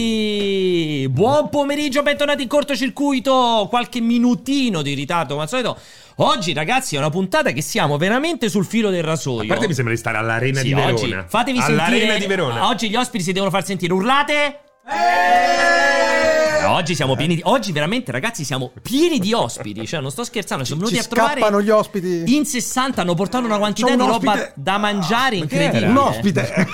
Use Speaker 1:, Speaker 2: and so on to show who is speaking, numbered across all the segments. Speaker 1: Eccoci! Buon pomeriggio, bentornati in cortocircuito. Qualche minutino di ritardo, come al solito. Oggi, ragazzi, è una puntata che siamo veramente sul filo del rasoio.
Speaker 2: A parte mi sembra di stare all'Arena
Speaker 1: Sì,
Speaker 2: di Verona.
Speaker 1: oggi fatevi
Speaker 2: all'Arena
Speaker 1: sentire.
Speaker 2: di Verona.
Speaker 1: Oggi gli ospiti si devono far sentire. Urlate!
Speaker 3: Eh!
Speaker 1: Oggi siamo pieni di. Oggi, veramente, ragazzi, siamo pieni di ospiti. Cioè, non sto scherzando, sono venuti
Speaker 3: Ci
Speaker 1: a trovare.
Speaker 3: scappano gli ospiti.
Speaker 1: In 60 hanno portato una quantità
Speaker 3: C'è
Speaker 1: di
Speaker 3: un
Speaker 1: roba
Speaker 3: ospite. Ah,
Speaker 1: da mangiare incredibile.
Speaker 3: Un ospite.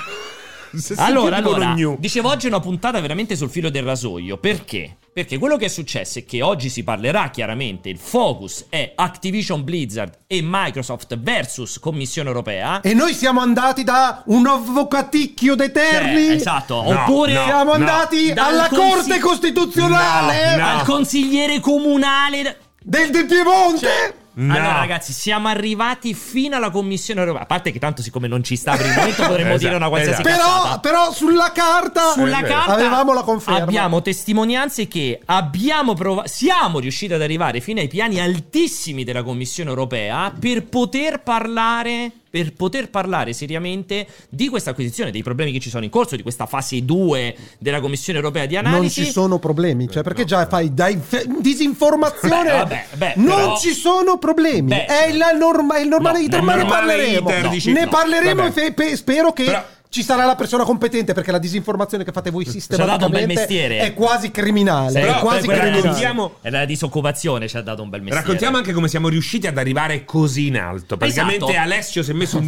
Speaker 2: Se
Speaker 1: Allora,
Speaker 2: sentite
Speaker 1: allora,
Speaker 2: Bologna.
Speaker 1: dicevo oggi è una puntata veramente sul filo del rasoio. Perché? Perché quello che è successo è che oggi si parlerà chiaramente, il focus è Activision Blizzard e Microsoft versus Commissione Europea.
Speaker 3: e noi siamo andati da un avvocaticchio d'Eterni.
Speaker 1: Eh, esatto, oppure
Speaker 2: no,
Speaker 3: siamo
Speaker 2: no.
Speaker 3: andati
Speaker 1: Dal
Speaker 3: alla
Speaker 1: consi-
Speaker 3: Corte Costituzionale
Speaker 2: No, no.
Speaker 1: al consigliere comunale.
Speaker 3: del, del Piemonte.
Speaker 2: No.
Speaker 1: Allora, ragazzi, siamo arrivati fino alla Commissione Europea. A parte che tanto, siccome non ci sta per il momento, potremmo
Speaker 2: Esatto,
Speaker 1: dire una qualsiasi
Speaker 2: esatto.
Speaker 3: però,
Speaker 1: cazzata.
Speaker 3: però sulla carta
Speaker 1: sulla
Speaker 2: Eh, beh.
Speaker 1: carta
Speaker 3: avevamo la conferma.
Speaker 1: abbiamo testimonianze che abbiamo prova- siamo riusciti ad arrivare fino ai piani altissimi della Commissione Europea per poter parlare per poter parlare seriamente di questa acquisizione, dei problemi che ci sono in corso, di questa fase 2 della Commissione Europea di analisi.
Speaker 3: non ci sono problemi, cioè perché già fai da inf- disinformazione.
Speaker 1: Beh, vabbè, beh,
Speaker 3: non
Speaker 1: però-
Speaker 3: ci sono problemi.
Speaker 1: Beh.
Speaker 3: è la norma, è il normale
Speaker 1: No,
Speaker 3: iter, ma
Speaker 1: è il
Speaker 3: ne
Speaker 2: normale
Speaker 3: parleremo.
Speaker 2: iter,
Speaker 1: No,
Speaker 2: dici-
Speaker 3: ne
Speaker 2: no,
Speaker 3: parleremo
Speaker 2: vabbè.
Speaker 3: e fe- pe- spero che
Speaker 2: Però-
Speaker 3: ci sarà la persona competente perché la disinformazione che fate voi
Speaker 1: dato un bel
Speaker 3: sistematicamente
Speaker 1: mestiere.
Speaker 3: è quasi criminale,
Speaker 1: Sì,
Speaker 3: è
Speaker 2: però-
Speaker 3: quasi
Speaker 2: però-
Speaker 1: quella-
Speaker 3: criminale.
Speaker 2: raccontiamo-
Speaker 1: era la disoccupazione ci ha dato un bel mestiere.
Speaker 2: Raccontiamo anche come siamo riusciti ad arrivare così in alto. Praticamente
Speaker 1: Esatto.
Speaker 2: Alessio si è messo un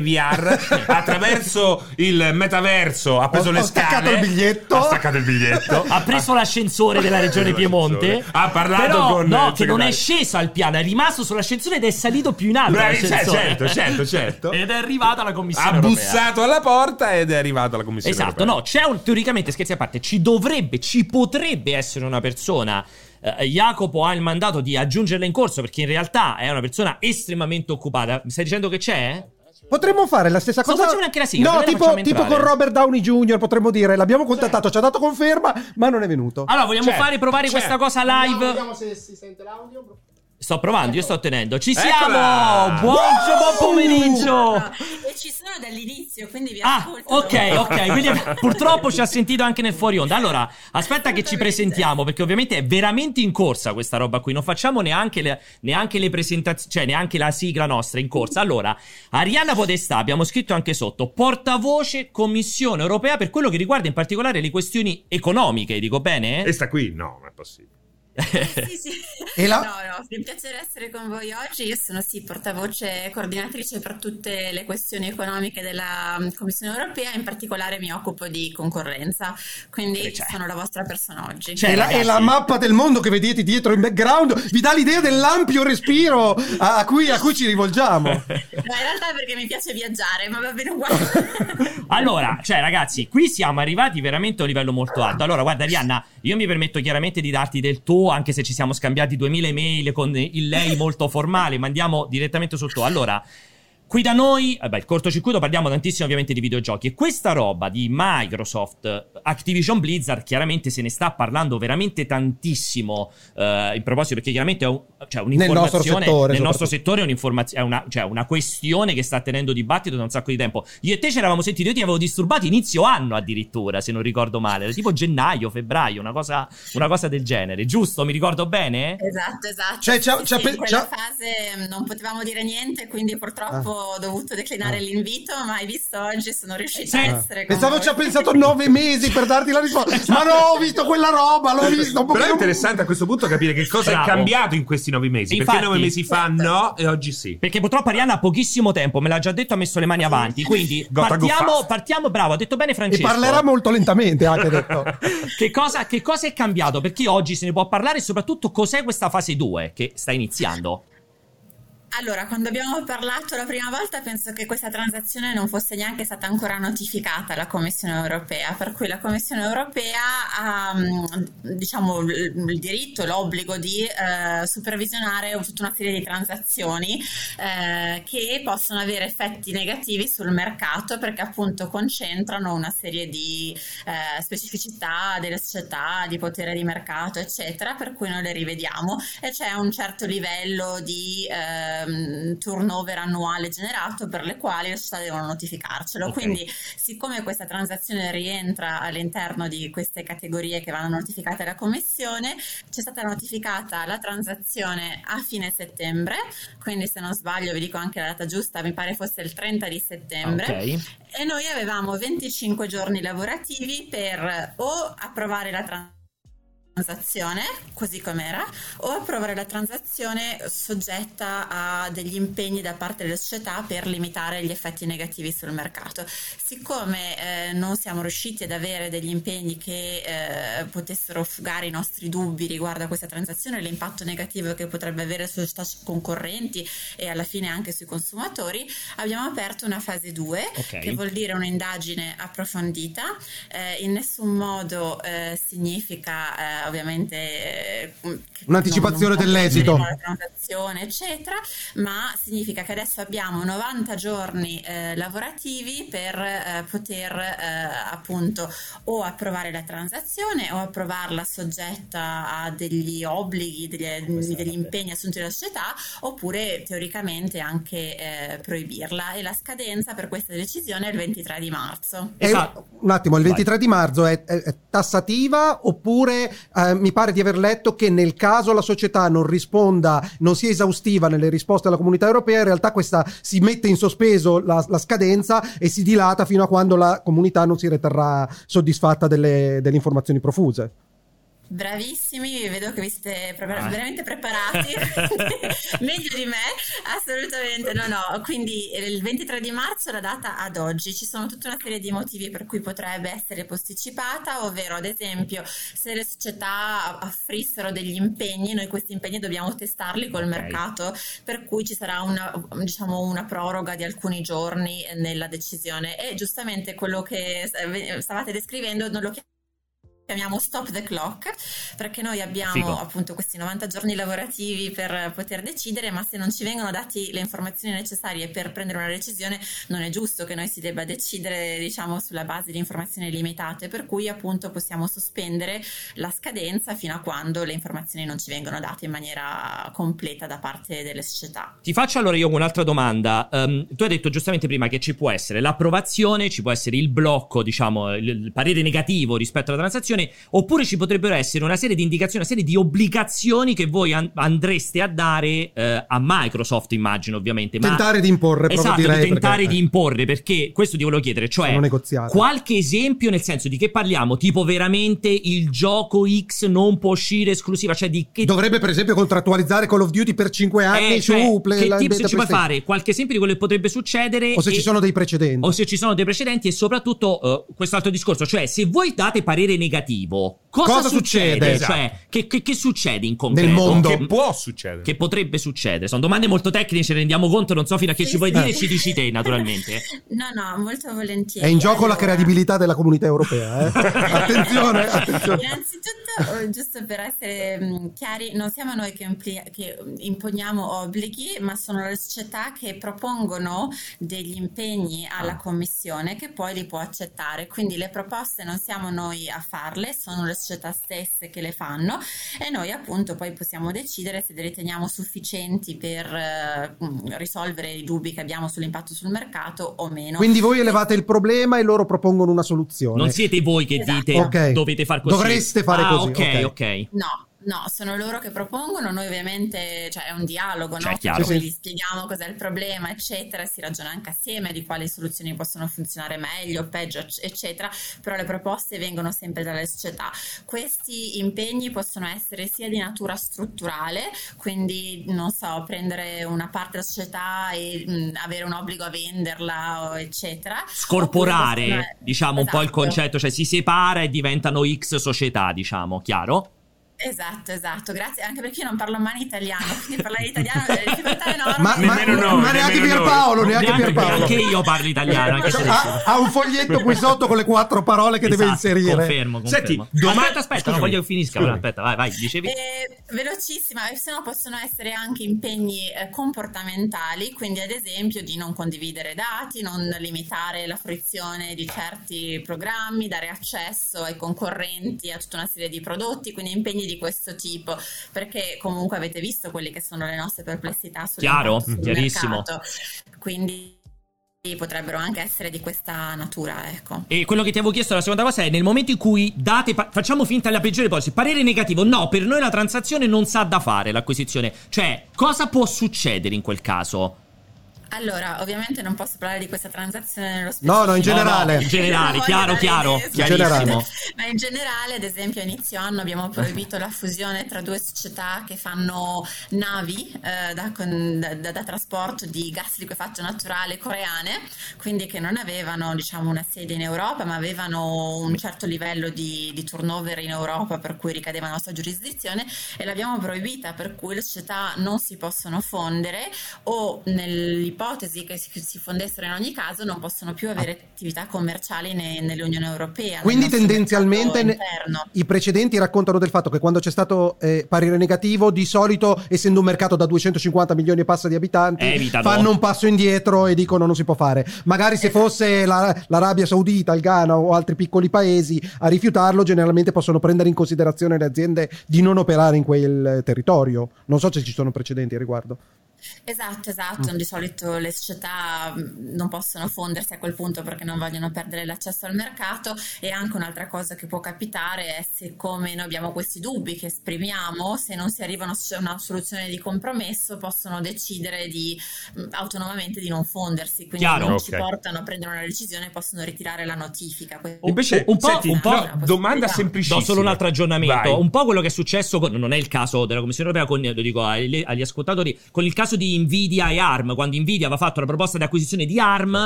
Speaker 2: VR attraverso il metaverso, ha preso
Speaker 3: Ho-
Speaker 2: le
Speaker 3: ho
Speaker 2: scale.
Speaker 3: staccato il biglietto.
Speaker 2: Ha staccato il biglietto.
Speaker 1: ha preso l'ascensore della regione Piemonte.
Speaker 2: Ha parlato
Speaker 1: però,
Speaker 2: con
Speaker 1: No,
Speaker 2: il
Speaker 1: che non è
Speaker 2: segretario.
Speaker 1: sceso al piano, è rimasto sull'ascensore ed è salito più in alto.
Speaker 2: Bravi,
Speaker 1: l'ascensore.
Speaker 2: certo, certo, certo.
Speaker 1: Ed è arrivata la commissione.
Speaker 2: ha
Speaker 1: europea.
Speaker 2: bussato alla porta ed è arrivato alla commissione.
Speaker 1: Esatto,
Speaker 2: europea.
Speaker 1: no, c'è un, teoricamente, scherzi a parte, ci dovrebbe, ci potrebbe essere una persona. eh, Jacopo ha il mandato di aggiungerla in corso perché in realtà è una persona estremamente occupata. Mi stai dicendo che c'è?
Speaker 3: Potremmo fare la stessa
Speaker 1: Sto
Speaker 3: cosa.
Speaker 1: facendo anche la sigla,
Speaker 3: no,
Speaker 1: perché la
Speaker 3: tipo,
Speaker 1: facciamo
Speaker 3: tipo
Speaker 1: entrare?
Speaker 3: con Robert Downey Jr. potremmo dire: l'abbiamo contattato, ci ha dato conferma, ma non è venuto.
Speaker 1: Allora, vogliamo
Speaker 2: C'è,
Speaker 1: fare provare
Speaker 2: c'è.
Speaker 1: questa cosa live?
Speaker 4: Vediamo se si sente l'audio.
Speaker 1: Sto provando, io sto ottenendo. Ci
Speaker 2: Eccola! Uh!
Speaker 1: siamo! Buon, buon pomeriggio!
Speaker 5: E ci sono dall'inizio, quindi vi
Speaker 1: Oh. Ah,
Speaker 5: ascolto.
Speaker 1: ok, ok. quindi purtroppo ci ha sentito anche nel fuori onda. Allora, aspetta che ci presentiamo, perché ovviamente è veramente in corsa questa roba qui. Non facciamo neanche le, neanche le presentazioni, cioè neanche la sigla nostra è in corsa. Allora, Arianna Podestà, abbiamo scritto anche sotto, portavoce Commissione Europea per quello che riguarda in particolare le questioni economiche, dico bene?
Speaker 2: E sta qui? No, non è possibile.
Speaker 5: Sì, sì.
Speaker 3: E la-
Speaker 5: No, no, è un piacere essere con voi oggi. Io sono sì portavoce e coordinatrice per tutte le questioni economiche della mm, Commissione europea, in particolare mi occupo di concorrenza,
Speaker 1: Eh,
Speaker 5: quindi
Speaker 1: cioè.
Speaker 5: sono la vostra persona oggi.
Speaker 1: Cioè,
Speaker 3: e, la, e
Speaker 1: ragazzi.
Speaker 3: la mappa del mondo che vedete dietro in background vi dà l'idea dell'ampio respiro a, a cui, a cui ci rivolgiamo.
Speaker 5: No, in realtà è perché mi piace viaggiare, ma va bene uguale.
Speaker 1: Allora, cioè, ragazzi, qui siamo arrivati veramente a un livello molto alto. Allora, guarda, Arianna, io mi permetto chiaramente di darti del tuo, anche se ci siamo scambiati 2000 email con il lei molto formale, ma andiamo direttamente sul tuo. Allora. Qui da noi, eh beh, il cortocircuito parliamo tantissimo ovviamente di videogiochi e questa roba di Microsoft, Activision Blizzard, chiaramente se ne sta parlando veramente tantissimo eh, in proposito perché chiaramente è un- cioè, un'informazione
Speaker 3: nostro settore,
Speaker 1: nel nostro
Speaker 3: soprattutto.
Speaker 1: settore è un'informazione, è una, cioè, una questione che sta tenendo dibattito da un sacco di tempo. Io e te ci eravamo sentiti, io ti avevo disturbato inizio anno addirittura, se non ricordo male, era tipo gennaio, febbraio, una cosa, una cosa del genere, giusto? Mi ricordo bene?
Speaker 5: Esatto, esatto.
Speaker 3: Cioè, ci ha-
Speaker 5: Sì,
Speaker 3: ci ha
Speaker 5: sì,
Speaker 3: pe-
Speaker 5: in
Speaker 3: ci ha-
Speaker 5: quella fase mm, non potevamo dire niente, quindi purtroppo ho dovuto declinare
Speaker 3: Ah.
Speaker 5: l'invito, ma hai visto oggi sono riuscita
Speaker 1: Sì.
Speaker 5: a
Speaker 3: Ah.
Speaker 5: essere con
Speaker 3: Pensavo
Speaker 5: voi.
Speaker 3: ci ha pensato nove mesi per darti la risposta. Ma no, ho visto quella roba, l'ho vista. un po'
Speaker 2: Però è
Speaker 3: più-
Speaker 2: interessante a questo punto capire che cosa
Speaker 1: Bravo.
Speaker 2: è cambiato in questi nove mesi.
Speaker 1: Infatti- eh,
Speaker 2: perché nove mesi fa no e oggi sì.
Speaker 1: Perché purtroppo Arianna ha pochissimo tempo, me l'ha già detto, ha messo le mani avanti. Quindi
Speaker 2: Gotta go
Speaker 1: partiamo,
Speaker 2: fast.
Speaker 1: partiamo, bravo, ha detto bene
Speaker 3: E
Speaker 1: Francesco.
Speaker 3: parlerà molto lentamente, anche detto.
Speaker 1: che, cosa, che cosa è cambiato? Perché oggi se ne può parlare e soprattutto cos'è questa fase 2 che sta iniziando?
Speaker 5: Allora, quando abbiamo parlato la prima volta, penso che questa transazione non fosse neanche stata ancora notificata alla Commissione europea, per cui la Commissione europea ha mm, diciamo, il il diritto, l'obbligo di eh, supervisionare tutta una serie di transazioni eh, che possono avere effetti negativi sul mercato perché appunto concentrano una serie di eh, specificità delle società, di potere di mercato, eccetera, per cui noi le rivediamo e c'è un certo livello di eh, ehm, turnover annuale generato per le quali le società devono notificarcelo.
Speaker 1: Ok.
Speaker 5: Quindi, siccome questa transazione rientra all'interno di queste categorie che vanno notificate alla commissione, c'è stata notificata la transazione a fine settembre, quindi se non sbaglio vi dico anche la data giusta, mi pare fosse il 30 di settembre.
Speaker 6: Ok.
Speaker 5: E noi avevamo 25 giorni lavorativi per o approvare la transazione così com'era o approvare la transazione soggetta a degli impegni da parte delle società per limitare gli effetti negativi sul mercato siccome eh, non siamo riusciti ad avere degli impegni che eh, potessero fugare i nostri dubbi riguardo a questa transazione e l'impatto negativo che potrebbe avere sulle società concorrenti e alla fine anche sui consumatori abbiamo aperto una fase 2
Speaker 6: Ok.
Speaker 5: che vuol dire un'indagine approfondita, eh, in nessun modo eh, significa eh, ovviamente eh, che-
Speaker 3: Un'anticipazione
Speaker 5: non- non
Speaker 3: dell'esito.
Speaker 5: la transazione, eccetera, ma significa che adesso abbiamo 90 giorni eh, lavorativi per eh, poter eh, appunto o approvare la transazione o approvarla soggetta a degli obblighi, degli, degli impegni assunti dalla società oppure teoricamente anche eh, proibirla e la scadenza per questa decisione è il 23 di marzo.
Speaker 3: È-
Speaker 1: Esatto.
Speaker 3: un attimo, il
Speaker 1: Vai.
Speaker 3: 23 di marzo è, è- è tassativa oppure eh, mi pare di aver letto che nel caso la società non risponda, non sia esaustiva nelle risposte alla comunità europea, in realtà questa si mette in sospeso la, la scadenza e si dilata fino a quando la comunità non si riterrà soddisfatta delle, delle informazioni profuse.
Speaker 5: Bravissimi, vedo che vi siete prepar-
Speaker 1: Ah.
Speaker 5: veramente preparati, meglio di me, assolutamente no no, quindi eh, il 23 di marzo è la data ad oggi, ci sono tutta una serie di motivi per cui potrebbe essere posticipata, ovvero ad esempio se le società offrissero degli impegni, noi questi impegni dobbiamo testarli col
Speaker 1: Ok.
Speaker 5: mercato, per cui ci sarà una, diciamo, una proroga di alcuni giorni eh, nella decisione e giustamente quello che eh, stavate descrivendo non lo chiam- chiamiamo stop the clock perché noi abbiamo
Speaker 1: Figo.
Speaker 5: appunto questi 90 giorni lavorativi per eh, poter decidere ma se non ci vengono dati le informazioni necessarie per prendere una decisione non è giusto che noi si debba decidere diciamo sulla base di informazioni limitate per cui appunto possiamo sospendere la scadenza fino a quando le informazioni non ci vengono date in maniera completa da parte delle società
Speaker 1: Ti faccio allora io un'altra domanda. Ehm, tu hai detto giustamente prima che ci può essere l'approvazione, ci può essere il blocco, diciamo, il, il parere negativo rispetto alla transazione, oppure ci potrebbero essere una serie di indicazioni, una serie di obbligazioni che voi an- andreste a dare eh, a Microsoft, immagino ovviamente. Ma
Speaker 3: Tentare di imporre, proprio
Speaker 1: esatto, di
Speaker 3: direi.
Speaker 1: tentare
Speaker 3: perché,
Speaker 1: di
Speaker 3: eh,
Speaker 1: imporre, perché questo ti volevo chiedere, cioè
Speaker 3: sono negoziate.
Speaker 1: Qualche esempio nel senso di che parliamo? Tipo veramente il gioco X non può uscire esclusiva, cioè di che
Speaker 3: Dovrebbe per esempio contrattualizzare Call of Duty per 5 anni
Speaker 1: eh,
Speaker 3: su
Speaker 1: cioè,
Speaker 3: Play-
Speaker 1: che
Speaker 3: la-
Speaker 1: tips
Speaker 3: beta
Speaker 1: ci puoi
Speaker 3: PlayStation.
Speaker 1: fare? Qualche esempio di quello che potrebbe succedere
Speaker 3: O se
Speaker 1: e-
Speaker 3: ci sono dei precedenti.
Speaker 1: o se ci sono dei precedenti e soprattutto eh, quest'altro discorso, cioè se voi date parere negativo, cosa,
Speaker 3: Cosa succede?
Speaker 1: Cioè, che, che- che succede in concreto?
Speaker 3: Nel mondo.
Speaker 2: Che può succedere?
Speaker 1: Che potrebbe succedere? Sono domande molto tecniche, ce ne rendiamo conto, non so fino a che
Speaker 5: Sì,
Speaker 1: ci vuoi
Speaker 5: sì.
Speaker 1: dire, ci dici te naturalmente.
Speaker 5: no no molto
Speaker 3: È
Speaker 5: volentieri
Speaker 3: in gioco la
Speaker 5: Allora-
Speaker 3: credibilità della comunità europea. eh. attenzione, attenzione.
Speaker 5: Innanzitutto, eh, giusto per essere mh, chiari, non siamo noi che, impli- che mm, imponiamo obblighi, ma sono le società che propongono degli impegni
Speaker 3: Ah.
Speaker 5: alla commissione che poi li può accettare. Quindi le proposte non siamo noi a farle, sono le società stesse che le fanno e noi appunto poi possiamo decidere se le riteniamo sufficienti per eh, mh, risolvere i dubbi che abbiamo sull'impatto sul mercato o meno.
Speaker 3: Quindi voi elevate il problema e loro propongono una soluzione.
Speaker 1: Non siete voi che
Speaker 5: Esatto.
Speaker 1: dite
Speaker 3: Ok.
Speaker 1: dovete far così.
Speaker 3: Dovreste fare
Speaker 1: Ah,
Speaker 3: così,
Speaker 1: ok,
Speaker 3: ok.
Speaker 1: ok.
Speaker 5: No, no, sono loro che propongono, noi ovviamente, cioè è un dialogo, no?
Speaker 1: Cioè, è chiaro.
Speaker 5: Per cui
Speaker 3: Sì, sì.
Speaker 5: gli spieghiamo cos'è il problema, eccetera, si ragiona anche assieme di quali soluzioni possono funzionare meglio, peggio, ecc- eccetera, però le proposte vengono sempre dalle società. Questi impegni possono essere sia di natura strutturale, quindi non so, prendere una parte della società e mh, avere un obbligo a venderla, o eccetera.
Speaker 1: Scorporare,
Speaker 5: Oppure possono-
Speaker 1: diciamo, un po' il
Speaker 5: Esatto.
Speaker 1: concetto, cioè si separa e diventano X società, diciamo, chiaro?
Speaker 5: Esatto, esatto, grazie, anche perché io non parlo mai italiano, quindi parlare italiano è una difficoltà enorme.
Speaker 3: Ma, ma-
Speaker 2: Nemmeno noi,
Speaker 3: ma neanche
Speaker 2: nemmeno
Speaker 3: Pierpaolo,
Speaker 2: noi.
Speaker 3: neanche
Speaker 1: Neanche-
Speaker 3: Pierpaolo.
Speaker 1: anche io parlo italiano, anche se
Speaker 3: Cioè,
Speaker 1: adesso-
Speaker 3: ha, ha un foglietto qui sotto con le quattro parole che deve
Speaker 1: Esatto,
Speaker 3: inserire.
Speaker 1: Confermo, confermo.
Speaker 2: Senti, domani-
Speaker 1: Aspetta, aspetta, non
Speaker 2: Scusami.
Speaker 1: voglio che finisca.
Speaker 2: Scusami.
Speaker 1: Aspetta, vai, vai, dicevi.
Speaker 5: Eh, velocissima, e se no possono essere anche impegni eh, comportamentali, quindi ad esempio di non condividere dati, non limitare la fruizione di certi programmi, dare accesso ai concorrenti a tutta una serie di prodotti, quindi impegni di questo tipo, perché comunque avete visto quelle che sono le nostre perplessità sul
Speaker 1: Chiaro,
Speaker 5: sul
Speaker 1: chiarissimo.
Speaker 5: mercato. Quindi potrebbero anche essere di questa natura, ecco.
Speaker 1: E quello che ti avevo chiesto la seconda cosa è nel momento in cui date, pa- facciamo finta la peggiore possibile, parere negativo, no, per noi la transazione non sa da fare l'acquisizione, cioè cosa può succedere in quel caso?
Speaker 5: Allora, ovviamente non posso parlare di questa transazione nello specifico.
Speaker 3: No, no, in generale.
Speaker 1: No, no, in generale,
Speaker 5: Non voglio
Speaker 1: chiaro,
Speaker 5: dare
Speaker 1: chiaro,
Speaker 5: idee,
Speaker 1: chiarissimo.
Speaker 3: generale.
Speaker 5: Ma in generale, ad esempio, a inizio anno abbiamo proibito la fusione tra due società che fanno navi eh, da, con- da- da- da trasporto di gas liquefatto naturale coreane, quindi che non avevano diciamo, una sede in Europa, ma avevano un certo livello di, di turnover in Europa per cui ricadeva la nostra giurisdizione e l'abbiamo proibita, per cui le società non si possono fondere o nell'ipotesi che si, si fondessero in ogni caso non possono più avere attività commerciali ne- nell'Unione Europea.
Speaker 3: Ah. Quindi
Speaker 5: nel nostro
Speaker 3: tendenzialmente ne-
Speaker 5: mercato interno.
Speaker 3: i precedenti raccontano del fatto che quando c'è stato eh, parere negativo, di solito, essendo un mercato da 250 milioni e passa di abitanti,
Speaker 1: Evitano.
Speaker 3: fanno un passo indietro e dicono non si può fare. Magari se fosse la- l'Arabia Saudita, il Ghana o altri piccoli paesi a rifiutarlo, generalmente possono prendere in considerazione le aziende di non operare in quel territorio. Non so se ci sono precedenti a riguardo.
Speaker 5: Esatto,
Speaker 1: Mm.
Speaker 5: esatto. Di solito le società mh, non possono fondersi a quel punto perché non vogliono perdere l'accesso al mercato e anche un'altra cosa che può capitare è siccome noi abbiamo questi dubbi che esprimiamo, se non si arriva a una- a una soluzione di compromesso possono decidere di, mh, autonomamente di non fondersi, quindi
Speaker 1: Chiaro.
Speaker 5: non ci
Speaker 2: Ok.
Speaker 5: portano a prendere una decisione e possono ritirare la notifica. Questo
Speaker 2: Invece,
Speaker 1: un po',
Speaker 2: senti,
Speaker 1: un po'-
Speaker 2: no,
Speaker 5: una
Speaker 2: domanda
Speaker 5: possibilità.
Speaker 2: semplicissima.
Speaker 1: Do solo un altro aggiornamento.
Speaker 2: Vai.
Speaker 1: Un po' quello che è successo, con- non è il caso della Commissione europea, con- lo dico agli, agli ascoltatori, con il caso di Nvidia e ARM, quando Nvidia aveva fatto la proposta di acquisizione di ARM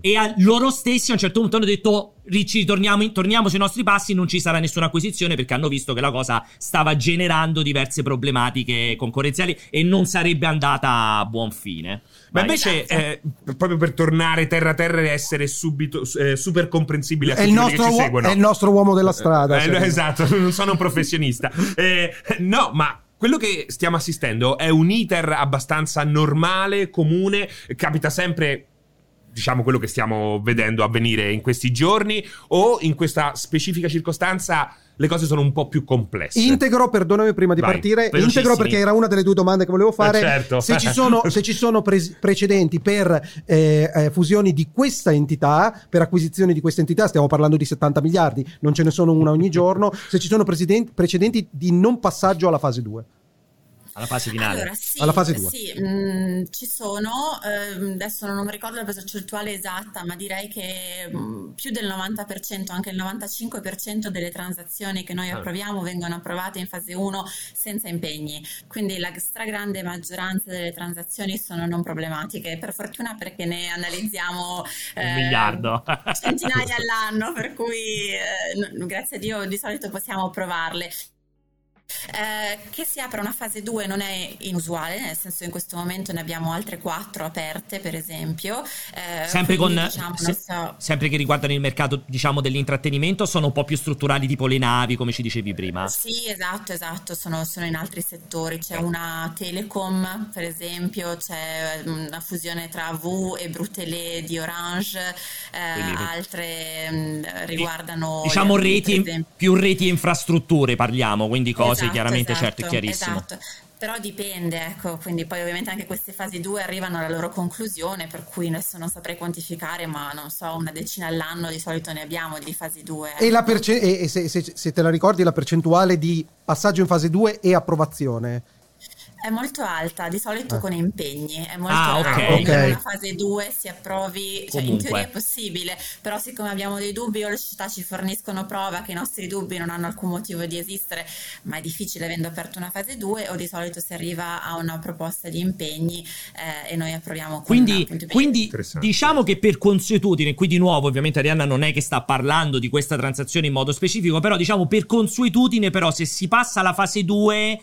Speaker 3: Eh,
Speaker 1: e a- loro stessi a un certo punto hanno detto Ricci, torniamo, in- torniamo sui nostri passi, non ci sarà nessuna acquisizione perché hanno visto che la cosa stava generando diverse problematiche concorrenziali e non sarebbe andata a buon fine.
Speaker 2: Ma
Speaker 1: Vai.
Speaker 2: invece, eh, proprio per tornare terra a terra e essere subito eh, super comprensibili a
Speaker 3: È
Speaker 2: tutti
Speaker 3: il,
Speaker 2: quelli che
Speaker 3: nostro
Speaker 2: ci
Speaker 3: uo-
Speaker 2: seguono.
Speaker 3: è il nostro uomo della strada. cioè.
Speaker 2: Eh,
Speaker 3: secondo me.
Speaker 2: esatto, non sono un professionista. Eh, no, ma quello che stiamo assistendo è un iter abbastanza normale, comune, capita sempre. Diciamo quello che stiamo vedendo avvenire in questi giorni, o in questa specifica circostanza le cose sono un po' più complesse.
Speaker 3: Integro, perdonami prima di
Speaker 2: Vai,
Speaker 3: partire,
Speaker 1: velocissimi.
Speaker 3: integro perché era una delle due domande che volevo fare.
Speaker 2: Eh, certo.
Speaker 3: Se ci sono, se ci sono pres- precedenti per eh, eh, fusioni di questa entità, per acquisizioni di questa entità, stiamo parlando di 70 miliardi, non ce ne sono una ogni giorno, se ci sono presiden- precedenti di non passaggio alla fase 2.
Speaker 1: eh, alla fase finale.
Speaker 5: Allora, sì,
Speaker 3: Alla fase due.
Speaker 5: sì, mh, ci sono, ehm, adesso non mi ricordo la percentuale esatta, ma direi che mh, più del 90%, anche il 95% delle transazioni che noi
Speaker 1: Ah.
Speaker 5: approviamo vengono approvate in fase 1 senza impegni, quindi la stragrande maggioranza delle transazioni sono non problematiche, per fortuna perché ne analizziamo
Speaker 1: un
Speaker 5: eh,
Speaker 1: miliardo.
Speaker 5: centinaia all'anno, per cui eh, n- grazie a Dio di solito possiamo provarle. Eh, che si apra una fase 2 non è inusuale, nel senso in questo momento ne abbiamo altre 4 aperte, per esempio. Eh,
Speaker 1: Sempre,
Speaker 5: quindi,
Speaker 1: con,
Speaker 5: diciamo,
Speaker 1: se-
Speaker 5: non so-
Speaker 1: sempre che riguardano il mercato diciamo dell'intrattenimento sono un po' più strutturali tipo le navi come ci dicevi prima
Speaker 5: Sì, esatto, esatto, sono, sono in altri settori, c'è una telecom per esempio, c'è mm, una fusione tra V e Brutele di Orange, eh,
Speaker 1: Quindi-
Speaker 5: altre mm, riguardano...
Speaker 1: diciamo
Speaker 5: per
Speaker 1: reti
Speaker 5: esempio-
Speaker 1: più reti e infrastrutture parliamo quindi cose
Speaker 5: Esatto,
Speaker 1: chiaramente
Speaker 5: esatto,
Speaker 1: certo è chiarissimo
Speaker 5: esatto. Però dipende, ecco, quindi poi ovviamente anche queste fasi 2 arrivano alla loro conclusione, per cui adesso non saprei quantificare, ma non so, una decina all'anno di solito ne abbiamo di fasi ecco. 2.
Speaker 3: E, la perce- e- e se, se- se te la ricordi la percentuale di passaggio in fase 2 e approvazione.
Speaker 5: È molto alta, di solito
Speaker 3: Ah.
Speaker 5: con impegni, è molto
Speaker 1: Ah, ok.
Speaker 5: alta. Quindi
Speaker 3: Ok.
Speaker 5: in una fase 2 si approvi, cioè in
Speaker 1: Comunque.
Speaker 5: teoria è possibile, però siccome abbiamo dei dubbi o le società ci forniscono prova che i nostri dubbi non hanno alcun motivo di esistere, ma è difficile avendo aperto una fase 2 o di solito si arriva a una proposta di impegni eh, e noi approviamo con
Speaker 1: Quindi,
Speaker 5: appunto, i-
Speaker 1: quindi
Speaker 2: Interessante.
Speaker 1: diciamo che per consuetudine, qui di nuovo ovviamente Arianna non è che sta parlando di questa transazione in modo specifico, però diciamo per consuetudine però se si passa alla fase 2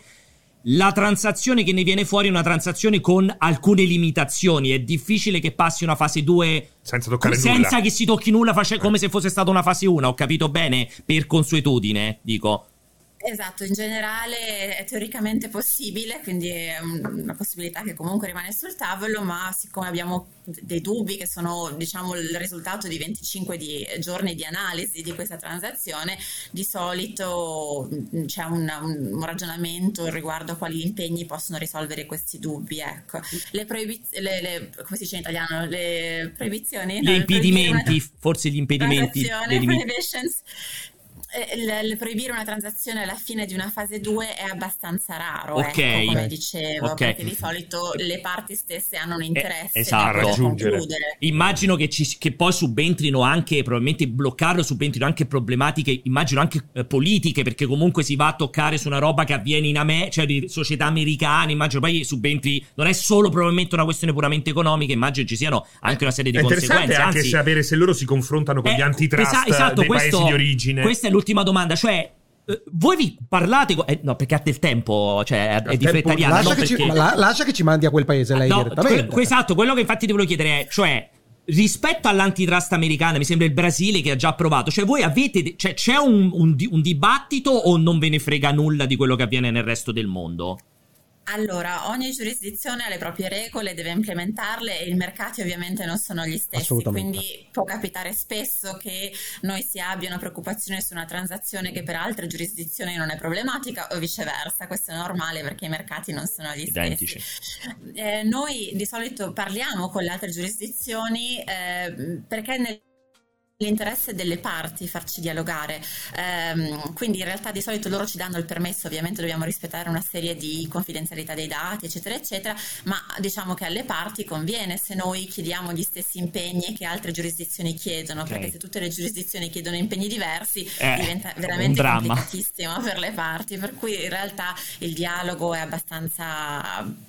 Speaker 1: la transazione che ne viene fuori è una transazione con alcune limitazioni, è difficile che passi una fase 2
Speaker 2: Senza toccare
Speaker 1: senza
Speaker 2: nulla.
Speaker 1: che si tocchi nulla, face- come se fosse stata una fase 1, ho capito bene, per consuetudine, dico.
Speaker 5: Esatto, in generale è teoricamente possibile, quindi è una possibilità che comunque rimane sul tavolo, ma siccome abbiamo dei dubbi che sono diciamo, il risultato di 25 di- giorni di analisi di questa transazione, di solito mh, c'è un, un ragionamento riguardo a quali impegni possono risolvere questi dubbi. Ecco. Le, proibiz- le- le- come si dice in italiano? Le proibizioni? Eh no,
Speaker 1: Gli
Speaker 5: le proibizioni-
Speaker 1: impedimenti, forse gli impedimenti.
Speaker 5: transazione,
Speaker 1: dei limiti.
Speaker 5: prohibitions. Eh, Il, il proibire una transazione alla fine di una fase 2 è abbastanza raro,
Speaker 1: Ok.
Speaker 5: ecco, come dicevo,
Speaker 1: Ok.
Speaker 5: perché di solito le parti stesse hanno un interesse
Speaker 1: Eh, esatto.
Speaker 5: nel poter
Speaker 2: Raggiungere.
Speaker 5: concludere.
Speaker 1: Immagino che, ci- che poi subentrino anche, probabilmente bloccarlo, subentrino anche problematiche, immagino anche eh, politiche, perché comunque si va a toccare su una roba che avviene in America, cioè di società americane, immagino poi subentri, non è solo probabilmente una questione puramente economica, immagino ci siano anche una serie di
Speaker 2: È interessante
Speaker 1: conseguenze,
Speaker 2: anche
Speaker 1: anzi...
Speaker 2: sapere se loro si confrontano con gli
Speaker 1: Eh,
Speaker 2: antitrust
Speaker 1: esa- esatto,
Speaker 2: dei
Speaker 1: questo-
Speaker 2: paesi di origine.
Speaker 1: Questa è l'ultima domanda, cioè... eh, Voi vi parlate. co- eh, no, perché ha del tempo, cioè è- è di
Speaker 2: tempo-
Speaker 1: fretta italiana.
Speaker 3: lascia,
Speaker 1: non
Speaker 3: che ci,
Speaker 1: perché-
Speaker 3: ma la- lascia che ci mandi a quel paese lei
Speaker 1: No,
Speaker 3: direttamente.
Speaker 1: que- esatto, quello che infatti ti volevo chiedere è, cioè, rispetto all'antitrust americana, mi sembra il Brasile che ha già approvato, cioè voi avete, cioè, c'è un, un di- un dibattito o non ve ne frega nulla di quello che avviene nel resto del mondo?
Speaker 5: Allora, ogni giurisdizione ha le proprie regole, deve implementarle e i mercati ovviamente non sono gli stessi,
Speaker 3: Assolutamente.
Speaker 5: quindi può capitare spesso che noi si abbia una preoccupazione su una transazione che per altre giurisdizioni non è problematica o viceversa, questo è normale perché i mercati non sono gli
Speaker 1: Identici.
Speaker 5: stessi. Eh, noi di solito parliamo con le altre giurisdizioni eh, perché nel l'interesse delle parti farci dialogare. Ehm, quindi in realtà di solito loro ci danno il permesso, ovviamente dobbiamo rispettare una serie di confidenzialità dei dati, eccetera, eccetera, ma diciamo che alle parti conviene se noi chiediamo gli stessi impegni che altre giurisdizioni chiedono,
Speaker 1: Ok.
Speaker 5: perché se tutte le giuridizioni chiedono impegni diversi
Speaker 1: Eh,
Speaker 5: diventa
Speaker 1: un
Speaker 5: veramente
Speaker 1: dramma.
Speaker 5: complicatissimo per le parti, per cui in realtà il dialogo è abbastanza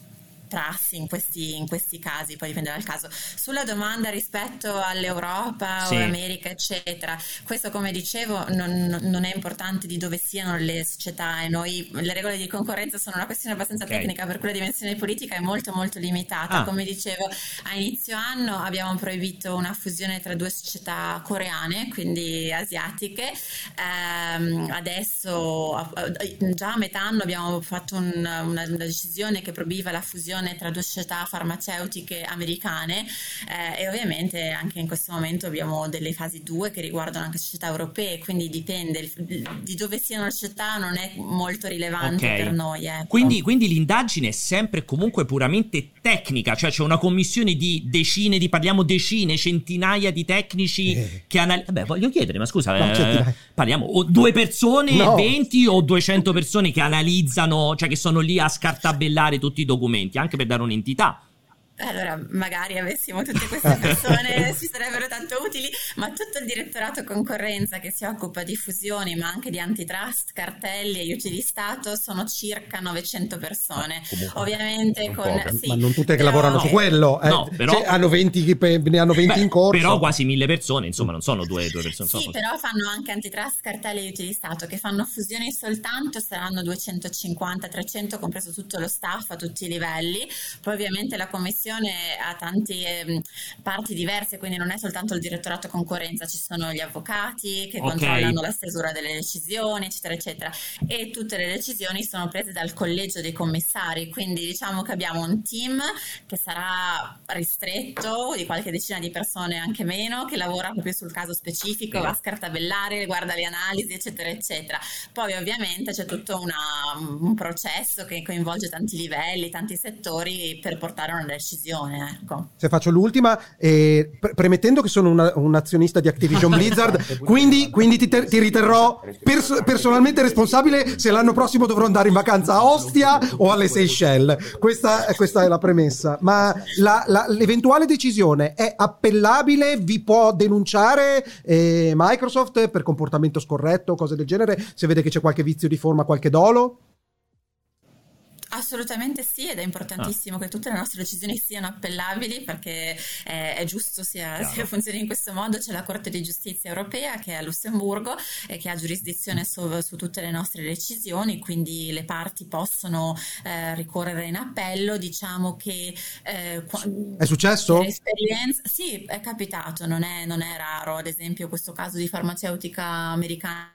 Speaker 5: prassi in questi, in questi casi, poi dipende dal caso. Sulla domanda rispetto all'Europa
Speaker 1: Sì.
Speaker 5: o America, eccetera, questo come dicevo non, non è importante di dove siano le società e noi le regole di concorrenza sono una questione abbastanza
Speaker 1: Ok.
Speaker 5: tecnica, per cui la dimensione politica è molto molto limitata.
Speaker 1: Ah.
Speaker 5: Come dicevo, a inizio anno abbiamo proibito una fusione tra due società coreane, quindi asiatiche, Ehm, adesso, a- a- già a metà anno, abbiamo fatto un- una, una decisione che proibiva la fusione tra due società farmaceutiche americane eh, e ovviamente anche in questo momento abbiamo delle fasi 2 che riguardano anche società europee, quindi dipende il- di dove siano le società, non è molto rilevante
Speaker 1: Ok.
Speaker 5: per noi. ecco.
Speaker 1: Quindi, quindi l'indagine è sempre e comunque puramente tecnica, cioè c'è una commissione di decine, di parliamo decine, centinaia di tecnici
Speaker 3: Eh.
Speaker 1: che analizzano. Beh, voglio chiedere, ma scusa,
Speaker 3: No,
Speaker 1: eh,
Speaker 3: centinaia.
Speaker 1: parliamo o due persone,
Speaker 3: No.
Speaker 1: 20 o 200 persone che analizzano, cioè che sono lì a scartabellare tutti i documenti, anche per dare un'entità.
Speaker 5: Allora, magari avessimo tutte queste persone, ci sarebbero tanto utili, ma tutto il direttorato concorrenza che si occupa di fusioni, ma anche di antitrust, cartelli, aiuti di Stato, sono circa 900 persone.
Speaker 2: Comunque,
Speaker 5: Ovviamente
Speaker 2: non
Speaker 5: con...
Speaker 2: poche.
Speaker 1: Eh
Speaker 5: sì,
Speaker 3: Ma non tutte che
Speaker 5: però-
Speaker 3: lavorano su quello, eh.
Speaker 1: No, però-
Speaker 3: Cioè, hanno 20, che pe- ne hanno 20
Speaker 1: Beh,
Speaker 3: in corso.
Speaker 1: Però quasi mille persone, insomma, non sono due, due persone. sono
Speaker 5: Sì, però fanno anche antitrust, cartelli e aiuti di Stato che fanno fusioni soltanto, saranno 250-300, compreso tutto lo staff a tutti i livelli. Poi ovviamente la commissione ha tante ehm, parti diverse, quindi non è soltanto il direttorato concorrenza, ci sono gli avvocati che
Speaker 1: Ok.
Speaker 5: controllano la stesura delle decisioni, eccetera, eccetera. E tutte le decisioni sono prese dal collegio dei commissari, quindi diciamo che abbiamo un team che sarà ristretto di qualche decina di persone, anche meno, che lavora proprio sul caso specifico, va a scartabellare, guarda le analisi, eccetera, eccetera. Poi ovviamente c'è tutto una- un processo che coinvolge tanti livelli, tanti settori per portare a una decisione. Ecco.
Speaker 3: Se faccio l'ultima, eh, pre- premettendo che sono una- un azionista di Activision Blizzard, quindi, quindi ti, ter- ti riterrò perso- personalmente responsabile se l'anno prossimo dovrò andare in vacanza a Ostia o alle Seychelles. Questa, questa è la premessa. Ma la- la- l'eventuale decisione è appellabile? Vi può denunciare eh, Microsoft per comportamento scorretto o cose del genere? Se vede che c'è qualche vizio di forma, qualche dolo?
Speaker 5: Assolutamente sì, ed è importantissimo che tutte le nostre decisioni siano appellabili perché eh, è giusto sia,
Speaker 1: Chiaro.
Speaker 5: sia funzioni in questo modo. C'è la Corte di Giustizia europea che è a Lussemburgo e che ha giurisdizione su, su tutte le nostre decisioni, quindi le parti possono eh, ricorrere in appello. Diciamo che eh, qua-
Speaker 3: È successo?
Speaker 5: per esperienza, sì, è capitato, non è, non è raro. Ad esempio, questo caso di farmaceutica americana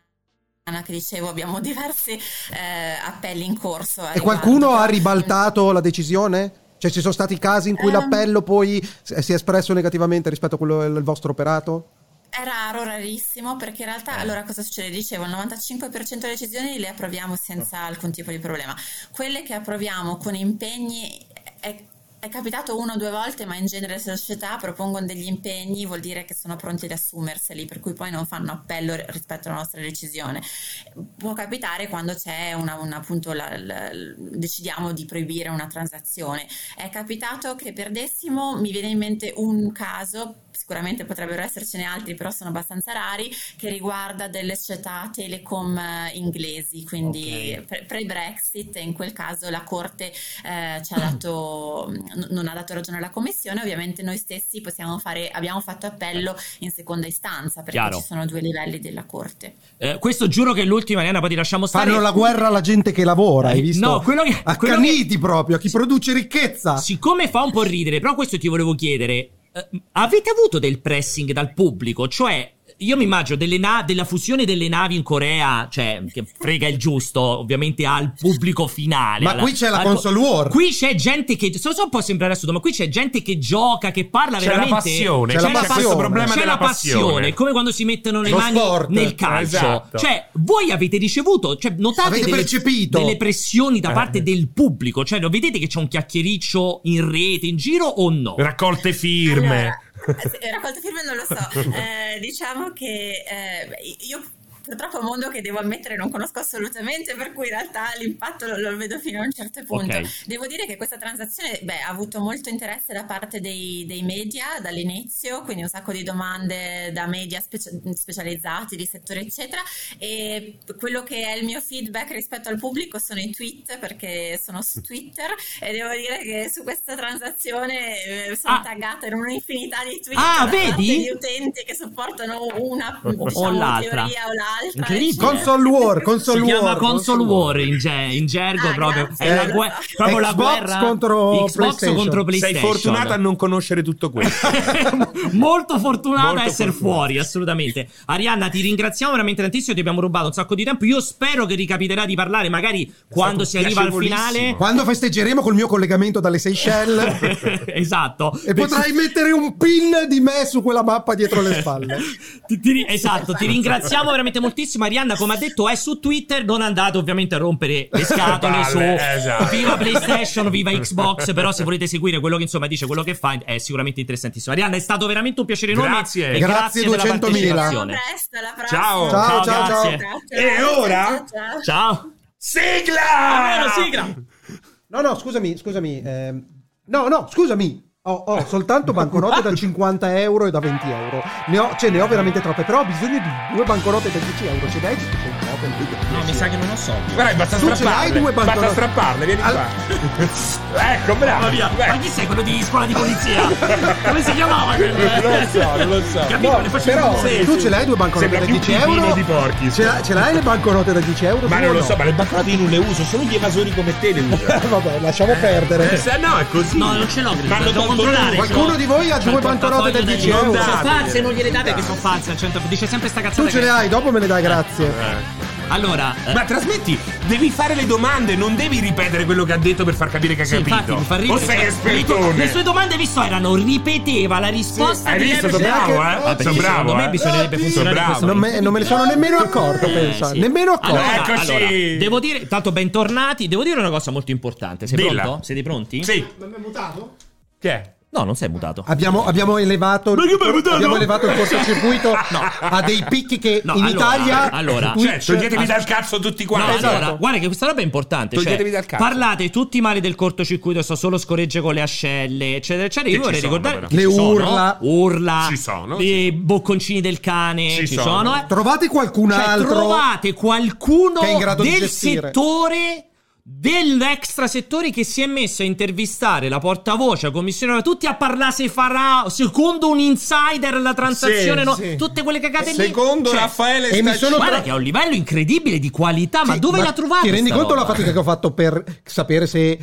Speaker 5: italiana che dicevo abbiamo diversi eh, appelli in corso. a
Speaker 3: E qualcuno
Speaker 5: riguardo.
Speaker 3: ha ribaltato la decisione? Cioè ci sono stati casi in cui
Speaker 5: Ehm.
Speaker 3: l'appello poi s- si è espresso negativamente rispetto a quello al vostro operato?
Speaker 5: È raro, rarissimo, perché in
Speaker 3: Eh.
Speaker 5: realtà allora cosa succede? Dicevo, il 95% delle decisioni le approviamo senza
Speaker 3: Eh.
Speaker 5: alcun tipo di problema. Quelle che approviamo con impegni è, è capitato una o due volte, ma in genere se le società propongono degli impegni vuol dire che sono pronti ad assumerseli, per cui poi non fanno appello r- rispetto alla nostra decisione. Può capitare quando c'è una, un- appunto la- la- l- decidiamo di proibire una transazione. È capitato che perdessimo, mi viene in mente un caso, sicuramente potrebbero essercene altri, però sono abbastanza rari, che riguarda delle società telecom eh, inglesi, quindi
Speaker 1: Ok.
Speaker 5: pre- pre-Brexit, in quel caso la Corte eh, ci ha dato, n- non ha dato ragione alla Commissione, ovviamente noi stessi possiamo fare, abbiamo fatto appello in seconda istanza, perché
Speaker 1: Chiaro.
Speaker 5: ci sono due livelli della Corte.
Speaker 1: Eh, questo giuro che è l'ultima, Arianna, poi ti lasciamo stare. Eh,
Speaker 3: Fanno la guerra alla gente che lavora, hai visto?
Speaker 1: No, quello che-
Speaker 3: A
Speaker 1: quello
Speaker 3: Caniti proprio, a chi produce ricchezza.
Speaker 1: Siccome fa un po' ridere, però questo ti volevo chiedere, eh, avete avuto del pressing dal pubblico? Cioè, io mi immagino delle na- della fusione delle navi in Corea, cioè, che frega il giusto, ovviamente al pubblico finale.
Speaker 3: Ma
Speaker 1: alla-
Speaker 3: qui c'è la
Speaker 1: al-
Speaker 3: console war.
Speaker 1: Qui c'è gente che, so, so un po' sembrare assurdo, ma qui c'è gente che gioca, che parla
Speaker 2: C'è la
Speaker 1: veramente...
Speaker 2: passione,
Speaker 3: C'è
Speaker 2: c'è,
Speaker 3: la
Speaker 2: questo
Speaker 3: passione.
Speaker 2: problema
Speaker 1: C'è
Speaker 2: della
Speaker 1: la passione,
Speaker 2: passione.
Speaker 1: come quando si mettono le
Speaker 3: Lo
Speaker 1: mani
Speaker 3: sport.
Speaker 1: nel calcio.
Speaker 2: Esatto.
Speaker 1: Cioè, voi avete ricevuto, cioè, notate
Speaker 3: Avete
Speaker 1: delle,
Speaker 3: percepito.
Speaker 1: delle pressioni da
Speaker 2: Eh.
Speaker 1: parte del pubblico, cioè, lo vedete che c'è un chiacchiericcio in rete, in giro o no?
Speaker 2: Raccolte firme.
Speaker 5: Allora, eh, se- raccolto firme non lo so. Eh, diciamo che eh, beh, io purtroppo è un mondo che devo ammettere non conosco assolutamente, per cui in realtà l'impatto lo, lo vedo fino a un certo punto.
Speaker 1: Ok.
Speaker 5: Devo dire che questa transazione beh, ha avuto molto interesse da parte dei, dei media dall'inizio, quindi un sacco di domande da media speci- specializzati di settore, eccetera. E quello che è il mio feedback rispetto al pubblico sono i tweet, perché sono su Twitter e devo dire che su questa transazione eh, sono
Speaker 1: Ah.
Speaker 5: taggata in un'infinità di tweet
Speaker 1: Ah,
Speaker 5: da
Speaker 1: vedi?
Speaker 5: parte di utenti che supportano una diciamo,
Speaker 1: l'altra.
Speaker 5: teoria o l'altra.
Speaker 1: Incredibile.
Speaker 3: Console war,
Speaker 1: Si
Speaker 3: console war.
Speaker 1: chiama console war in, ge- in gergo
Speaker 5: Ah,
Speaker 1: proprio,
Speaker 5: grazie.
Speaker 1: è la,
Speaker 5: Eh,
Speaker 1: gue- proprio la
Speaker 3: Xbox
Speaker 1: guerra
Speaker 3: contro
Speaker 1: Xbox
Speaker 3: PlayStation.
Speaker 1: contro PlayStation.
Speaker 2: Sei fortunata a non conoscere tutto questo.
Speaker 1: molto fortunata
Speaker 2: Molto
Speaker 1: a essere
Speaker 2: fortunata.
Speaker 1: fuori, assolutamente. Arianna, ti ringraziamo veramente tantissimo, ti abbiamo rubato un sacco di tempo. Io spero che ricapiterà di parlare magari quando si arriva al finale.
Speaker 2: piacevolissimo.
Speaker 3: Quando festeggeremo col mio collegamento dalle Seychelles
Speaker 1: esatto.
Speaker 3: e potrai mettere un pin di me su quella mappa dietro le spalle.
Speaker 1: Ti- ti ri- esatto, ti ringraziamo veramente moltissimo. Arianna, come ha detto, è su Twitter. Non andate ovviamente a rompere le scatole
Speaker 2: Palle,
Speaker 1: su
Speaker 2: esatto.
Speaker 1: viva PlayStation, viva Xbox. Però, se volete seguire quello che insomma dice, quello che fa, è sicuramente interessantissimo. Arianna, è stato veramente un piacere enorme.
Speaker 2: Grazie.
Speaker 1: e
Speaker 3: Grazie
Speaker 1: della
Speaker 3: 200.000.
Speaker 5: Ciao, a
Speaker 1: partecipazione.
Speaker 5: presto, alla prossima.
Speaker 2: Ciao.
Speaker 3: Ciao,
Speaker 1: Ciao,
Speaker 3: ciao, ciao.
Speaker 1: grazie.
Speaker 5: Ciao, ciao.
Speaker 2: E ora?
Speaker 5: Ciao, ciao.
Speaker 1: Ciao.
Speaker 2: Sigla!
Speaker 1: Almeno sigla.
Speaker 3: No, no, scusami, scusami. ehm, no, no, scusami. Ho, ho soltanto banconote da 50 euro e da 20 euro. Ne ho, cioè, ne ho veramente troppe, però ho bisogno di due banconote da 10 euro. Ce l'hai? Ci sono troppe,
Speaker 1: No, mi sa che non lo so.
Speaker 2: Guarda, basta
Speaker 3: Tu ce l'hai due
Speaker 2: strapparle. Basta
Speaker 3: banconote?
Speaker 2: strapparle, vieni
Speaker 3: Al-
Speaker 2: qua. ecco, bravo.
Speaker 1: Ma via.
Speaker 2: Ecco.
Speaker 1: Ma chi sei quello di scuola di polizia? Come si chiamava? quel-
Speaker 2: Non lo so, non lo so.
Speaker 1: Capito?
Speaker 3: No,
Speaker 1: Le facevo
Speaker 3: però
Speaker 1: un-
Speaker 2: Sì,
Speaker 3: tu
Speaker 2: sì.
Speaker 3: ce l'hai due banconote
Speaker 2: Sembra
Speaker 3: da
Speaker 2: più
Speaker 3: 10
Speaker 2: Pipino
Speaker 3: euro?
Speaker 2: di Porchis.
Speaker 3: Ce, l'ha- ce l'hai le banconote da 10 euro?
Speaker 2: Ma
Speaker 3: tu
Speaker 2: non
Speaker 3: o
Speaker 2: lo
Speaker 3: no?
Speaker 2: so, ma le banconote io non le uso, solo gli evasori come te le uso.
Speaker 3: Eh, Vabbè, lasciamo
Speaker 2: Eh,
Speaker 3: perdere.
Speaker 2: se no, è così.
Speaker 1: No, non ce l'ho, credo.
Speaker 2: Parlo
Speaker 1: Devo
Speaker 2: con
Speaker 1: controllare.
Speaker 2: qualcuno.
Speaker 3: Qualcuno di voi
Speaker 2: Cioè,
Speaker 3: ha
Speaker 1: C'è il
Speaker 3: due banconote da
Speaker 1: portafoglio
Speaker 3: 10
Speaker 1: degli-
Speaker 3: euro?
Speaker 1: Sono false, non gliele date
Speaker 2: Non
Speaker 1: che sono false. al cento- Dice sempre sta cazzata.
Speaker 3: Tu ce
Speaker 1: che-
Speaker 3: le hai, dopo me le dai, grazie.
Speaker 1: Allora, eh,
Speaker 2: Ma trasmetti, devi fare le domande, non devi ripetere quello che ha detto per far capire che ha
Speaker 1: sì, infatti
Speaker 2: capito.
Speaker 1: mi fa
Speaker 2: o
Speaker 1: ridere.
Speaker 2: sei
Speaker 1: cioè, le, le
Speaker 2: espertone.
Speaker 1: sue domande, visto, erano ripeteva la risposta
Speaker 2: Hai
Speaker 1: di
Speaker 2: visto,
Speaker 1: lei
Speaker 2: sono
Speaker 1: per-
Speaker 3: Neanche-
Speaker 2: bravo, eh?
Speaker 3: Vabbè,
Speaker 2: sono
Speaker 1: sì,
Speaker 2: bravo,
Speaker 1: secondo me
Speaker 2: eh?
Speaker 1: bisognerebbe
Speaker 2: Sono
Speaker 1: funzionare
Speaker 2: bravo.
Speaker 1: questo
Speaker 3: Non me, non me ne sono nemmeno accorto,
Speaker 1: Eh,
Speaker 3: pensa.
Speaker 1: sì.
Speaker 3: Nemmeno
Speaker 2: Ah,
Speaker 3: accorto.
Speaker 1: Allora,
Speaker 2: Eccoci!
Speaker 1: allora, devo dire, tanto bentornati. Devo dire una cosa molto importante. Sei
Speaker 2: Dilla.
Speaker 1: pronto? Siete pronti?
Speaker 2: Sì.
Speaker 4: Ma mi è mutato?
Speaker 2: Chi è?
Speaker 1: No, non sei mutato.
Speaker 3: Abbiamo, abbiamo elevato
Speaker 2: Ma che mi hai votato?
Speaker 3: abbiamo elevato il cortocircuito a dei picchi che
Speaker 1: No,
Speaker 3: in
Speaker 1: allora,
Speaker 3: Italia
Speaker 1: allora.
Speaker 3: Twitch-
Speaker 2: Cioè, toglietevi dal cazzo tutti
Speaker 1: Ah, certo. No,
Speaker 2: quanti. Esatto.
Speaker 1: allora,
Speaker 3: esatto.
Speaker 1: guarda che questa roba è importante. Cioè,
Speaker 2: Toglietevi dal cazzo.
Speaker 1: parlate tutti male del cortocircuito, so solo scoregge con le ascelle, eccetera, eccetera. Io
Speaker 2: Che
Speaker 1: vorrei
Speaker 2: ci sono,
Speaker 1: ricordare
Speaker 2: però.
Speaker 1: che
Speaker 3: Le
Speaker 1: ci sono,
Speaker 3: urla.
Speaker 1: urla,
Speaker 2: Ci sono,
Speaker 1: i bocconcini del cane,
Speaker 2: Ci
Speaker 1: ci,
Speaker 2: sono.
Speaker 1: sono. eh.
Speaker 3: trovate qualcun
Speaker 1: Cioè,
Speaker 3: altro
Speaker 1: trovate qualcuno
Speaker 3: che è in grado di
Speaker 1: del
Speaker 3: gestire.
Speaker 1: settore dell'extra settore che si è messo a intervistare la portavoce, la commissione, tutti a parlare se farà secondo un insider la transazione,
Speaker 2: Sì,
Speaker 1: no?
Speaker 2: sì.
Speaker 1: tutte quelle cagate lì.
Speaker 2: Secondo
Speaker 1: Cioè,
Speaker 2: Raffaele
Speaker 3: e mi
Speaker 2: Stacci-
Speaker 3: sono-
Speaker 1: Guarda che ha un livello incredibile di qualità, ma
Speaker 3: Sì,
Speaker 1: dove la trovate?
Speaker 3: Ti rendi
Speaker 1: sta
Speaker 3: conto
Speaker 1: roba?
Speaker 3: della fatica che ho fatto per sapere se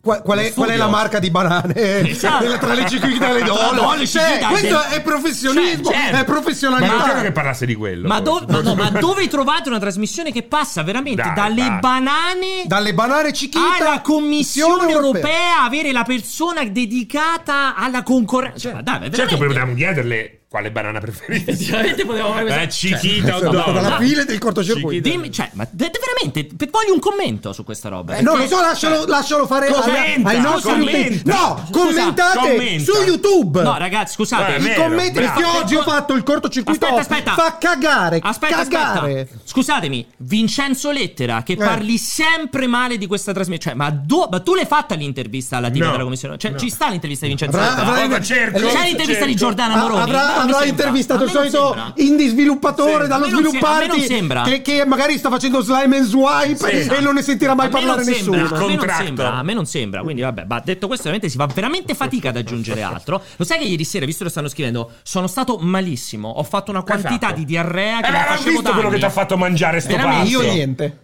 Speaker 3: Qua- qual, è,
Speaker 1: Lo
Speaker 3: qual è
Speaker 1: studio.
Speaker 3: la marca di banane
Speaker 1: Esatto.
Speaker 3: Della- tra le cicchine le
Speaker 1: Tra le
Speaker 3: dole?
Speaker 1: dole,
Speaker 3: Cioè,
Speaker 1: cicchine,
Speaker 3: questo
Speaker 1: del-
Speaker 3: è professionismo,
Speaker 1: Cioè, certo.
Speaker 3: è
Speaker 2: Ma non
Speaker 3: professionalità.
Speaker 2: credo che parlasse di quello. Certo,
Speaker 1: Ma, do-
Speaker 2: poi.
Speaker 1: ma no, ma dove trovate una trasmissione che passa veramente
Speaker 2: Dai,
Speaker 1: dalle
Speaker 2: dai.
Speaker 1: banane
Speaker 3: Dalle banane cicchite
Speaker 1: alla Commissione
Speaker 3: Unione
Speaker 1: europea, avere la persona dedicata alla concorrenza? Cioè, ma dai, ma
Speaker 2: Certo,
Speaker 1: veramente-
Speaker 2: potevamo chiederle quale banana preferite.
Speaker 1: Effettivamente potevamo avere questa-
Speaker 2: Eh, Chiquita o
Speaker 1: Cioè,
Speaker 2: Donna.
Speaker 1: dopo
Speaker 3: Dalla
Speaker 1: la
Speaker 3: fine del cortocircuito.
Speaker 1: Dimmi, cioè, ma de- de- veramente, pe- voglio un commento su questa roba.
Speaker 3: Eh, non lo so, lascialo, lascialo fare alla-
Speaker 2: Commenta,
Speaker 3: ai nostri
Speaker 2: commenta.
Speaker 3: utenti. No,
Speaker 1: Cioè, Scusa,
Speaker 3: commentate
Speaker 2: commenta.
Speaker 3: su YouTube.
Speaker 1: No, ragazzi, scusate.
Speaker 2: Eh,
Speaker 3: I
Speaker 2: vero,
Speaker 3: commenti
Speaker 2: bravo.
Speaker 3: perché oggi ho fatto il cortocircuito.
Speaker 1: Aspetta, aspetta.
Speaker 3: Fa cagare.
Speaker 1: Aspetta,
Speaker 3: cagare.
Speaker 1: aspetta. Scusatemi, Vincenzo Lettera, che
Speaker 3: Eh.
Speaker 1: parli sempre male di questa trasmissione. Cioè, ma, do- ma tu l'hai fatta l'intervista alla tipa
Speaker 2: No.
Speaker 1: della commissione? Cioè, ci sta l'intervista di Vincenzo
Speaker 3: Avrà-
Speaker 1: Lettera?
Speaker 3: avrà-
Speaker 2: Guarda, cerco,
Speaker 1: C'è
Speaker 2: cerco.
Speaker 1: l'intervista di Giordana
Speaker 3: Ah,
Speaker 1: Moroni? No,
Speaker 3: avrà,
Speaker 1: mi
Speaker 3: avrà
Speaker 1: sembra.
Speaker 3: intervistato
Speaker 1: A
Speaker 3: il
Speaker 1: me non
Speaker 3: solito
Speaker 1: sembra.
Speaker 3: indie sviluppatore
Speaker 2: Sì.
Speaker 1: A
Speaker 3: dallo
Speaker 1: me non se- a me non
Speaker 3: svilupparti
Speaker 1: sembra.
Speaker 3: che, che magari sta facendo slime and swipe
Speaker 1: Sì,
Speaker 3: e
Speaker 1: esatto.
Speaker 3: non ne sentirà mai
Speaker 1: A me non
Speaker 3: parlare
Speaker 1: sembra,
Speaker 3: nessuno.
Speaker 1: A me non
Speaker 2: Contratto.
Speaker 1: sembra, a me non sembra. Quindi, vabbè, ma detto questo, veramente si fa veramente fatica ad aggiungere altro. Lo sai che ieri sera, visto che lo stanno scrivendo, sono stato malissimo. Ho fatto una
Speaker 2: Che hai
Speaker 1: quantità
Speaker 2: fatto?
Speaker 1: di diarrea che
Speaker 2: Eh,
Speaker 1: non
Speaker 2: ma non
Speaker 1: facevo
Speaker 2: visto
Speaker 1: da
Speaker 2: quello che
Speaker 1: anni.
Speaker 2: ti ha fatto mangiare sto
Speaker 1: Veramente,
Speaker 2: pazzo.
Speaker 3: Io niente.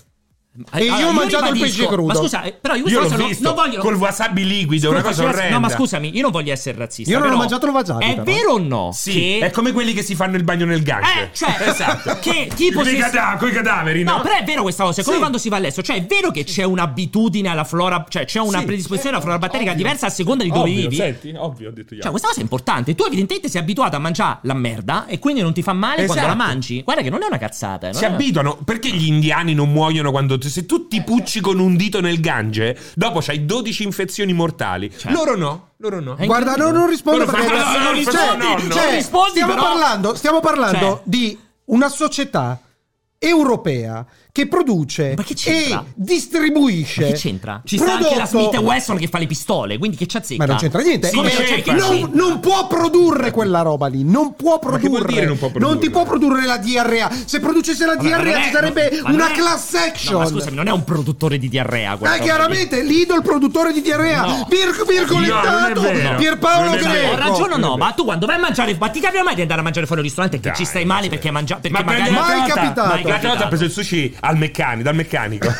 Speaker 1: Eh,
Speaker 3: E io ho
Speaker 1: allora,
Speaker 3: mangiato il
Speaker 1: ribadisco-
Speaker 3: pesce crudo.
Speaker 1: Ma scusa, eh, però io questa
Speaker 2: Io l'ho
Speaker 1: cosa non-
Speaker 2: visto
Speaker 1: non voglio.
Speaker 2: col wasabi liquido, una cosa
Speaker 1: Scusa,
Speaker 2: orrenda.
Speaker 1: No, ma scusami, io non voglio essere razzista.
Speaker 3: Io non ho
Speaker 1: però
Speaker 3: mangiato il wasabi,
Speaker 1: È
Speaker 3: però.
Speaker 1: vero o no?
Speaker 2: Sì,
Speaker 1: che-
Speaker 2: è come quelli che si fanno il bagno nel gancio.
Speaker 1: Eh, cioè, che tipo
Speaker 2: Con i
Speaker 1: se-
Speaker 2: cada- coi cadaveri, no?
Speaker 1: No, però è vero questa cosa, è come
Speaker 2: Sì.
Speaker 1: quando si va all'estero, cioè è vero che c'è un'abitudine alla flora, cioè c'è una
Speaker 2: Sì,
Speaker 1: predisposizione alla flora batterica
Speaker 2: ovvio.
Speaker 1: diversa a seconda di dove
Speaker 2: ovvio,
Speaker 1: vivi.
Speaker 2: senti, ovvio, ho detto io.
Speaker 1: Cioè, questa cosa è importante. Tu, evidentemente, sei abituato a mangiare la merda e quindi non ti fa male quando la
Speaker 2: Esatto.
Speaker 1: mangi. Guarda, che non è una cazzata. eh, non
Speaker 2: si
Speaker 1: è Eh, una-
Speaker 2: abituano perché gli indiani non muoiono quando se tu ti pucci con un dito nel gange dopo c'hai 12 infezioni mortali loro no loro no
Speaker 1: Certo. Eh,
Speaker 3: Guarda, no, non rispondo
Speaker 2: Quello
Speaker 3: perché
Speaker 2: fa- no, no,
Speaker 3: cioè,
Speaker 2: no,
Speaker 3: cioè,
Speaker 2: no, no.
Speaker 3: cioè,
Speaker 1: Non rispondi,
Speaker 3: stiamo
Speaker 1: però.
Speaker 3: parlando, stiamo parlando
Speaker 1: Cioè.
Speaker 3: di una società europea che produce
Speaker 1: Ma che c'entra?
Speaker 3: e distribuisce.
Speaker 1: Ma che c'entra? Ci sta anche la
Speaker 3: prodotto-
Speaker 1: Smith Wesson che fa le pistole, quindi che c'azzecca?
Speaker 3: Ma non c'entra niente.
Speaker 1: Sì,
Speaker 3: Come-
Speaker 1: c'è
Speaker 2: c'entra.
Speaker 1: chi
Speaker 3: non,
Speaker 1: c'entra.
Speaker 3: non può produrre quella roba lì. Non può
Speaker 2: Ma che
Speaker 3: produrre.
Speaker 2: vuol dire non può produrre?
Speaker 3: ti può produrre la diarrea. Se producesse la
Speaker 1: Vabbè, ma
Speaker 3: diarrea
Speaker 1: non è-
Speaker 3: ci sarebbe
Speaker 1: ma non
Speaker 3: una
Speaker 1: è-
Speaker 3: class action.
Speaker 1: No, ma scusami, non è un produttore di diarrea. quella roba
Speaker 3: Eh,
Speaker 1: lì.
Speaker 3: chiaramente Lido il produttore di diarrea.
Speaker 1: No.
Speaker 3: Vir- virgolettato
Speaker 2: No, non è vero.
Speaker 3: Pierpaolo
Speaker 2: Non è vero.
Speaker 3: Greco.
Speaker 1: Ho ragione o no?
Speaker 2: Vabbè.
Speaker 1: Ma tu quando vai a mangiare, ma ti capita mai di andare a mangiare fuori al ristorante che
Speaker 2: Dai,
Speaker 1: ci stai male
Speaker 2: sì.
Speaker 1: perché hai mangiato? Perché
Speaker 2: ma
Speaker 1: magari.
Speaker 3: prendi la- Mai
Speaker 2: l'altra volta-
Speaker 3: capitato.
Speaker 2: mai l'altra volta
Speaker 1: capitato.
Speaker 2: ha preso il sushi al meccanico dal meccanico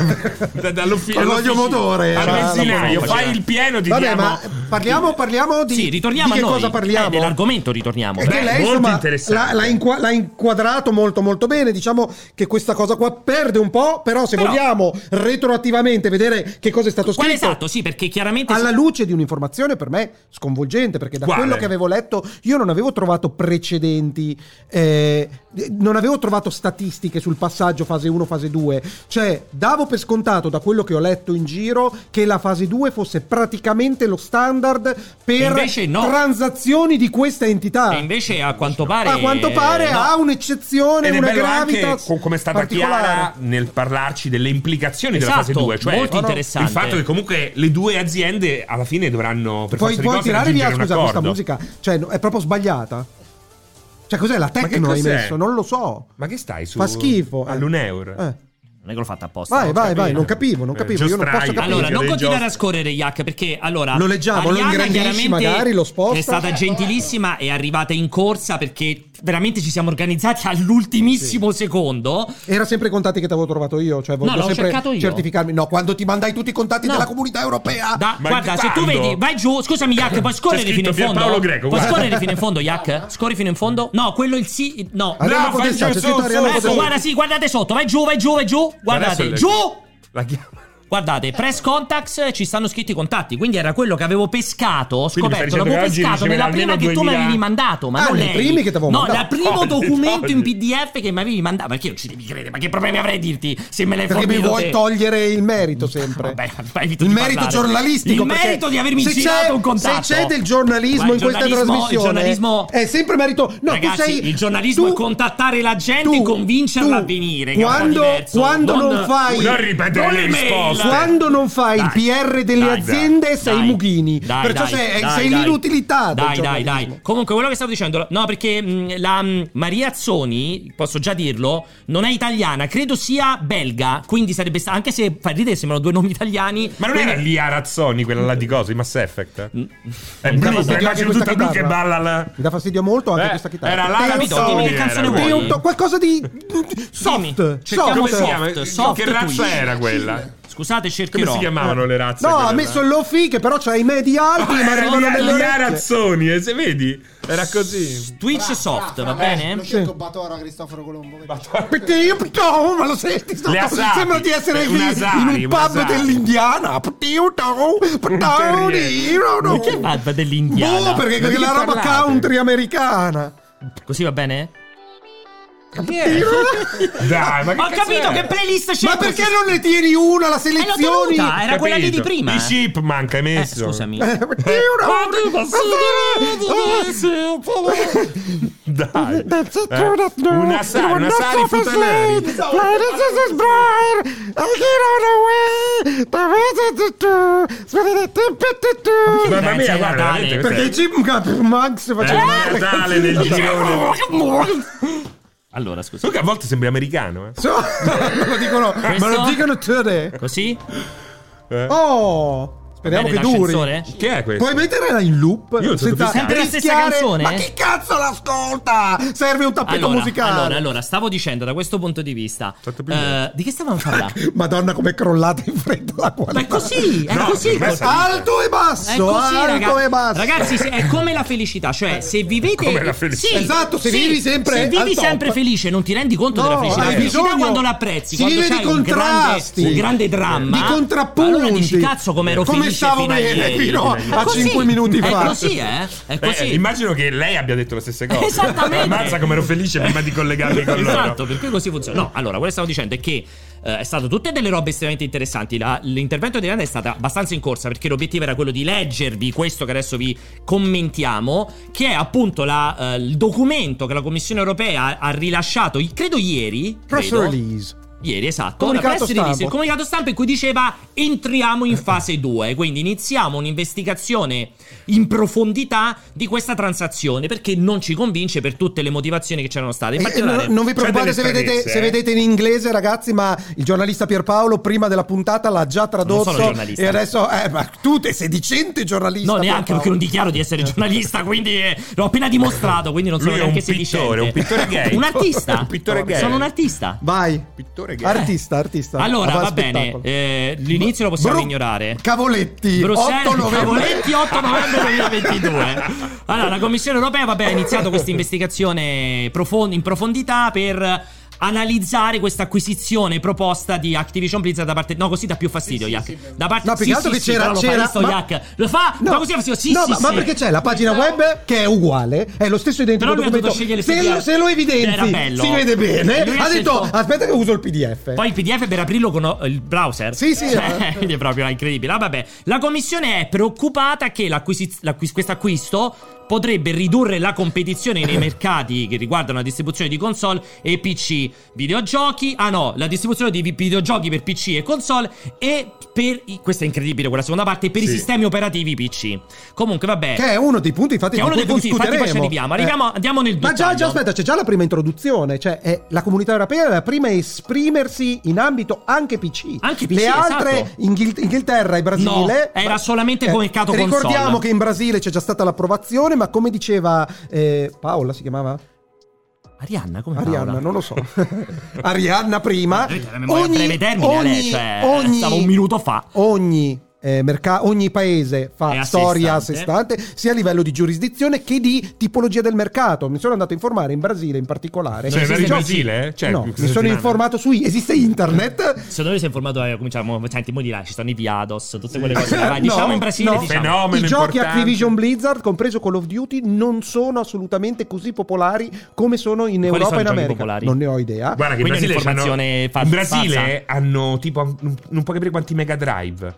Speaker 2: Da- dall'ufficio
Speaker 3: Con l'olio
Speaker 2: all'ufficio.
Speaker 3: motore,
Speaker 2: al
Speaker 1: Cioè,
Speaker 3: era-
Speaker 2: benzinaio
Speaker 1: la-
Speaker 2: Cioè, fai il pieno ti
Speaker 3: Vabbè,
Speaker 2: diamo
Speaker 3: ma parliamo, parliamo di,
Speaker 1: Sì, ritorniamo
Speaker 3: di
Speaker 1: a
Speaker 3: che
Speaker 1: noi.
Speaker 3: cosa parliamo.
Speaker 1: Eh, dell'argomento ritorniamo.
Speaker 3: Perché
Speaker 2: Beh,
Speaker 3: lei
Speaker 2: molto
Speaker 3: insomma, l'ha,
Speaker 2: interessante.
Speaker 3: l'ha inqua- l'ha inquadrato molto molto bene. Diciamo che questa cosa qua perde un po', però se
Speaker 1: Però-
Speaker 3: vogliamo retroattivamente vedere che cosa è stato
Speaker 1: Qual
Speaker 3: scritto
Speaker 1: è stato? esatto, Sì, perché chiaramente.
Speaker 3: alla luce di un'informazione per me sconvolgente, perché da
Speaker 2: Quale?
Speaker 3: quello che avevo letto io non avevo trovato precedenti, eh, non avevo trovato statistiche sul passaggio fase 1, fase 2, cioè davo per scontato da quello che ho letto in giro che la fase 2 fosse praticamente lo standard
Speaker 1: E
Speaker 3: per
Speaker 1: invece no.
Speaker 3: transazioni di questa entità.
Speaker 1: E invece a quanto pare.
Speaker 3: Ah. a quanto pare
Speaker 1: no.
Speaker 3: ha un'eccezione,
Speaker 2: eh, ed è
Speaker 3: una
Speaker 2: bello anche
Speaker 3: gravitas
Speaker 2: con- come è stata
Speaker 3: particolare.
Speaker 2: chiara nel parlarci delle implicazioni della fase
Speaker 1: Esatto,
Speaker 2: 2 cioè
Speaker 1: molto interessante.
Speaker 2: il fatto che comunque le due aziende alla fine dovranno per
Speaker 3: Puoi,
Speaker 2: forza di
Speaker 3: puoi
Speaker 2: cose,
Speaker 3: tirare via,
Speaker 2: raggiungere un
Speaker 3: scusa, questa
Speaker 2: accordo.
Speaker 3: musica, cioè no, è proprio sbagliata. Cioè cos'è la
Speaker 2: che
Speaker 3: techno hai
Speaker 2: cos'è?
Speaker 3: messo? Non lo so.
Speaker 2: ma che stai su
Speaker 3: Fa schifo. eh.
Speaker 2: all'uneuro
Speaker 3: Eh.
Speaker 1: Non è che l'ho fatta apposta.
Speaker 3: Vai,
Speaker 1: no?
Speaker 3: vai, vai,
Speaker 2: capito.
Speaker 3: non capivo, non
Speaker 2: Eh,
Speaker 3: capivo, io non posso
Speaker 2: Giostraio.
Speaker 3: capire.
Speaker 1: Allora, non
Speaker 2: dei
Speaker 1: continuare a
Speaker 2: giostre.
Speaker 1: scorrere Yak perché allora
Speaker 3: Lo leggiamo, lo
Speaker 1: Arianna
Speaker 3: ingrandisci
Speaker 1: chiaramente
Speaker 3: magari, lo sposta.
Speaker 1: È stata gentilissima, è arrivata in corsa perché veramente ci siamo organizzati all'ultimissimo secondo.
Speaker 3: Era sempre i contatti che ti avevo trovato io, cioè voglio
Speaker 1: l'ho
Speaker 3: sempre
Speaker 1: cercato io.
Speaker 3: certificarmi. No, quando ti mandai tutti i contatti
Speaker 1: No.
Speaker 3: della comunità europea.
Speaker 1: Da-
Speaker 2: Ma
Speaker 1: guarda,
Speaker 2: che
Speaker 1: se tu
Speaker 2: quando?
Speaker 1: vedi, vai giù. Scusami, Yak, puoi scorrere
Speaker 2: C'è
Speaker 1: fino
Speaker 2: scritto
Speaker 1: in fondo.
Speaker 2: Pierpaolo Greco,
Speaker 1: puoi
Speaker 2: guarda.
Speaker 1: scorrere fino in fondo, Yak? Scorri fino in fondo. No, quello il sì. No.
Speaker 3: Ariana
Speaker 2: No, fai
Speaker 3: Podestà,
Speaker 2: giù, su,
Speaker 3: c'è scritto
Speaker 2: su,
Speaker 3: Ariana
Speaker 2: su.
Speaker 1: Ecco,
Speaker 3: Podestà.
Speaker 1: guarda, sì, guardate sotto. Vai giù, vai giù, vai giù. Guardate,
Speaker 2: Adesso
Speaker 1: giù.
Speaker 2: la chiama
Speaker 1: Guardate, press contacts eh, ci stanno scritti i contatti, quindi era quello che avevo pescato, ho
Speaker 2: Quindi mi
Speaker 1: scoperto,
Speaker 2: stai dicendo
Speaker 1: l'avevo
Speaker 2: che oggi
Speaker 1: pescato
Speaker 2: riceveva
Speaker 1: nella prima che
Speaker 2: almeno
Speaker 1: tu mi
Speaker 2: 2000
Speaker 1: avevi mandato, ma
Speaker 3: Ah,
Speaker 1: non
Speaker 3: nei
Speaker 1: lei.
Speaker 3: primi che t'avevo
Speaker 1: No,
Speaker 3: mandato.
Speaker 1: il primo
Speaker 2: Togli,
Speaker 1: documento in
Speaker 2: togli.
Speaker 1: PDF che mi avevi mandato, perché non ci devi credere, ma che problemi avrei a dirti se me l'hai
Speaker 3: Perché
Speaker 1: fornito
Speaker 3: mi vuoi
Speaker 1: te?
Speaker 3: togliere il merito sempre.
Speaker 1: Vabbè, vabbè, evito
Speaker 3: il
Speaker 1: di
Speaker 3: merito
Speaker 1: parlare.
Speaker 3: giornalistico.
Speaker 1: Il
Speaker 3: perché
Speaker 1: merito di avermi
Speaker 3: se
Speaker 1: girato
Speaker 3: c'è-
Speaker 1: un contatto.
Speaker 3: Se c'è del giornalismo
Speaker 1: Ma
Speaker 3: in
Speaker 1: il
Speaker 3: questa
Speaker 1: giornalismo-
Speaker 3: trasmissione,
Speaker 1: Il giornalismo...
Speaker 3: è sempre merito. No,
Speaker 1: Ragazzi,
Speaker 3: tu sei,
Speaker 1: il giornalismo
Speaker 3: tu-
Speaker 1: è contattare la gente e convincerla a
Speaker 3: tu-
Speaker 1: venire. che è un po'
Speaker 3: Quando,
Speaker 1: diverso.
Speaker 3: quando non, fai.
Speaker 2: non ripetere
Speaker 1: non
Speaker 2: le
Speaker 1: l'email.
Speaker 2: risposte
Speaker 3: Quando non fai il
Speaker 1: Dai,
Speaker 3: PR delle
Speaker 1: dai,
Speaker 3: aziende
Speaker 1: dai,
Speaker 3: sei
Speaker 1: dai,
Speaker 3: Mughini.
Speaker 1: dai,
Speaker 3: Perciò
Speaker 1: dai,
Speaker 3: sei, eh,
Speaker 1: dai,
Speaker 3: sei
Speaker 1: dai.
Speaker 3: l'inutilità del
Speaker 1: Dai, dai,
Speaker 3: giornalismo.
Speaker 1: dai. Comunque, quello che stavo dicendo, no, perché mh, la mh, Maria Azzoni, posso già dirlo, non è italiana, credo sia belga. Quindi sarebbe stata, anche se fa ridere, sembrano due nomi italiani.
Speaker 2: ma non
Speaker 1: quindi-
Speaker 2: era Lia Razzoni quella là di cosa di Mass Effect
Speaker 1: Mm.
Speaker 2: è
Speaker 1: Mi dà
Speaker 2: blu
Speaker 3: fastidio
Speaker 2: immagino tutta
Speaker 3: anche
Speaker 2: blu
Speaker 3: questa
Speaker 2: che
Speaker 3: chitarra.
Speaker 2: balla la...
Speaker 3: Mi dà fastidio molto anche
Speaker 2: Eh,
Speaker 3: questa chitarra.
Speaker 2: era
Speaker 1: Ho
Speaker 2: la
Speaker 1: capito,
Speaker 2: Razzoni
Speaker 1: dimmi che
Speaker 2: era
Speaker 1: canzone
Speaker 2: quella.
Speaker 1: vuoi.
Speaker 3: Teuto- Qualcosa di
Speaker 1: Dimmi,
Speaker 3: soft.
Speaker 1: cerchiamo
Speaker 2: come
Speaker 3: soft.
Speaker 2: si
Speaker 1: soft,
Speaker 2: chiama
Speaker 1: soft
Speaker 2: che razza
Speaker 1: twist.
Speaker 2: era quella
Speaker 1: Scusate,
Speaker 2: Come
Speaker 1: cercherò.
Speaker 2: si chiamavano le razze?
Speaker 3: No,
Speaker 2: quelle
Speaker 3: ha
Speaker 2: là?
Speaker 3: messo l'Ofi che però c'ha i medi alti,
Speaker 2: Ah,
Speaker 1: Eh,
Speaker 3: ma arrivano
Speaker 2: erano
Speaker 3: nelle
Speaker 2: gli
Speaker 3: orecchie.
Speaker 2: arazzoni, eh, se vedi? Era così.
Speaker 1: Twitch
Speaker 4: Fra,
Speaker 1: soft,
Speaker 4: fra,
Speaker 1: va
Speaker 4: fra,
Speaker 1: bene?
Speaker 7: Eh,
Speaker 4: Lo cerco Eh, Batora Cristoforo Colombo. vedi?
Speaker 3: Perché io ptau, ma lo senti? Sto,
Speaker 2: Le asapi.
Speaker 3: sembra di essere
Speaker 2: Eh,
Speaker 3: lì
Speaker 2: un asari,
Speaker 3: in
Speaker 2: un
Speaker 3: un pub
Speaker 2: asari.
Speaker 3: dell'Indiana. Ptau, ptau, ptau,
Speaker 2: riesco.
Speaker 3: no.
Speaker 1: Ma che pub dell'Indiana?
Speaker 3: Boh, perché
Speaker 1: Ma di
Speaker 3: è la
Speaker 1: che
Speaker 3: roba
Speaker 1: parlate?
Speaker 3: country americana.
Speaker 1: Così va bene?
Speaker 2: Dai, ma che
Speaker 1: Ho
Speaker 2: cazzo
Speaker 1: capito
Speaker 2: era?
Speaker 1: che playlist c'è.
Speaker 3: Ma perché non ne tieni una, la
Speaker 1: Certo, Eh, l'ho
Speaker 3: selezioni?
Speaker 1: tenuta, era quella lì di
Speaker 2: Capito.
Speaker 1: prima.
Speaker 2: I ship manca, hai
Speaker 1: Eh,
Speaker 2: messo.
Speaker 1: scusami.
Speaker 3: eh, Ah!
Speaker 2: Dai. Eh, Una sa, una sari futanari. Mamma
Speaker 1: Dai,
Speaker 2: mia,
Speaker 1: c'è
Speaker 2: guarda,
Speaker 1: Natale.
Speaker 2: veramente,
Speaker 3: Perché i
Speaker 2: questa
Speaker 3: Chipmunk Max
Speaker 2: è-
Speaker 3: facevano
Speaker 2: è Natale nel girone.
Speaker 1: Allora, scusa.
Speaker 2: So che a volte sembri americano, eh.
Speaker 3: So- me lo dicono, me lo
Speaker 1: Questo?
Speaker 3: dicono tutte.
Speaker 1: Così?
Speaker 2: Eh.
Speaker 3: Oh, speriamo
Speaker 1: Bene,
Speaker 3: che duri.
Speaker 1: l'ascensore?
Speaker 2: Che è questo?
Speaker 3: Puoi metterla in loop?
Speaker 2: Io non so
Speaker 3: senza
Speaker 2: dove
Speaker 1: Sempre la stessa
Speaker 3: rischiare-
Speaker 1: canzone? eh.
Speaker 3: Ma chi cazzo l'ascolta? Serve un tappeto
Speaker 1: Allora,
Speaker 3: musicale.
Speaker 1: allora, allora, stavo dicendo da questo punto di vista.
Speaker 2: Fatto Certo, più
Speaker 1: eh,
Speaker 2: bene.
Speaker 1: di che stavamo parlando?
Speaker 3: Madonna, com'è crollata in fretta la qualità.
Speaker 1: Ma è così, è
Speaker 2: No,
Speaker 1: così.
Speaker 2: per me è stato- eh,
Speaker 3: Alto e basso,
Speaker 1: È così,
Speaker 3: alto
Speaker 1: raga-
Speaker 3: e basso.
Speaker 1: ragazzi, se- è come la felicità, cioè se vivete
Speaker 2: Come la felicità.
Speaker 1: Sì,
Speaker 3: Esatto, se
Speaker 1: sì,
Speaker 3: vivi sempre
Speaker 1: se
Speaker 3: al
Speaker 1: vivi
Speaker 3: top.
Speaker 1: sempre felice, non ti rendi conto
Speaker 3: No,
Speaker 1: della felicità.
Speaker 3: hai
Speaker 1: La felicità
Speaker 3: bisogno-
Speaker 1: quando la apprezzi,
Speaker 3: si
Speaker 1: quando
Speaker 3: vive di
Speaker 1: c'hai un
Speaker 3: contrasti.
Speaker 1: grande, un grande dramma,
Speaker 3: Di contrappunti.
Speaker 1: allora dici cazzo come ero
Speaker 3: Come
Speaker 1: felice
Speaker 3: stavo
Speaker 1: fino a
Speaker 3: bene
Speaker 1: ieri.
Speaker 3: fino a
Speaker 1: È così,
Speaker 3: cinque minuti fa.
Speaker 1: È così, eh? È
Speaker 2: Eh,
Speaker 1: così.
Speaker 2: immagino che lei abbia detto le stesse cose.
Speaker 1: Esattamente.
Speaker 2: Ammazza come ero felice prima di collegarmi con loro. Cioè,
Speaker 1: Esatto, per cui così funziona. No, allora, quello che stavo dicendo è che eh, è stato tutte delle robe estremamente interessanti. La- l'intervento di Nanda è stata abbastanza in corsa perché l'obiettivo era quello di leggervi questo che adesso vi commentiamo, che è appunto la, eh, il documento che la Commissione europea ha rilasciato, i- credo ieri.
Speaker 3: Press
Speaker 1: credo.
Speaker 3: release.
Speaker 1: Ieri, esatto.
Speaker 3: Comunicato
Speaker 1: la press release,
Speaker 3: stampa.
Speaker 1: il comunicato stampa in cui diceva entriamo in fase 2, quindi iniziamo un'investigazione in profondità di questa transazione perché non ci convince per tutte le motivazioni che c'erano state. In
Speaker 3: Eh,
Speaker 1: particolare,
Speaker 3: no, non vi preoccupate
Speaker 2: delle
Speaker 3: se vedete,
Speaker 2: stranezze,
Speaker 3: se
Speaker 2: eh.
Speaker 3: vedete in inglese, ragazzi. Ma il giornalista Pierpaolo, prima della puntata, l'ha già
Speaker 1: sono
Speaker 3: tradotto.
Speaker 1: giornalista.
Speaker 3: E adesso, eh, ma tu te sedicente giornalista.
Speaker 1: No, neanche
Speaker 3: Pierpaolo. Certo.
Speaker 1: perché non dichiaro di essere giornalista, quindi eh, l'ho appena dimostrato, quindi non sono
Speaker 2: Lui è un
Speaker 1: neanche
Speaker 2: pittore,
Speaker 1: sedicente.
Speaker 2: un pittore gay.
Speaker 1: Un artista.
Speaker 2: Un pittore gay.
Speaker 1: Sono un artista.
Speaker 3: Vai,
Speaker 2: Pittore gay.
Speaker 3: artista, artista.
Speaker 1: Allora,
Speaker 3: Avanti
Speaker 1: va bene,
Speaker 3: spettacolo.
Speaker 1: eh, l'inizio lo possiamo
Speaker 3: Bru-
Speaker 1: ignorare.
Speaker 3: Cavoletti, 8
Speaker 1: Bruxelles,
Speaker 3: novembre.
Speaker 1: Cavoletti, 8 novembre 2022. Allora, la Commissione europea vabbè, ha iniziato questa investigazione profon- in profondità per analizzare questa acquisizione proposta di Activision Blizzard da parte no così dà più fastidio Yak da parte
Speaker 3: No, più
Speaker 1: sì,
Speaker 3: che altro
Speaker 1: sì,
Speaker 3: che
Speaker 1: sì,
Speaker 3: c'era-
Speaker 1: però lo fa,
Speaker 3: c'era-
Speaker 1: visto
Speaker 3: ma-
Speaker 1: Yak lo fa ma così fa fastidio sì
Speaker 3: no,
Speaker 1: sì
Speaker 3: ma, ma
Speaker 1: sì.
Speaker 3: perché c'è la pagina web che è uguale, è lo stesso identico
Speaker 1: Però lui ha
Speaker 3: documento.
Speaker 1: dovuto scegliere
Speaker 3: se,
Speaker 1: il PDF.
Speaker 3: lo, se lo
Speaker 1: Era
Speaker 3: evidenzi,
Speaker 1: bello.
Speaker 3: si vede bene.
Speaker 1: Lui ha
Speaker 3: Ha detto:
Speaker 1: scelto-
Speaker 3: aspetta, che uso il PDF.
Speaker 1: Poi il PDF per aprirlo con oh, il browser.
Speaker 3: Sì, sì,
Speaker 1: Cioè,
Speaker 3: eh.
Speaker 1: quindi è proprio incredibile. Ah, vabbè. La commissione è preoccupata che l'acquisiz- l'acquis- questo acquisto potrebbe ridurre la competizione nei mercati che riguardano la distribuzione di console e PC, videogiochi. Ah no, la distribuzione di vi- videogiochi per PC e console e per i- questa è incredibile quella seconda parte per i
Speaker 2: Sì.
Speaker 1: sistemi operativi PC. Comunque vabbè.
Speaker 3: che è uno dei punti, infatti,
Speaker 1: Eh. Che è
Speaker 3: di
Speaker 1: uno
Speaker 3: cui
Speaker 1: dei punti, infatti, poi
Speaker 3: discuteremo. Eh.
Speaker 1: ci arriviamo. Arriviamo- andiamo nel
Speaker 3: Ma già,
Speaker 1: dettaglio.
Speaker 3: già, aspetta, c'è già la prima introduzione. Cioè, è la comunità europea è la prima a esprimersi in ambito anche PC.
Speaker 1: Anche PC,
Speaker 3: Le altre,
Speaker 1: esatto.
Speaker 3: Inghil- Inghilterra e Brasile.
Speaker 1: No, era
Speaker 3: Ma-
Speaker 1: solamente con il cato
Speaker 3: Ricordiamo
Speaker 1: console.
Speaker 3: che in Brasile c'è già stata l'approvazione, ma come diceva eh, Paola, si chiamava?
Speaker 1: Arianna, come
Speaker 3: Arianna,
Speaker 1: Paola?
Speaker 3: non lo so. Arianna prima.
Speaker 1: Vedete, la memoria a breve termine, lei, cioè, stavo un minuto fa.
Speaker 3: Ogni, eh, merca- ogni paese
Speaker 1: È
Speaker 3: fa
Speaker 1: a sé
Speaker 3: storia a sé
Speaker 1: stante.
Speaker 3: stante, sia a livello di giurisdizione che di tipologia del mercato. Mi sono andato a informare in Brasile in particolare.
Speaker 2: Cioè,
Speaker 1: Non
Speaker 2: era
Speaker 1: esiste
Speaker 2: in
Speaker 1: il
Speaker 2: Brasile? eh? Cioè,
Speaker 3: no,
Speaker 2: questa
Speaker 3: mi sono
Speaker 2: settimana?
Speaker 3: informato su esiste internet.
Speaker 1: Secondo me si è informato, eh, cominciamo, senti, mo di là, ci stanno i Viados, tutte quelle cose. là, vai, diciamo
Speaker 3: No,
Speaker 1: in Brasile,
Speaker 3: no.
Speaker 1: diciamo.
Speaker 2: Fenomeno.
Speaker 3: I giochi
Speaker 2: importante.
Speaker 3: Activision Blizzard, compreso Call of Duty, non sono assolutamente così popolari come sono in
Speaker 1: Quali
Speaker 3: Europa
Speaker 1: sono
Speaker 3: e
Speaker 1: i
Speaker 3: in
Speaker 1: giochi
Speaker 3: America.
Speaker 1: popolari?
Speaker 3: Non ne ho idea.
Speaker 2: Guarda che in
Speaker 1: Quindi è
Speaker 2: Brasile, c'hanno,
Speaker 1: un'informazione fa-
Speaker 2: in Brasile hanno tipo non, non puoi capire quanti Mega Drive.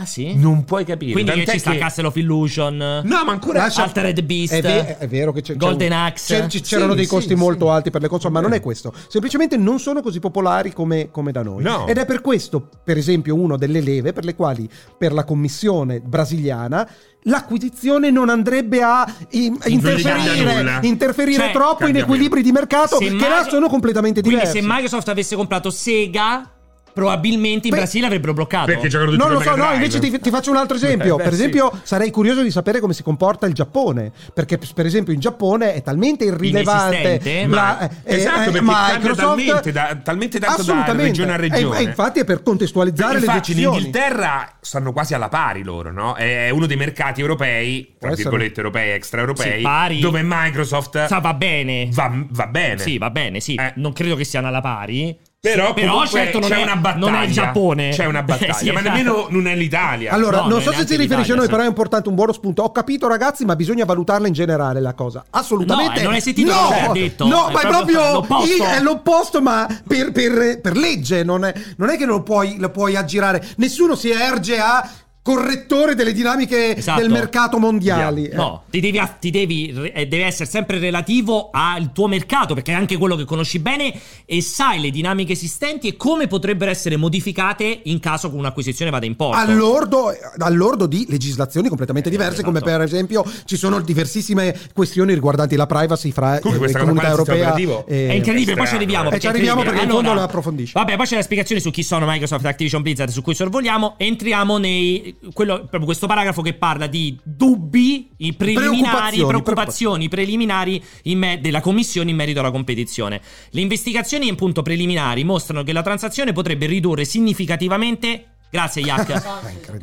Speaker 1: Ah sì?
Speaker 2: Non puoi capire.
Speaker 1: Quindi che
Speaker 2: Tant'è
Speaker 1: ci sta
Speaker 2: che-
Speaker 1: Castle of Illusion.
Speaker 2: No, ma ancora
Speaker 3: Lascia-
Speaker 1: Altered Beast.
Speaker 3: È, ve- è vero che c'è, c'è
Speaker 1: Golden
Speaker 3: un-
Speaker 1: Axe.
Speaker 3: c'è- ci- c'erano
Speaker 2: Sì,
Speaker 3: dei
Speaker 2: sì,
Speaker 3: costi
Speaker 2: sì.
Speaker 3: molto alti per le console, ma non è questo. Semplicemente non sono così popolari come, come da noi.
Speaker 2: No.
Speaker 3: Ed è per questo, per esempio, una delle leve per le quali per la commissione brasiliana l'acquisizione non andrebbe a i- a
Speaker 2: cambia nulla.
Speaker 3: interferire, interferire
Speaker 1: Cioè,
Speaker 3: troppo in
Speaker 2: cambia
Speaker 3: equilibri di mercato
Speaker 1: se
Speaker 3: che
Speaker 1: Micro-
Speaker 3: là sono completamente diversi.
Speaker 1: Quindi se Microsoft avesse comprato Sega probabilmente in
Speaker 3: Beh,
Speaker 1: Brasile avrebbero bloccato.
Speaker 2: Perché giocano tutti
Speaker 3: Non lo
Speaker 2: col
Speaker 3: so,
Speaker 2: Mega
Speaker 3: no,
Speaker 2: Drive.
Speaker 3: invece ti, ti faccio un altro esempio.
Speaker 2: Eh, beh,
Speaker 3: per
Speaker 2: sì.
Speaker 3: esempio, sarei curioso di sapere come si comporta il Giappone. Perché, per esempio, in Giappone è talmente irrilevante
Speaker 1: Inesistente,
Speaker 2: Ma-
Speaker 3: la- eh,
Speaker 2: esatto,
Speaker 3: eh,
Speaker 2: perché cambia talmente, da- talmente tanto da
Speaker 3: Assolutamente.
Speaker 2: regione a regione.
Speaker 3: E, e infatti è per contestualizzare le
Speaker 2: Infatti, in
Speaker 3: decisioni.
Speaker 2: Inghilterra stanno quasi alla pari loro, no? È uno dei mercati europei, tra
Speaker 3: Può essere.
Speaker 2: virgolette europei, extraeuropei,
Speaker 1: Sì, pari.
Speaker 2: dove Microsoft
Speaker 1: Sa, va bene.
Speaker 2: va, va bene.
Speaker 1: Sì, va bene, sì.
Speaker 2: Eh.
Speaker 1: Non credo che siano alla pari.
Speaker 2: Però,
Speaker 1: Però
Speaker 2: comunque
Speaker 1: certo non
Speaker 2: c'è
Speaker 1: è-
Speaker 2: una battaglia.
Speaker 1: non è il Giappone.
Speaker 2: C'è una battaglia,
Speaker 1: Sì,
Speaker 2: ma
Speaker 1: esatto.
Speaker 2: nemmeno non è l'Italia.
Speaker 3: Allora,
Speaker 1: No,
Speaker 3: non
Speaker 1: non è
Speaker 3: so se
Speaker 1: neanche
Speaker 3: si riferisce a noi,
Speaker 1: l'Italia,
Speaker 3: però
Speaker 1: sì.
Speaker 3: è importante un buon spunto. Ho capito, ragazzi, ma bisogna valutarla in generale la cosa. Assolutamente.
Speaker 1: No, eh, non hai sentito
Speaker 3: no,
Speaker 1: cosa ha detto?
Speaker 3: No,
Speaker 1: È
Speaker 3: ma è
Speaker 1: proprio
Speaker 3: proprio
Speaker 1: l'opposto.
Speaker 3: il- è l'opposto, ma per, per- per legge. Non è, non è che lo puoi, lo puoi aggirare. Nessuno si erge a correttore delle dinamiche
Speaker 1: Esatto.
Speaker 3: del mercato mondiali. eh.
Speaker 1: No, ti devi, aff- ti devi- eh, deve essere sempre relativo al tuo mercato, perché è anche quello che conosci bene e sai le dinamiche esistenti e come potrebbero essere modificate in caso che un'acquisizione vada in porto.
Speaker 3: all'ordo, eh, all'ordo di legislazioni completamente diverse,
Speaker 1: esatto.
Speaker 3: come per esempio ci sono diversissime questioni riguardanti la privacy fra
Speaker 2: Comunque
Speaker 3: eh,
Speaker 2: questa cosa
Speaker 3: comunità
Speaker 2: qua nel sistema
Speaker 3: europea.
Speaker 2: operativo
Speaker 1: È
Speaker 3: e-
Speaker 1: incredibile, poi ci
Speaker 2: strano,
Speaker 1: arriviamo.
Speaker 2: eh.
Speaker 3: E ci
Speaker 1: è
Speaker 3: arriviamo
Speaker 1: incredibile.
Speaker 3: perché in fondo lo approfondisce.
Speaker 1: Vabbè, poi c'è la spiegazione su chi sono Microsoft, Activision Blizzard, su cui sorvoliamo. Entriamo nei. quello- proprio questo paragrafo che parla di dubbi, i preliminari,
Speaker 3: Preoccupazioni,
Speaker 1: preoccupazioni preliminari in me- della commissione in merito alla competizione. Le investigazioni in punto preliminari mostrano che la transazione potrebbe ridurre significativamente. Grazie, Yak.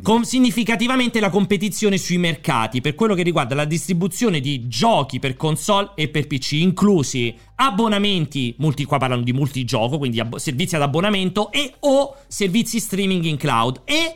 Speaker 1: Con- significativamente la competizione sui mercati per quello che riguarda la distribuzione di giochi per console e per PC, inclusi abbonamenti, multi, qua parlano di multigioco, quindi abbo- servizi ad abbonamento e o servizi streaming in cloud e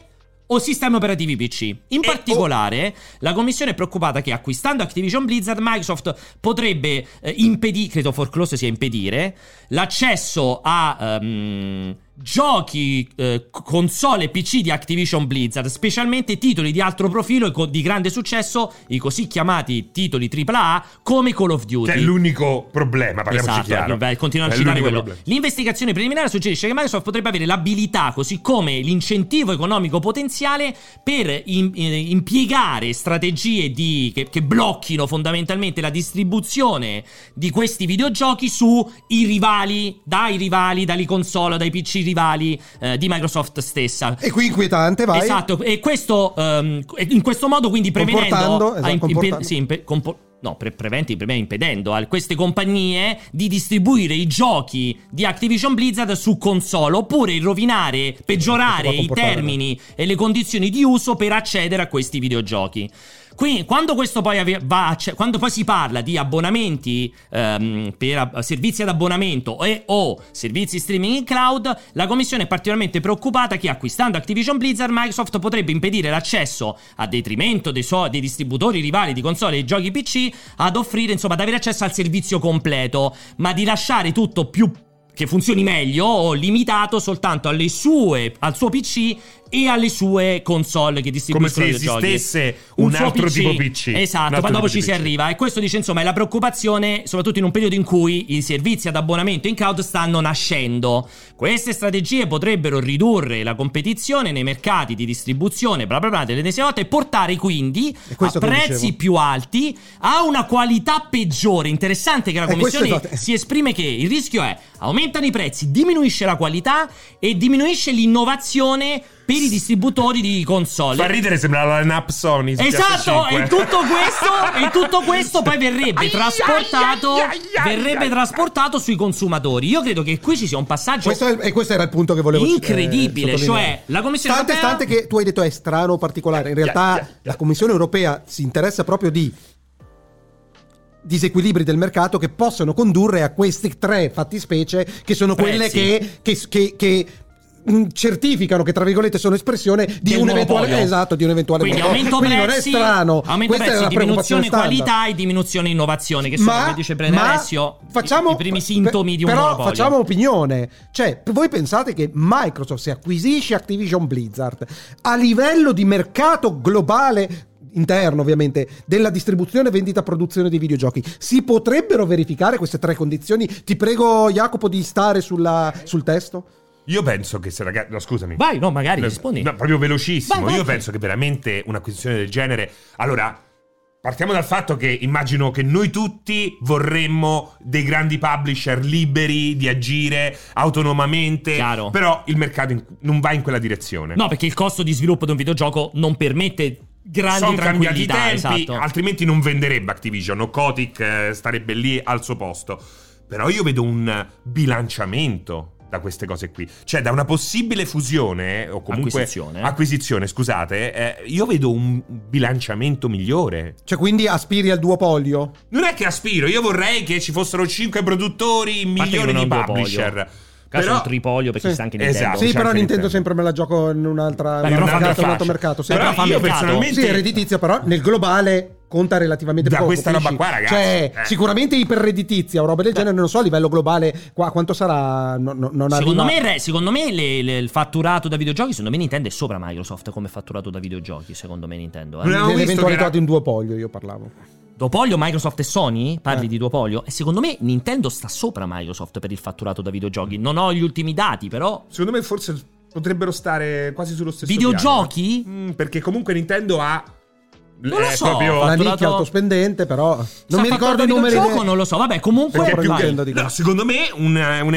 Speaker 1: o sistemi operativi PC. In
Speaker 2: E o-
Speaker 1: particolare, la commissione è preoccupata che acquistando Activision Blizzard Microsoft potrebbe impedire, credo Forclose sia impedire, l'accesso a ehm, giochi, eh, console e PC di Activision Blizzard, specialmente titoli di altro profilo e co- di grande successo, i così chiamati titoli AAA, come Call of Duty.
Speaker 2: Cioè, è l'unico problema, parliamoci
Speaker 1: Esatto,
Speaker 2: chiaro.
Speaker 1: beh, continuano a
Speaker 2: È
Speaker 1: citare
Speaker 2: l'unico
Speaker 1: quello.
Speaker 2: problema.
Speaker 1: L'investigazione preliminare suggerisce che Microsoft potrebbe avere l'abilità, così come l'incentivo economico potenziale, per im- eh, impiegare strategie di- che, che blocchino fondamentalmente la distribuzione di questi videogiochi sui rivali, dai rivali, dalle console, dai PC rivali eh, di Microsoft stessa.
Speaker 3: E qui inquietante, vai.
Speaker 1: Esatto, e questo ehm, in questo modo quindi prevedendo
Speaker 3: Comportando, esatto,
Speaker 1: a imp- imp-
Speaker 3: comportando.
Speaker 1: sì, imp- compo- no, pre- preventi, pre- impedendo a queste compagnie di distribuire i giochi di Activision Blizzard su console oppure rovinare, peggiorare
Speaker 3: questo
Speaker 1: i
Speaker 3: qua comportare,
Speaker 1: termini e le condizioni di uso per accedere a questi videogiochi. Quindi, quando, questo poi ave- va a ce- quando poi si parla di abbonamenti ehm, per ab- servizi ad abbonamento e o servizi streaming in cloud, la commissione è particolarmente preoccupata che acquistando Activision Blizzard Microsoft potrebbe impedire l'accesso a detrimento dei, suoi- dei distributori rivali di console e giochi PC ad offrire, insomma, ad avere accesso al servizio completo, ma di lasciare tutto più che funzioni meglio o limitato soltanto alle sue, al suo PC e alle sue console che
Speaker 2: Come se
Speaker 1: distribuiscono i giochi.
Speaker 2: esistesse un,
Speaker 1: suo
Speaker 2: altro tipo PC. Un
Speaker 1: Esatto,
Speaker 2: altro
Speaker 1: ma dopo
Speaker 2: tipo
Speaker 1: ci si
Speaker 2: PC.
Speaker 1: arriva. E questo dice, insomma, è la preoccupazione, soprattutto in un periodo in cui i servizi ad abbonamento in cloud stanno nascendo. Queste strategie potrebbero ridurre la competizione nei mercati di distribuzione, bla bla bla, delle desine volte, e portare quindi
Speaker 3: E
Speaker 1: a
Speaker 3: questo che
Speaker 1: prezzi
Speaker 3: dicevo.
Speaker 1: più alti, a una qualità peggiore. Interessante che la
Speaker 3: E questo è
Speaker 1: commissione
Speaker 3: esatto.
Speaker 1: si esprime che il rischio è aumentano i prezzi, diminuisce la qualità e diminuisce l'innovazione per i distributori di console.
Speaker 2: Fa ridere, sembra la lineup Sony. su
Speaker 1: Esatto, e
Speaker 2: PS5.
Speaker 1: tutto questo, e tutto questo poi verrebbe
Speaker 2: Ai,
Speaker 1: trasportato,
Speaker 2: ai, ai, ai,
Speaker 1: verrebbe
Speaker 2: ai.
Speaker 1: trasportato sui consumatori. Io credo che qui ci sia un passaggio
Speaker 3: Questo, è, e questo era il punto che volevo eh,
Speaker 1: incredibile,
Speaker 3: sottolineare.
Speaker 1: cioè la Commissione
Speaker 3: Stante,
Speaker 1: europea
Speaker 3: stante che tu hai detto è strano o particolare, in realtà
Speaker 2: yeah, yeah.
Speaker 3: la Commissione europea si interessa proprio di disequilibri del mercato che possono condurre a queste tre fattispecie che sono quelle che,
Speaker 1: Prezzi.
Speaker 3: che- che- che, mh, certificano che tra virgolette sono espressione di
Speaker 1: del
Speaker 3: un eventuale
Speaker 1: monopolio.
Speaker 3: esatto di un eventuale
Speaker 1: quindi
Speaker 3: monopolio.
Speaker 1: aumento
Speaker 3: Quindi
Speaker 1: prezzi,
Speaker 3: non è strano
Speaker 1: aumento
Speaker 3: questa è
Speaker 1: prezzi,
Speaker 3: la preoccupazione
Speaker 1: diminuzione
Speaker 3: standard.
Speaker 1: qualità e diminuzione innovazione che sono come dice Brenner Alessio i-
Speaker 3: facciamo-
Speaker 1: i primi sintomi
Speaker 3: per-
Speaker 1: di un
Speaker 3: però
Speaker 1: monopolio
Speaker 3: facciamo opinione cioè voi pensate che Microsoft se acquisisce Activision Blizzard a livello di mercato globale interno ovviamente della distribuzione vendita produzione dei videogiochi si potrebbero verificare queste tre condizioni ti prego Jacopo di stare sulla- sul testo
Speaker 2: Io penso che se ragazzi. No, scusami.
Speaker 1: vai no magari
Speaker 2: No,
Speaker 1: rispondi
Speaker 2: no, proprio velocissimo.
Speaker 1: Vai, vai.
Speaker 2: Io penso che veramente un'acquisizione del genere. Allora, Partiamo dal fatto che immagino che noi tutti vorremmo dei grandi publisher liberi di agire autonomamente,
Speaker 1: Chiaro.
Speaker 2: però il mercato in- non va in quella direzione.
Speaker 1: No, perché il costo di sviluppo di un videogioco non permette grandi
Speaker 2: Sono cambiati i
Speaker 1: tranquillità.
Speaker 2: tempi,
Speaker 1: esatto.
Speaker 2: altrimenti non venderebbe Activision o Kotick eh, starebbe lì al suo posto. Però io vedo un bilanciamento da queste cose qui, cioè da una possibile fusione eh, o comunque
Speaker 1: Acquisizione.
Speaker 2: acquisizione, scusate, eh, io vedo un bilanciamento migliore.
Speaker 3: Cioè, quindi aspiri al duopolio?
Speaker 2: Non è che aspiro, io vorrei che ci fossero 5 produttori,
Speaker 1: parte che
Speaker 2: milioni
Speaker 1: non è
Speaker 2: di
Speaker 1: un duopolio.
Speaker 2: publisher.
Speaker 1: Caso
Speaker 2: Però-
Speaker 1: un tripolio perché
Speaker 3: Sì.
Speaker 1: ci sta anche
Speaker 2: Esatto.
Speaker 1: Nintendo.
Speaker 2: Non
Speaker 3: sì,
Speaker 2: c'è
Speaker 3: però
Speaker 2: anche
Speaker 3: Nintendo
Speaker 2: Nintendo.
Speaker 3: sempre me la gioco in un'altra
Speaker 1: Beh,
Speaker 3: in un
Speaker 1: non
Speaker 2: un'altra
Speaker 3: mercato, in un altro
Speaker 2: fascia.
Speaker 3: mercato. Sì,
Speaker 2: Però
Speaker 1: Però fa
Speaker 2: io
Speaker 1: mercato.
Speaker 2: personalmente
Speaker 3: Sì, è redditizia, però nel globale conta relativamente
Speaker 2: Da
Speaker 3: poco.
Speaker 2: questa
Speaker 3: capisci?
Speaker 2: roba qua, ragazzi,
Speaker 3: Cioè,
Speaker 2: eh.
Speaker 3: sicuramente iperredditizia o roba del genere, non so a livello globale qua quanto sarà. no- no- non
Speaker 1: Secondo
Speaker 3: arriva-
Speaker 1: me, re- secondo me le- le- il fatturato da videogiochi, secondo me Nintendo è sopra Microsoft come fatturato da videogiochi, secondo me Nintendo.
Speaker 2: Non
Speaker 1: Eh.
Speaker 2: è- Abbiamo visto che
Speaker 3: Nell'eventualità
Speaker 2: era-
Speaker 3: di un duopolio, io parlavo.
Speaker 1: Duopolio, Microsoft e Sony? Parli
Speaker 3: Eh.
Speaker 1: di Duopolio? E secondo me Nintendo sta sopra Microsoft per il fatturato da videogiochi. Non ho gli ultimi dati, però...
Speaker 2: Secondo me forse potrebbero stare quasi sullo stesso
Speaker 1: videogiochi?
Speaker 2: piano. Mm, perché comunque Nintendo ha
Speaker 1: Non lo
Speaker 2: eh,
Speaker 1: so.
Speaker 2: proprio
Speaker 3: La
Speaker 1: fatturato-
Speaker 3: nicchia autospendente, però. Non mi ricordo i numeri.
Speaker 1: Il
Speaker 3: de-
Speaker 1: gioco non lo so, vabbè, comunque...
Speaker 3: Perché è più
Speaker 1: vai.
Speaker 3: Nintendo, dico.
Speaker 2: No, secondo me un, eh, un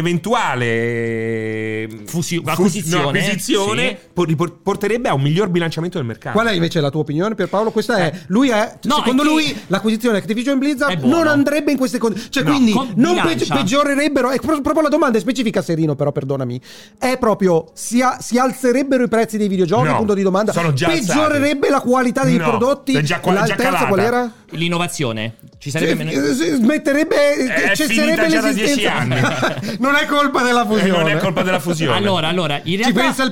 Speaker 2: eventuale
Speaker 1: Fusi-
Speaker 2: fus-
Speaker 1: acquisizione,
Speaker 2: no, acquisizione
Speaker 1: sì.
Speaker 2: po- ripor- porterebbe a un miglior bilanciamento del mercato.
Speaker 3: Qual è invece la tua opinione, Pierpaolo? Questa è. Lui è.
Speaker 1: Ah, Eh. No,
Speaker 3: secondo
Speaker 1: è che-
Speaker 3: lui l'acquisizione Activision
Speaker 1: È
Speaker 3: Blizzard
Speaker 1: buono.
Speaker 3: non andrebbe in queste condizioni. Cioè,
Speaker 1: No,
Speaker 3: quindi
Speaker 1: con-
Speaker 3: non
Speaker 1: bilancia.
Speaker 3: peggi- peggiorerebbero. È pro- proprio la domanda è specifica, Serino, però, perdonami. È proprio. Si, a- si alzerebbero i prezzi dei videogiochi?
Speaker 2: No,
Speaker 3: punto di domanda.
Speaker 2: sono già
Speaker 3: peggiorerebbe
Speaker 2: alzati.
Speaker 3: la qualità dei
Speaker 2: No,
Speaker 3: prodotti?
Speaker 2: è già qua-
Speaker 3: la
Speaker 2: già
Speaker 3: terza
Speaker 2: calata.
Speaker 3: qual era?
Speaker 1: L'innovazione. Ci sarebbe
Speaker 3: Sì,
Speaker 1: meno...
Speaker 3: eh, sì, smetterebbe.
Speaker 2: È
Speaker 3: cesserebbe
Speaker 2: finita già da
Speaker 3: l'esistenza.
Speaker 2: 10
Speaker 3: non è colpa della
Speaker 2: Eh,
Speaker 3: fusione.
Speaker 2: non è colpa della fusione.
Speaker 1: Allora, allora, in realtà...
Speaker 3: Ci pensa il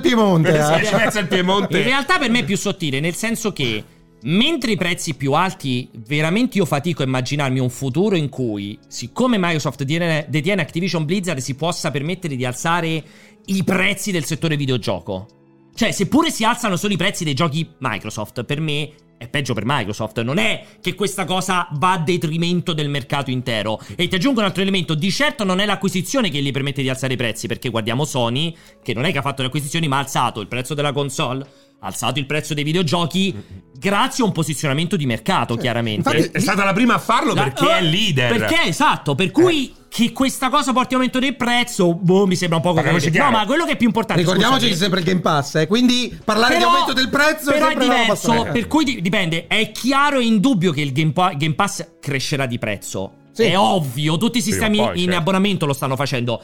Speaker 3: Piemonte.
Speaker 2: Pensa-
Speaker 3: eh.
Speaker 2: ci pensa il Piemonte.
Speaker 1: In realtà per me è più sottile, nel senso che mentre i prezzi più alti, veramente io fatico a immaginarmi un futuro in cui, siccome Microsoft detiene, detiene Activision Blizzard, si possa permettere di alzare i prezzi del settore videogioco. Cioè, seppure si alzano solo i prezzi dei giochi Microsoft, per me è peggio per Microsoft. Non è che questa cosa va a detrimento del mercato intero. E ti aggiungo un altro elemento: di certo non è l'acquisizione che gli permette di alzare i prezzi, perché guardiamo Sony, che non è che ha fatto le acquisizioni, ma ha alzato il prezzo della console. ha Alzato il prezzo dei videogiochi grazie a un posizionamento di mercato, chiaramente.
Speaker 2: è, è stata la prima a farlo
Speaker 1: La-
Speaker 2: perché è
Speaker 1: eh,
Speaker 2: leader. Eh.
Speaker 1: Perché esatto, per cui che questa cosa porti aumento del prezzo, boh, mi sembra un po'
Speaker 2: Parliamoci
Speaker 1: No,
Speaker 2: chiaro.
Speaker 1: ma quello che è più importante
Speaker 3: Ricordiamoci che
Speaker 1: scusami,
Speaker 3: c'è sempre il Game Pass, eh, quindi parlare di aumento del prezzo
Speaker 1: però è
Speaker 3: sempre una roba
Speaker 1: diverso,
Speaker 3: strana.
Speaker 1: per cui di- dipende. È chiaro e indubbio che il Game, Pa- Game Pass crescerà di prezzo.
Speaker 3: Sì.
Speaker 1: È ovvio, tutti i
Speaker 2: Prima o
Speaker 1: sistemi
Speaker 2: poi,
Speaker 1: in
Speaker 2: certo.
Speaker 1: abbonamento lo stanno facendo.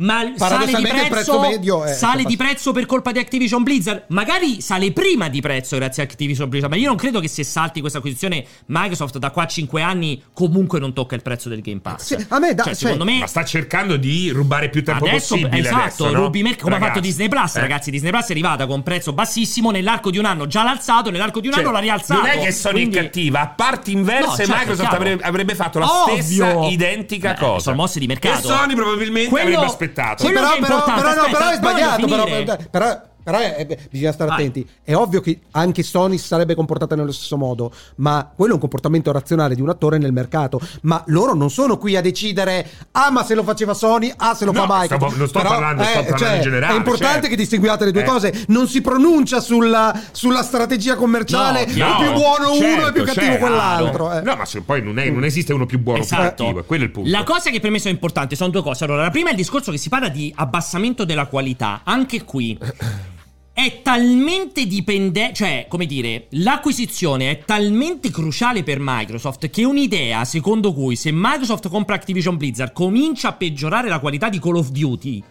Speaker 1: Ma il- sale di
Speaker 3: Paradossalmente
Speaker 1: prezzo,
Speaker 3: il prezzo medio è-
Speaker 1: sale di prezzo per colpa di Activision Blizzard. Magari sale prima di prezzo grazie a Activision Blizzard. Ma io non credo che se salti questa acquisizione, Microsoft da qua a 5 anni comunque non tocca il prezzo del Game Pass.
Speaker 3: Sì, a me da-
Speaker 1: Cioè,
Speaker 3: cioè-
Speaker 1: secondo me
Speaker 2: Ma sta cercando di rubare più tempo
Speaker 1: Adesso,
Speaker 2: possibile.
Speaker 1: esatto,
Speaker 2: adesso, no?
Speaker 1: rubi mer- come ha fatto
Speaker 2: Ragazzi,
Speaker 1: Disney Plus,
Speaker 2: eh.
Speaker 1: ragazzi. Disney Plus è arrivata con un prezzo bassissimo. Nell'arco di un anno già l'ha alzato, nell'arco di un
Speaker 2: Cioè,
Speaker 1: anno l'ha rialzato.
Speaker 2: Non è che Sony
Speaker 1: Quindi-
Speaker 2: è cattiva, a parti inverse,
Speaker 1: No, certo,
Speaker 2: Microsoft
Speaker 1: chiaro.
Speaker 2: avrebbe, avrebbe fatto la
Speaker 1: Ovvio.
Speaker 2: stessa identica
Speaker 1: Beh,
Speaker 2: cosa.
Speaker 1: sono mosse di mercato.
Speaker 2: E Sony probabilmente
Speaker 1: Quello-
Speaker 2: avrebbe aspettato.
Speaker 1: quello-
Speaker 3: però,
Speaker 1: che è
Speaker 3: però,
Speaker 1: importante,
Speaker 3: però, no,
Speaker 1: aspetta,
Speaker 3: però è
Speaker 1: voglio
Speaker 3: sbagliato. Però,
Speaker 1: finire.
Speaker 3: però- però è- eh, bisogna stare
Speaker 1: Vai.
Speaker 3: attenti. È ovvio che anche Sony si sarebbe comportata nello stesso modo, ma quello è un comportamento razionale di un attore nel mercato. Ma loro non sono qui a decidere, ah, ma se lo faceva Sony, ah, se lo
Speaker 2: No,
Speaker 3: fa Microsoft. eh, cioè,
Speaker 2: stavo- non sto parlando, sto parlando in generale,
Speaker 3: È importante
Speaker 2: certo.
Speaker 3: che distinguiate le due
Speaker 2: Eh.
Speaker 3: cose. Non si pronuncia sulla, sulla strategia commerciale,
Speaker 1: No,
Speaker 3: è
Speaker 1: chiaro.
Speaker 3: più buono uno
Speaker 2: certo,
Speaker 3: e più cattivo
Speaker 2: certo.
Speaker 3: quell'altro. eh.
Speaker 2: No, ma se- poi non, è- non esiste uno più buono o più
Speaker 1: Esatto.
Speaker 2: cattivo, è quello il punto.
Speaker 1: La cosa che per me sono importanti sono due cose. Allora, la prima è il discorso che si parla di abbassamento della qualità. Anche qui è talmente dipendente, cioè, come dire, l'acquisizione è talmente cruciale per Microsoft che un'idea secondo cui se Microsoft compra Activision Blizzard comincia a peggiorare la qualità di Call of Duty.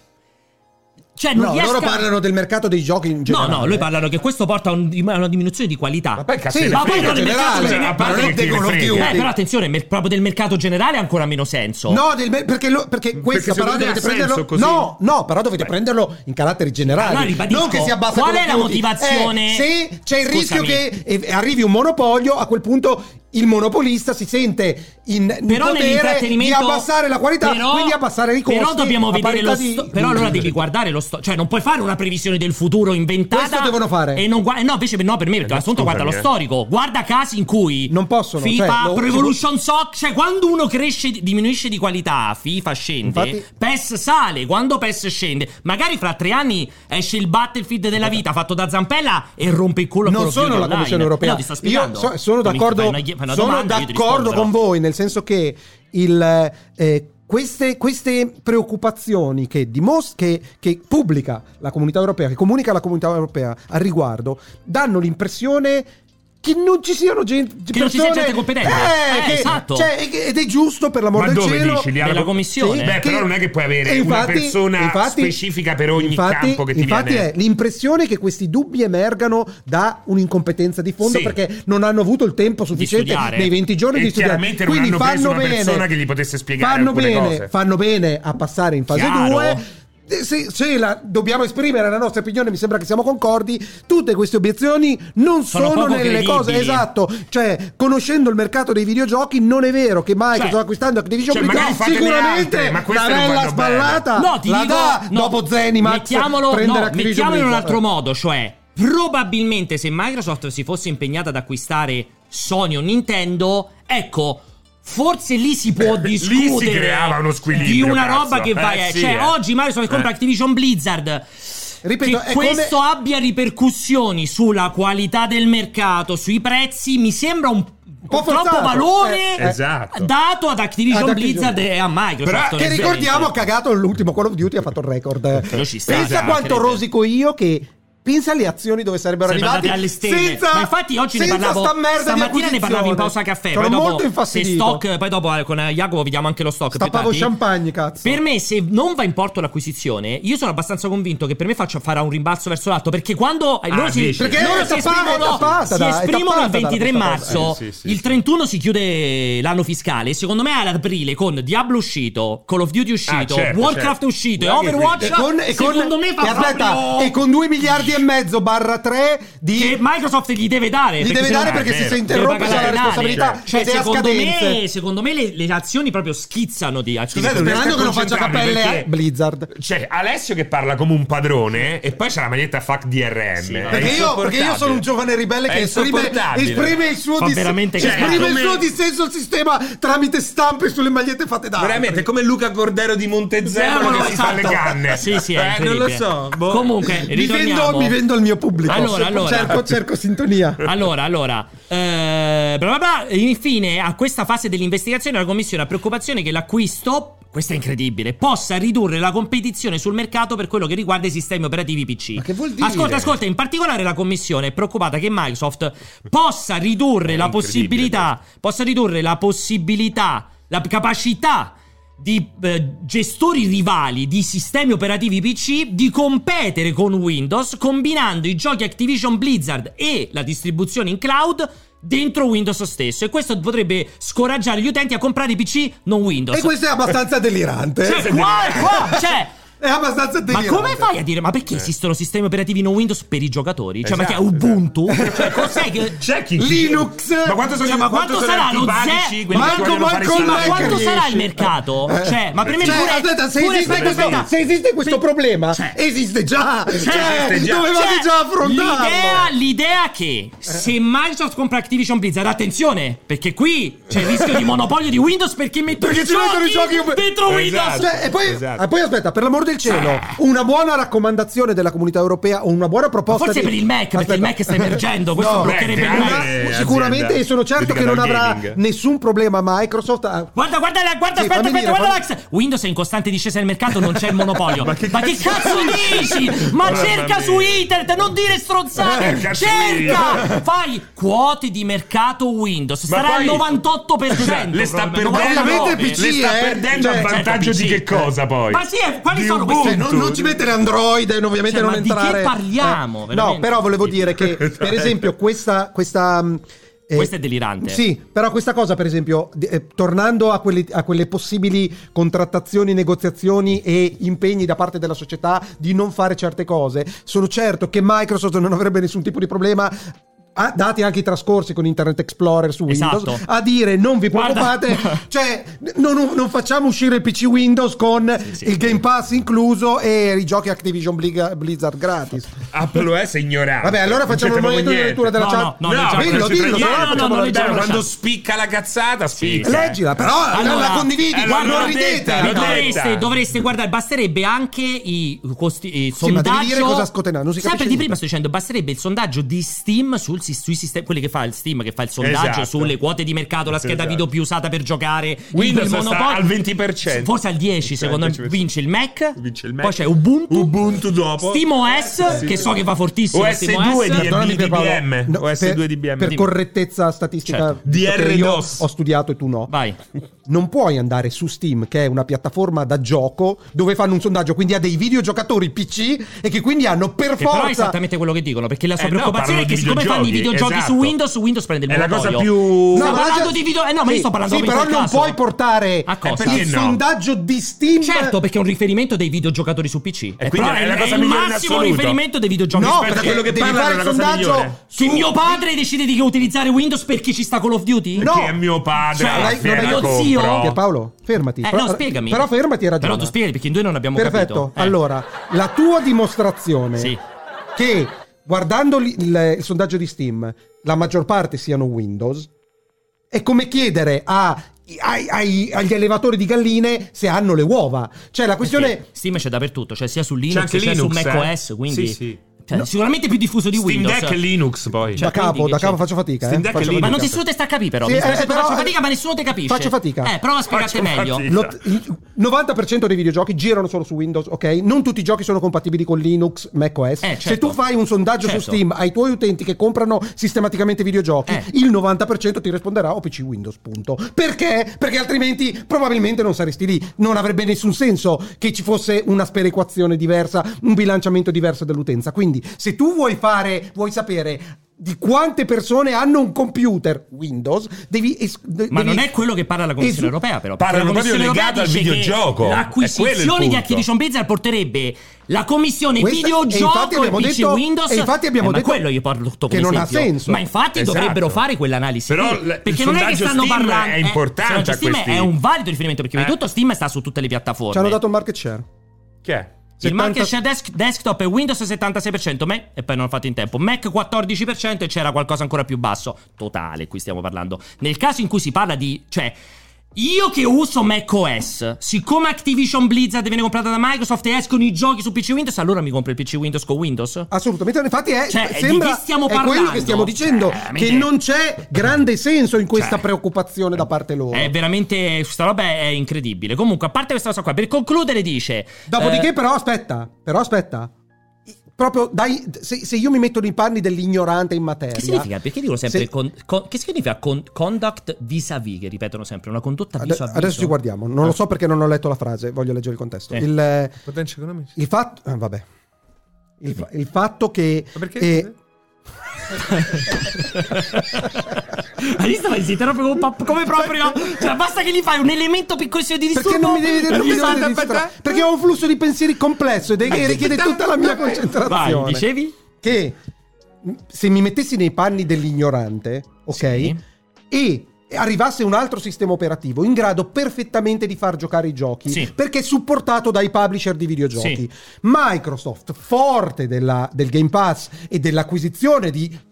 Speaker 1: Cioè, non
Speaker 3: No,
Speaker 1: riesca-
Speaker 3: loro parlano del mercato dei giochi in
Speaker 1: No,
Speaker 3: generale.
Speaker 1: no, lui parlano che questo porta a un- a una diminuzione di qualità.
Speaker 2: Ma poi cazzo
Speaker 3: Sì,
Speaker 2: ne
Speaker 1: ma
Speaker 2: frega.
Speaker 1: poi non è mercato
Speaker 2: Cioè,
Speaker 1: generale,
Speaker 2: a parte
Speaker 3: non è
Speaker 2: che
Speaker 3: dei
Speaker 2: chi ne
Speaker 3: Call of
Speaker 2: frega.
Speaker 3: Duty.
Speaker 1: Eh, però attenzione, mer- proprio del mercato generale ha ancora meno senso.
Speaker 3: No, del me- perché, lo- perché questa
Speaker 2: secondo
Speaker 3: però
Speaker 2: me
Speaker 3: dovete
Speaker 2: ha senso
Speaker 3: prenderlo.
Speaker 2: così.
Speaker 3: No, no, però dovete prenderlo in caratteri generali.
Speaker 1: Allora ribadisco,
Speaker 3: non che si abbassa
Speaker 1: qual
Speaker 3: Call
Speaker 1: è
Speaker 3: of
Speaker 1: la
Speaker 3: Duty.
Speaker 1: motivazione?
Speaker 3: Eh, se c'è il
Speaker 1: Scusami.
Speaker 3: rischio che eh, arrivi un monopolio, a quel punto il monopolista si sente in, in
Speaker 1: però
Speaker 3: potere di
Speaker 1: nell'intrattenimento
Speaker 3: abbassare la qualità,
Speaker 1: però-
Speaker 3: quindi abbassare i costi.
Speaker 1: però dobbiamo
Speaker 3: a
Speaker 1: vedere
Speaker 3: parità
Speaker 1: lo
Speaker 3: di-
Speaker 1: sto- però allora devi guardare lo sto- cioè non puoi fare una previsione del futuro inventata
Speaker 3: Questo devono fare.
Speaker 1: e non gua- no invece per- no per me perché
Speaker 2: Eh,
Speaker 1: l'assunto
Speaker 2: scusami,
Speaker 1: guarda lo
Speaker 2: eh.
Speaker 1: storico guarda casi in cui
Speaker 3: Non possono,
Speaker 1: FIFA
Speaker 3: cioè, lo-
Speaker 1: Pro Evolution Soccer cioè quando uno cresce diminuisce di qualità FIFA scende
Speaker 3: Infatti-
Speaker 1: PES sale quando PES scende magari fra tre anni esce il Battlefield della vita fatto da Zampella e rompe il culo a
Speaker 3: Non
Speaker 1: Call of Duty
Speaker 3: sono la
Speaker 1: Online.
Speaker 3: Commissione
Speaker 1: Eh,
Speaker 3: europea.
Speaker 1: no, ti sto
Speaker 3: Io
Speaker 1: spiegando
Speaker 3: so- sono
Speaker 1: Fammi-
Speaker 3: d'accordo
Speaker 1: fai una- fai una una
Speaker 3: Sono
Speaker 1: domanda. io ti rispondo,
Speaker 3: d'accordo
Speaker 1: però.
Speaker 3: con voi, nel senso che il, eh, queste, queste preoccupazioni che, dimos- che, che pubblica la comunità europea, che comunica la comunità europea al riguardo, danno l'impressione che non ci siano gente,
Speaker 1: Che non ci sia
Speaker 3: persone-
Speaker 1: gente competente.
Speaker 3: Eh,
Speaker 1: Eh,
Speaker 3: che-
Speaker 1: esatto.
Speaker 3: cioè, ed è giusto per l'amor
Speaker 2: Ma
Speaker 3: del
Speaker 2: dove
Speaker 3: cielo
Speaker 2: dici? Li alla
Speaker 1: Nella commissione?
Speaker 2: Beh,
Speaker 3: che-
Speaker 2: però non è che puoi avere
Speaker 3: e
Speaker 2: una persona specifica per ogni
Speaker 3: infatti-
Speaker 2: campo che ti
Speaker 3: infatti
Speaker 2: viene.
Speaker 3: è l'impressione che questi dubbi emergano da un'incompetenza di fondo
Speaker 2: Sì.
Speaker 3: perché non hanno avuto il tempo sufficiente
Speaker 1: studiare.
Speaker 3: nei 20 giorni
Speaker 2: E
Speaker 3: di studiare.
Speaker 2: chiaramente non
Speaker 3: Quindi
Speaker 2: hanno
Speaker 3: fanno
Speaker 2: preso una
Speaker 3: bene,
Speaker 2: persona che gli potesse spiegare
Speaker 3: fanno
Speaker 2: alcune
Speaker 3: bene,
Speaker 2: cose.
Speaker 3: Fanno bene a passare in fase
Speaker 1: Chiaro.
Speaker 3: 2. Se, se la- dobbiamo esprimere la nostra opinione, mi sembra che siamo concordi. Tutte queste obiezioni non
Speaker 1: Sono
Speaker 3: sono,
Speaker 1: poco
Speaker 3: nelle cose
Speaker 1: credibili.
Speaker 3: esatto. Cioè, conoscendo il mercato dei videogiochi, non è vero che Microsoft
Speaker 1: Cioè-
Speaker 3: acquistando Activision
Speaker 2: cioè,
Speaker 3: Blizzard
Speaker 2: magari fatene
Speaker 3: sicuramente
Speaker 2: altre, ma
Speaker 3: una
Speaker 2: queste non
Speaker 3: bella
Speaker 2: vanno bene.
Speaker 3: spallata
Speaker 1: No, ti
Speaker 3: la
Speaker 1: dico,
Speaker 3: dà
Speaker 1: no,
Speaker 3: dopo Zenimax
Speaker 1: mettiamolo,
Speaker 3: prendere
Speaker 1: no,
Speaker 3: Activision
Speaker 1: mettiamolo in un
Speaker 3: Blizzard.
Speaker 1: altro modo, cioè probabilmente se Microsoft si fosse impegnata ad acquistare Sony o Nintendo, ecco Forse lì si può
Speaker 2: Beh, Eh, lì si
Speaker 1: discutere
Speaker 2: creava uno squilibrio,
Speaker 1: di una
Speaker 2: cazzo.
Speaker 1: roba che
Speaker 2: Eh,
Speaker 1: va. eh,
Speaker 2: sì,
Speaker 1: cioè,
Speaker 2: eh.
Speaker 1: oggi Microsoft compra
Speaker 2: Eh.
Speaker 1: Activision Blizzard.
Speaker 3: Ripeto,
Speaker 1: che
Speaker 3: è come-
Speaker 1: questo abbia ripercussioni sulla qualità del mercato, sui prezzi, mi sembra un po' troppo
Speaker 3: forzato.
Speaker 1: valore
Speaker 3: Eh,
Speaker 2: esatto.
Speaker 1: dato ad Activision,
Speaker 3: Ad Activision.
Speaker 1: Blizzard e a Microsoft.
Speaker 2: Però-
Speaker 3: che
Speaker 1: onestamente.
Speaker 3: ricordiamo ha cagato l'ultimo Call of Duty ha fatto il record
Speaker 1: Però ci sta,
Speaker 3: pensa
Speaker 1: cioè,
Speaker 3: quanto
Speaker 1: mancherebbe.
Speaker 3: rosico io che pensa alle azioni dove sarebbero
Speaker 1: Sarebbero
Speaker 3: arrivati
Speaker 1: andate alle stelle.
Speaker 3: senza
Speaker 1: Ma infatti oggi ne
Speaker 3: senza
Speaker 1: parlavo
Speaker 3: sta merda di
Speaker 1: stamattina ne
Speaker 3: acquisizione.
Speaker 1: parlavo in pausa caffè,
Speaker 3: sono
Speaker 1: poi dopo
Speaker 3: molto
Speaker 1: se
Speaker 3: infastidito
Speaker 1: stock, poi dopo eh, con eh, Jacopo vediamo anche lo stock più
Speaker 3: stappavo
Speaker 1: tardi.
Speaker 3: champagne cazzo
Speaker 1: Per me, se non va in porto l'acquisizione, io sono abbastanza convinto che per me faccia fare un rimbalzo verso l'alto. Perché quando eh, loro
Speaker 2: Ah,
Speaker 1: si,
Speaker 2: dici.
Speaker 1: loro
Speaker 3: Perché è
Speaker 1: si
Speaker 3: tappata,
Speaker 1: esprimono,
Speaker 3: è tappata,
Speaker 1: si
Speaker 3: dai, è
Speaker 1: esprimono il
Speaker 3: tappata
Speaker 1: 23
Speaker 3: da questa
Speaker 1: marzo,
Speaker 2: cosa. Eh, sì, sì,
Speaker 1: il
Speaker 2: sì.
Speaker 1: 31 si chiude l'anno fiscale. Secondo me, ad aprile con Diablo uscito, Call of Duty uscito,
Speaker 2: Ah, certo,
Speaker 1: Warcraft
Speaker 2: certo.
Speaker 1: uscito e
Speaker 2: Guarda che
Speaker 1: Overwatch.
Speaker 3: e con, e con-
Speaker 1: secondo me, fa
Speaker 3: e aspetta,
Speaker 1: proprio-
Speaker 3: e con 2 miliardi e mezzo barra 3 di
Speaker 1: che Microsoft gli deve dare.
Speaker 3: Li deve
Speaker 1: se no-
Speaker 3: dare
Speaker 2: eh,
Speaker 3: perché se
Speaker 2: vero.
Speaker 3: si interrompe
Speaker 1: Deve
Speaker 3: c'è la
Speaker 1: pagare le
Speaker 3: responsabilità
Speaker 1: danni. Cioè,
Speaker 3: ed è a
Speaker 1: secondo
Speaker 3: scadenze.
Speaker 1: me, secondo me le, le azioni proprio schizzano di
Speaker 2: Scusate,
Speaker 1: Activision.
Speaker 2: non riesco a
Speaker 3: Sperando che non faccia
Speaker 2: concentrarmi
Speaker 3: capelle a
Speaker 2: perché-
Speaker 3: Blizzard.
Speaker 2: Cioè, Alessio che parla come un padrone e poi c'è la maglietta fuck DRM.
Speaker 1: Sì,
Speaker 2: È
Speaker 3: Perché io,
Speaker 2: insopportabile.
Speaker 3: perché io sono un giovane ribelle
Speaker 2: È
Speaker 3: che esprime,
Speaker 2: insopportabile.
Speaker 3: esprime il suo,
Speaker 1: Fa
Speaker 3: dis- cioè,
Speaker 1: veramente
Speaker 3: esprime
Speaker 2: cagare.
Speaker 3: il suo
Speaker 2: Come-
Speaker 3: dissenso al sistema tramite stampe sulle magliette fatte da altri.
Speaker 2: Veramente, è come Luca Cordero di Montezemolo
Speaker 1: Sembrano-
Speaker 2: che si fa le
Speaker 1: esatto.
Speaker 2: canne.
Speaker 1: Sì, sì, è
Speaker 2: Eh, non lo
Speaker 1: incredibile.
Speaker 2: so. boh.
Speaker 1: Comunque,
Speaker 3: mi
Speaker 1: ritorniamo.
Speaker 3: vendo, mi vendo al mio pubblico.
Speaker 1: Allora, allora.
Speaker 3: Cerco, cerco sintonia.
Speaker 1: Allora, allora, eh, bla bla bla. Infine, a questa fase dell'investigazione, la commissione ha preoccupazione che l'acquisto. Questo è incredibile. Possa ridurre la competizione sul mercato per quello che riguarda i sistemi operativi PC.
Speaker 3: Ma che vuol dire?
Speaker 1: Ascolta, ascolta, in particolare la commissione è preoccupata che Microsoft possa ridurre la
Speaker 2: incredibile,
Speaker 1: possibilità, possa Ah, ridurre la possibilità, la capacità di eh, gestori rivali di sistemi operativi PC di competere con Windows combinando i giochi Activision Blizzard e la distribuzione in cloud dentro Windows stesso e questo potrebbe scoraggiare gli utenti a comprare i PC non Windows.
Speaker 3: E questo è abbastanza delirante.
Speaker 1: Cioè, qua, qua, cioè
Speaker 3: È abbastanza
Speaker 1: ma
Speaker 3: delirante.
Speaker 1: come fai a dire? Ma perché esistono sistemi operativi non Windows per i giocatori? Cioè,
Speaker 2: Esatto,
Speaker 1: ma che è Ubuntu? Cioè, cos'è che.
Speaker 2: C'è chi
Speaker 3: Linux.
Speaker 2: Ma quanto sono,
Speaker 1: Cioè, ma quanto
Speaker 2: sono
Speaker 1: sarà lo
Speaker 2: antipatici
Speaker 1: ze-
Speaker 2: quelli che
Speaker 3: Manco-
Speaker 2: vogliono fare i
Speaker 3: manco il
Speaker 1: Ma
Speaker 2: salari?
Speaker 3: Mac
Speaker 1: quanto
Speaker 3: riesce.
Speaker 1: sarà il mercato?
Speaker 3: Eh.
Speaker 1: Cioè, ma per me
Speaker 3: Cioè,
Speaker 1: pure,
Speaker 3: aspetta, se
Speaker 1: pure
Speaker 3: esiste,
Speaker 1: aspetta,
Speaker 3: questo,
Speaker 1: aspetta.
Speaker 3: se esiste questo problema,
Speaker 1: Cioè.
Speaker 3: esiste già. Cioè,
Speaker 2: esiste già.
Speaker 3: dovevate
Speaker 1: Cioè,
Speaker 3: già Eh. affrontarlo.
Speaker 1: L'idea, l'idea che se Microsoft compra Activision Blizzard, attenzione, perché qui c'è il rischio di monopolio di Windows perché mettono,
Speaker 3: Perché
Speaker 1: i,
Speaker 3: ci mettono i
Speaker 1: giochi
Speaker 3: giochi-
Speaker 1: dentro Windows.
Speaker 2: Esatto.
Speaker 3: Cioè, e poi,
Speaker 2: Esatto.
Speaker 3: e poi aspetta, per l'amor del cielo, una buona raccomandazione della comunità europea o una buona proposta.
Speaker 1: Forse
Speaker 3: di-
Speaker 1: per il Mac, perché il Mac sta emergendo, questo
Speaker 3: No,
Speaker 1: bloccherebbe il
Speaker 2: grande
Speaker 1: Mac.
Speaker 2: Eh,
Speaker 3: sicuramente
Speaker 2: azienda
Speaker 3: e sono certo che non
Speaker 2: dedicata al
Speaker 3: avrà
Speaker 2: gaming.
Speaker 3: nessun problema Microsoft. a-
Speaker 1: Guarda, guarda, la- guarda,
Speaker 3: Sì,
Speaker 1: aspetta,
Speaker 3: fammi
Speaker 1: aspetta,
Speaker 3: dire,
Speaker 1: guarda
Speaker 3: fammi-
Speaker 1: l'ax. Windows è in costante discesa nel mercato, non c'è il monopolio. Ma che cazzo, dici? Ma
Speaker 2: Mamma
Speaker 1: cerca
Speaker 2: mia.
Speaker 1: su internet, non dire
Speaker 3: Eh,
Speaker 1: stronzate.
Speaker 2: Cerca su
Speaker 1: cerca!
Speaker 2: internet.
Speaker 1: Fai quote di mercato Windows,
Speaker 2: Ma
Speaker 1: sarà
Speaker 2: poi-
Speaker 1: il 98%.
Speaker 2: Scusa, le sta
Speaker 1: probabilmente.
Speaker 2: perdendo,
Speaker 3: Ovviamente
Speaker 2: le
Speaker 3: PC,
Speaker 2: sta
Speaker 3: eh.
Speaker 2: perdendo
Speaker 3: Cioè,
Speaker 2: a vantaggio
Speaker 1: certo,
Speaker 2: di che
Speaker 1: PC,
Speaker 2: cosa poi?
Speaker 1: Ma sì, eh, quali
Speaker 2: Di
Speaker 1: sono
Speaker 2: Ubuntu.
Speaker 1: queste-
Speaker 3: Cioè, non, non ci mettere Android, eh, ovviamente
Speaker 1: Cioè,
Speaker 3: non
Speaker 1: ma di che
Speaker 3: entrare.
Speaker 1: parliamo,
Speaker 3: no,
Speaker 1: veramente?
Speaker 3: però volevo dire che, per esempio, questa. questa mh, eh,
Speaker 1: Questa è delirante.
Speaker 3: Sì, però questa cosa, per esempio, di- eh, tornando a, quelli- a quelle possibili contrattazioni, negoziazioni e impegni da parte della società di non fare certe cose, sono certo che Microsoft non avrebbe nessun tipo di problema. ah, dati anche i trascorsi con Internet Explorer su Windows,
Speaker 1: Esatto.
Speaker 3: a dire non vi
Speaker 1: Guarda-
Speaker 3: preoccupate, cioè non, non facciamo uscire il PC Windows con
Speaker 1: sì.
Speaker 3: il Game Pass incluso e i giochi Activision Blig- Blizzard gratis.
Speaker 2: Apple OS è ignorante.
Speaker 3: Vabbè, allora facciamo il
Speaker 2: Non c'entra
Speaker 3: momento di
Speaker 2: proprio
Speaker 3: lettura della
Speaker 1: No,
Speaker 3: chat.
Speaker 1: no, no,
Speaker 2: niente.
Speaker 1: non c'entra
Speaker 3: dillo,
Speaker 2: non c'entra
Speaker 3: dillo,
Speaker 2: niente.
Speaker 3: se no
Speaker 2: No,
Speaker 3: la
Speaker 2: no,
Speaker 3: facciamo
Speaker 1: la
Speaker 2: no,
Speaker 1: leggera.
Speaker 2: no, Quando spicca la cazzata, spicca.
Speaker 1: sì.
Speaker 3: Leggila, però
Speaker 1: Allora,
Speaker 3: la condividi,
Speaker 2: eh,
Speaker 3: Ah, non
Speaker 2: l'ho
Speaker 3: ridete.
Speaker 2: detta,
Speaker 1: vi
Speaker 2: l'ho detta.
Speaker 1: dovreste, dovreste guardare, basterebbe anche i, costi, il
Speaker 3: ma devi
Speaker 1: sondaggio.
Speaker 3: dire cosa scotenare, non si
Speaker 1: Sempre
Speaker 3: capisce
Speaker 1: di
Speaker 3: niente.
Speaker 1: prima sto dicendo, basterebbe il sondaggio di Steam sul si- sui sistemi, quelli che fa il Steam, che fa il sondaggio
Speaker 2: Esatto.
Speaker 1: sulle quote di mercato, la scheda
Speaker 2: Esatto.
Speaker 1: video più usata per giocare.
Speaker 2: Windows
Speaker 1: il
Speaker 2: sta
Speaker 1: monopolio-
Speaker 2: al 20%.
Speaker 1: Forse al 10, secondo me.
Speaker 2: 10%.
Speaker 1: Vince il Mac.
Speaker 2: Vince il Mac.
Speaker 1: Poi c'è Ubuntu.
Speaker 2: Ubuntu dopo. Eh,
Speaker 1: Steam OS, che so che va fortissimo. Steam
Speaker 2: OS2
Speaker 1: OS.
Speaker 2: di
Speaker 3: Perdonami, Pier Paolo.
Speaker 2: DBM.
Speaker 3: No,
Speaker 2: OS2
Speaker 3: per,
Speaker 2: DBM.
Speaker 3: per
Speaker 2: Dimmi.
Speaker 3: correttezza statistica
Speaker 1: Certo.
Speaker 3: visto che io
Speaker 2: DRDOS.
Speaker 3: ho studiato e tu no
Speaker 1: Vai.
Speaker 3: non puoi andare su Steam che è una piattaforma da gioco dove fanno un sondaggio quindi ha dei videogiocatori PC e che quindi hanno per
Speaker 1: Che però è
Speaker 3: forza
Speaker 1: esattamente quello che dicono, perché la sua
Speaker 2: Eh, no,
Speaker 1: preoccupazione
Speaker 2: parlo
Speaker 1: è che
Speaker 2: di
Speaker 1: siccome fanno i
Speaker 2: videogiochi,
Speaker 1: videogiochi su
Speaker 2: esatto.
Speaker 1: Windows, su Windows prende il
Speaker 2: È la
Speaker 1: monopolio.
Speaker 2: cosa più-
Speaker 1: Stiamo
Speaker 2: No,
Speaker 3: ma la
Speaker 1: parlando
Speaker 3: gen-
Speaker 1: di video... Eh no, ma io
Speaker 3: Sì,
Speaker 1: sto parlando
Speaker 3: Sì,
Speaker 1: proprio in
Speaker 3: però
Speaker 1: quel
Speaker 3: non
Speaker 1: caso.
Speaker 3: puoi portare
Speaker 1: A cosa?
Speaker 2: perché
Speaker 3: il
Speaker 2: no?
Speaker 3: sondaggio di Steam
Speaker 1: Certo, perché è un riferimento dei videogiocatori su PC.
Speaker 2: E
Speaker 1: Eh,
Speaker 2: quindi
Speaker 1: però
Speaker 2: è la cosa
Speaker 1: il
Speaker 2: migliore in
Speaker 1: massimo
Speaker 2: assoluto.
Speaker 1: riferimento dei videogiochi
Speaker 3: No,
Speaker 1: su
Speaker 2: Aspetta,
Speaker 1: PC.
Speaker 3: perché
Speaker 2: quello che
Speaker 3: devi
Speaker 2: parlano
Speaker 3: fare
Speaker 2: è
Speaker 3: il
Speaker 2: la cosa
Speaker 3: sondaggio
Speaker 2: migliore.
Speaker 1: Che mio padre decide di utilizzare Windows perché ci sta Call of Duty?
Speaker 3: No.
Speaker 2: Che è mio padre.
Speaker 1: Cioè,
Speaker 2: alla
Speaker 3: non hai- non hai-
Speaker 2: fiera
Speaker 1: io
Speaker 2: compro.
Speaker 1: zio?
Speaker 3: Pier Paolo, fermati.
Speaker 1: Eh,
Speaker 3: Però-
Speaker 1: no, spiegami.
Speaker 3: Però fermati e ragiona.
Speaker 1: Però tu spieghi perché in due non abbiamo
Speaker 3: Perfetto.
Speaker 1: capito. Eh.
Speaker 3: Allora, la tua dimostrazione
Speaker 1: Sì.
Speaker 3: che guardando l- il, il sondaggio di Steam la maggior parte siano Windows è come chiedere a- ai- ai- agli allevatori di galline se hanno le uova.
Speaker 1: Eh
Speaker 3: Cioè, la questione...
Speaker 1: Perché Steam c'è dappertutto, cioè sia su
Speaker 2: C'è
Speaker 1: Linux
Speaker 2: anche
Speaker 1: sia su
Speaker 2: Linux,
Speaker 1: macOS,
Speaker 2: eh.
Speaker 1: quindi
Speaker 2: Sì, sì.
Speaker 1: Cioè, sicuramente più diffuso di
Speaker 2: Steam
Speaker 1: Windows.
Speaker 2: Deck e Linux poi.
Speaker 1: Cioè,
Speaker 3: da capo,
Speaker 1: quindi
Speaker 3: da
Speaker 1: che
Speaker 3: capo
Speaker 1: c'è?
Speaker 3: faccio fatica.
Speaker 2: Steam
Speaker 3: eh,
Speaker 2: Deck
Speaker 3: faccio
Speaker 2: e Linux.
Speaker 1: Ma non
Speaker 3: fatica.
Speaker 1: nessuno te sta a capire però,
Speaker 3: Sì,
Speaker 1: mi
Speaker 3: eh,
Speaker 1: dispiace,
Speaker 3: però-
Speaker 1: faccio fatica ma nessuno te capisce.
Speaker 3: Faccio fatica.
Speaker 1: Eh, prova a spiegarti
Speaker 2: Faccio
Speaker 1: meglio.
Speaker 2: fatica.
Speaker 3: Lo- il 90% dei videogiochi girano solo su Windows, ok? Non tutti i giochi sono compatibili con Linux, macOS.
Speaker 1: Eh, certo.
Speaker 3: Se tu fai un sondaggio
Speaker 1: Certo.
Speaker 3: su Steam ai tuoi utenti che comprano sistematicamente videogiochi,
Speaker 1: Eh.
Speaker 3: il 90% ti risponderà o PC Windows, punto. Perché? Perché altrimenti probabilmente non saresti lì. Non avrebbe nessun senso che ci fosse una sperequazione diversa, un bilanciamento diverso dell'utenza. Quindi, se tu vuoi fare, vuoi sapere di quante persone hanno un computer Windows, devi... es- de-
Speaker 1: Ma
Speaker 3: devi-
Speaker 1: non è quello che parla la Commissione
Speaker 3: esu-
Speaker 1: Europea, però.
Speaker 2: Parlano
Speaker 1: Perché la
Speaker 2: proprio
Speaker 1: Commissione
Speaker 2: legato
Speaker 1: Europea
Speaker 2: al
Speaker 1: dice che
Speaker 2: videogioco. È quello il
Speaker 1: L'acquisizione di
Speaker 2: punto.
Speaker 1: Activision Blizzard porterebbe la Commissione
Speaker 3: Questa- e infatti
Speaker 1: Videogioco e,
Speaker 3: abbiamo
Speaker 1: PC
Speaker 3: detto-
Speaker 1: Windows.
Speaker 3: e infatti abbiamo
Speaker 1: Eh, ma
Speaker 3: detto
Speaker 1: quello io parlo tutto
Speaker 3: che
Speaker 1: come
Speaker 3: non ha
Speaker 1: esempio.
Speaker 3: senso.
Speaker 1: Ma infatti
Speaker 2: Esatto.
Speaker 1: dovrebbero fare quell'analisi. lì,
Speaker 2: Però l- il
Speaker 1: perché non è che
Speaker 2: sondaggio
Speaker 1: stanno
Speaker 2: Steam
Speaker 1: parlando.
Speaker 2: è
Speaker 1: eh,
Speaker 2: importante
Speaker 1: il sondaggio
Speaker 2: a
Speaker 1: Steam
Speaker 2: questi-
Speaker 1: è un valido riferimento perché
Speaker 2: Eh.
Speaker 1: prima di tutto Steam sta su tutte le piattaforme.
Speaker 3: Ci hanno dato il market share.
Speaker 2: Che è?
Speaker 1: Il
Speaker 3: 70
Speaker 1: market share desk- desktop è Windows 76%, me- e poi non ho fatto in tempo, Mac 14% e c'era qualcosa ancora più basso, totale qui stiamo parlando. Nel caso in cui si parla di, cioè, io che uso macOS, siccome Activision Blizzard viene comprata da Microsoft e escono i giochi su PC Windows, allora mi compro il PC Windows con
Speaker 3: Ah,
Speaker 1: Windows?
Speaker 3: Assolutamente, infatti è,
Speaker 1: Cioè, di
Speaker 3: sembra,
Speaker 1: chi stiamo
Speaker 3: è quello
Speaker 1: parlando?
Speaker 3: che stiamo dicendo,
Speaker 1: Cioè,
Speaker 3: che
Speaker 1: mi-
Speaker 3: non c'è grande senso in questa
Speaker 1: Cioè,
Speaker 3: preoccupazione da parte loro.
Speaker 1: È veramente, questa roba è incredibile. Comunque, a parte questa cosa qua, per concludere dice...
Speaker 3: Dopodiché
Speaker 1: eh,
Speaker 3: però aspetta, però aspetta, I- proprio dai, se, se io mi metto nei panni dell'ignorante in materia...
Speaker 1: Che significa? Perché dicono sempre
Speaker 3: Se-
Speaker 1: con- con- che significa con- conduct vis-à-vis? Che ripetono sempre una condotta
Speaker 3: Ade-
Speaker 1: vis-à-vis.
Speaker 3: adesso ci guardiamo, non lo so perché non ho letto la frase, voglio leggere il contesto.
Speaker 1: Ah. Eh.
Speaker 3: Il,
Speaker 2: Potenza economica.
Speaker 3: il fatto... eh, vabbè. Il, fa- il fatto che...
Speaker 2: Ma perché?
Speaker 3: eh,
Speaker 1: Hai visto? Ma si interrompe come, pap- come proprio. Cioè, basta che gli fai un elemento piccolissimo di disturbo.
Speaker 3: perché non mi devi
Speaker 1: e
Speaker 3: non mi
Speaker 1: gli fai-
Speaker 3: dovete distrarre? Perché ho un flusso di pensieri complesso ed è- richiede tutta la mia concentrazione.
Speaker 1: Eh, Vai, dicevi?
Speaker 3: che mh, se mi mettessi nei panni dell'ignorante, ok?
Speaker 1: Sì.
Speaker 3: E arrivasse un altro sistema operativo in grado perfettamente di far giocare i giochi
Speaker 1: Sì.
Speaker 3: perché è supportato dai publisher di videogiochi.
Speaker 1: Sì.
Speaker 3: Microsoft, forte della- del Game Pass e dell'acquisizione di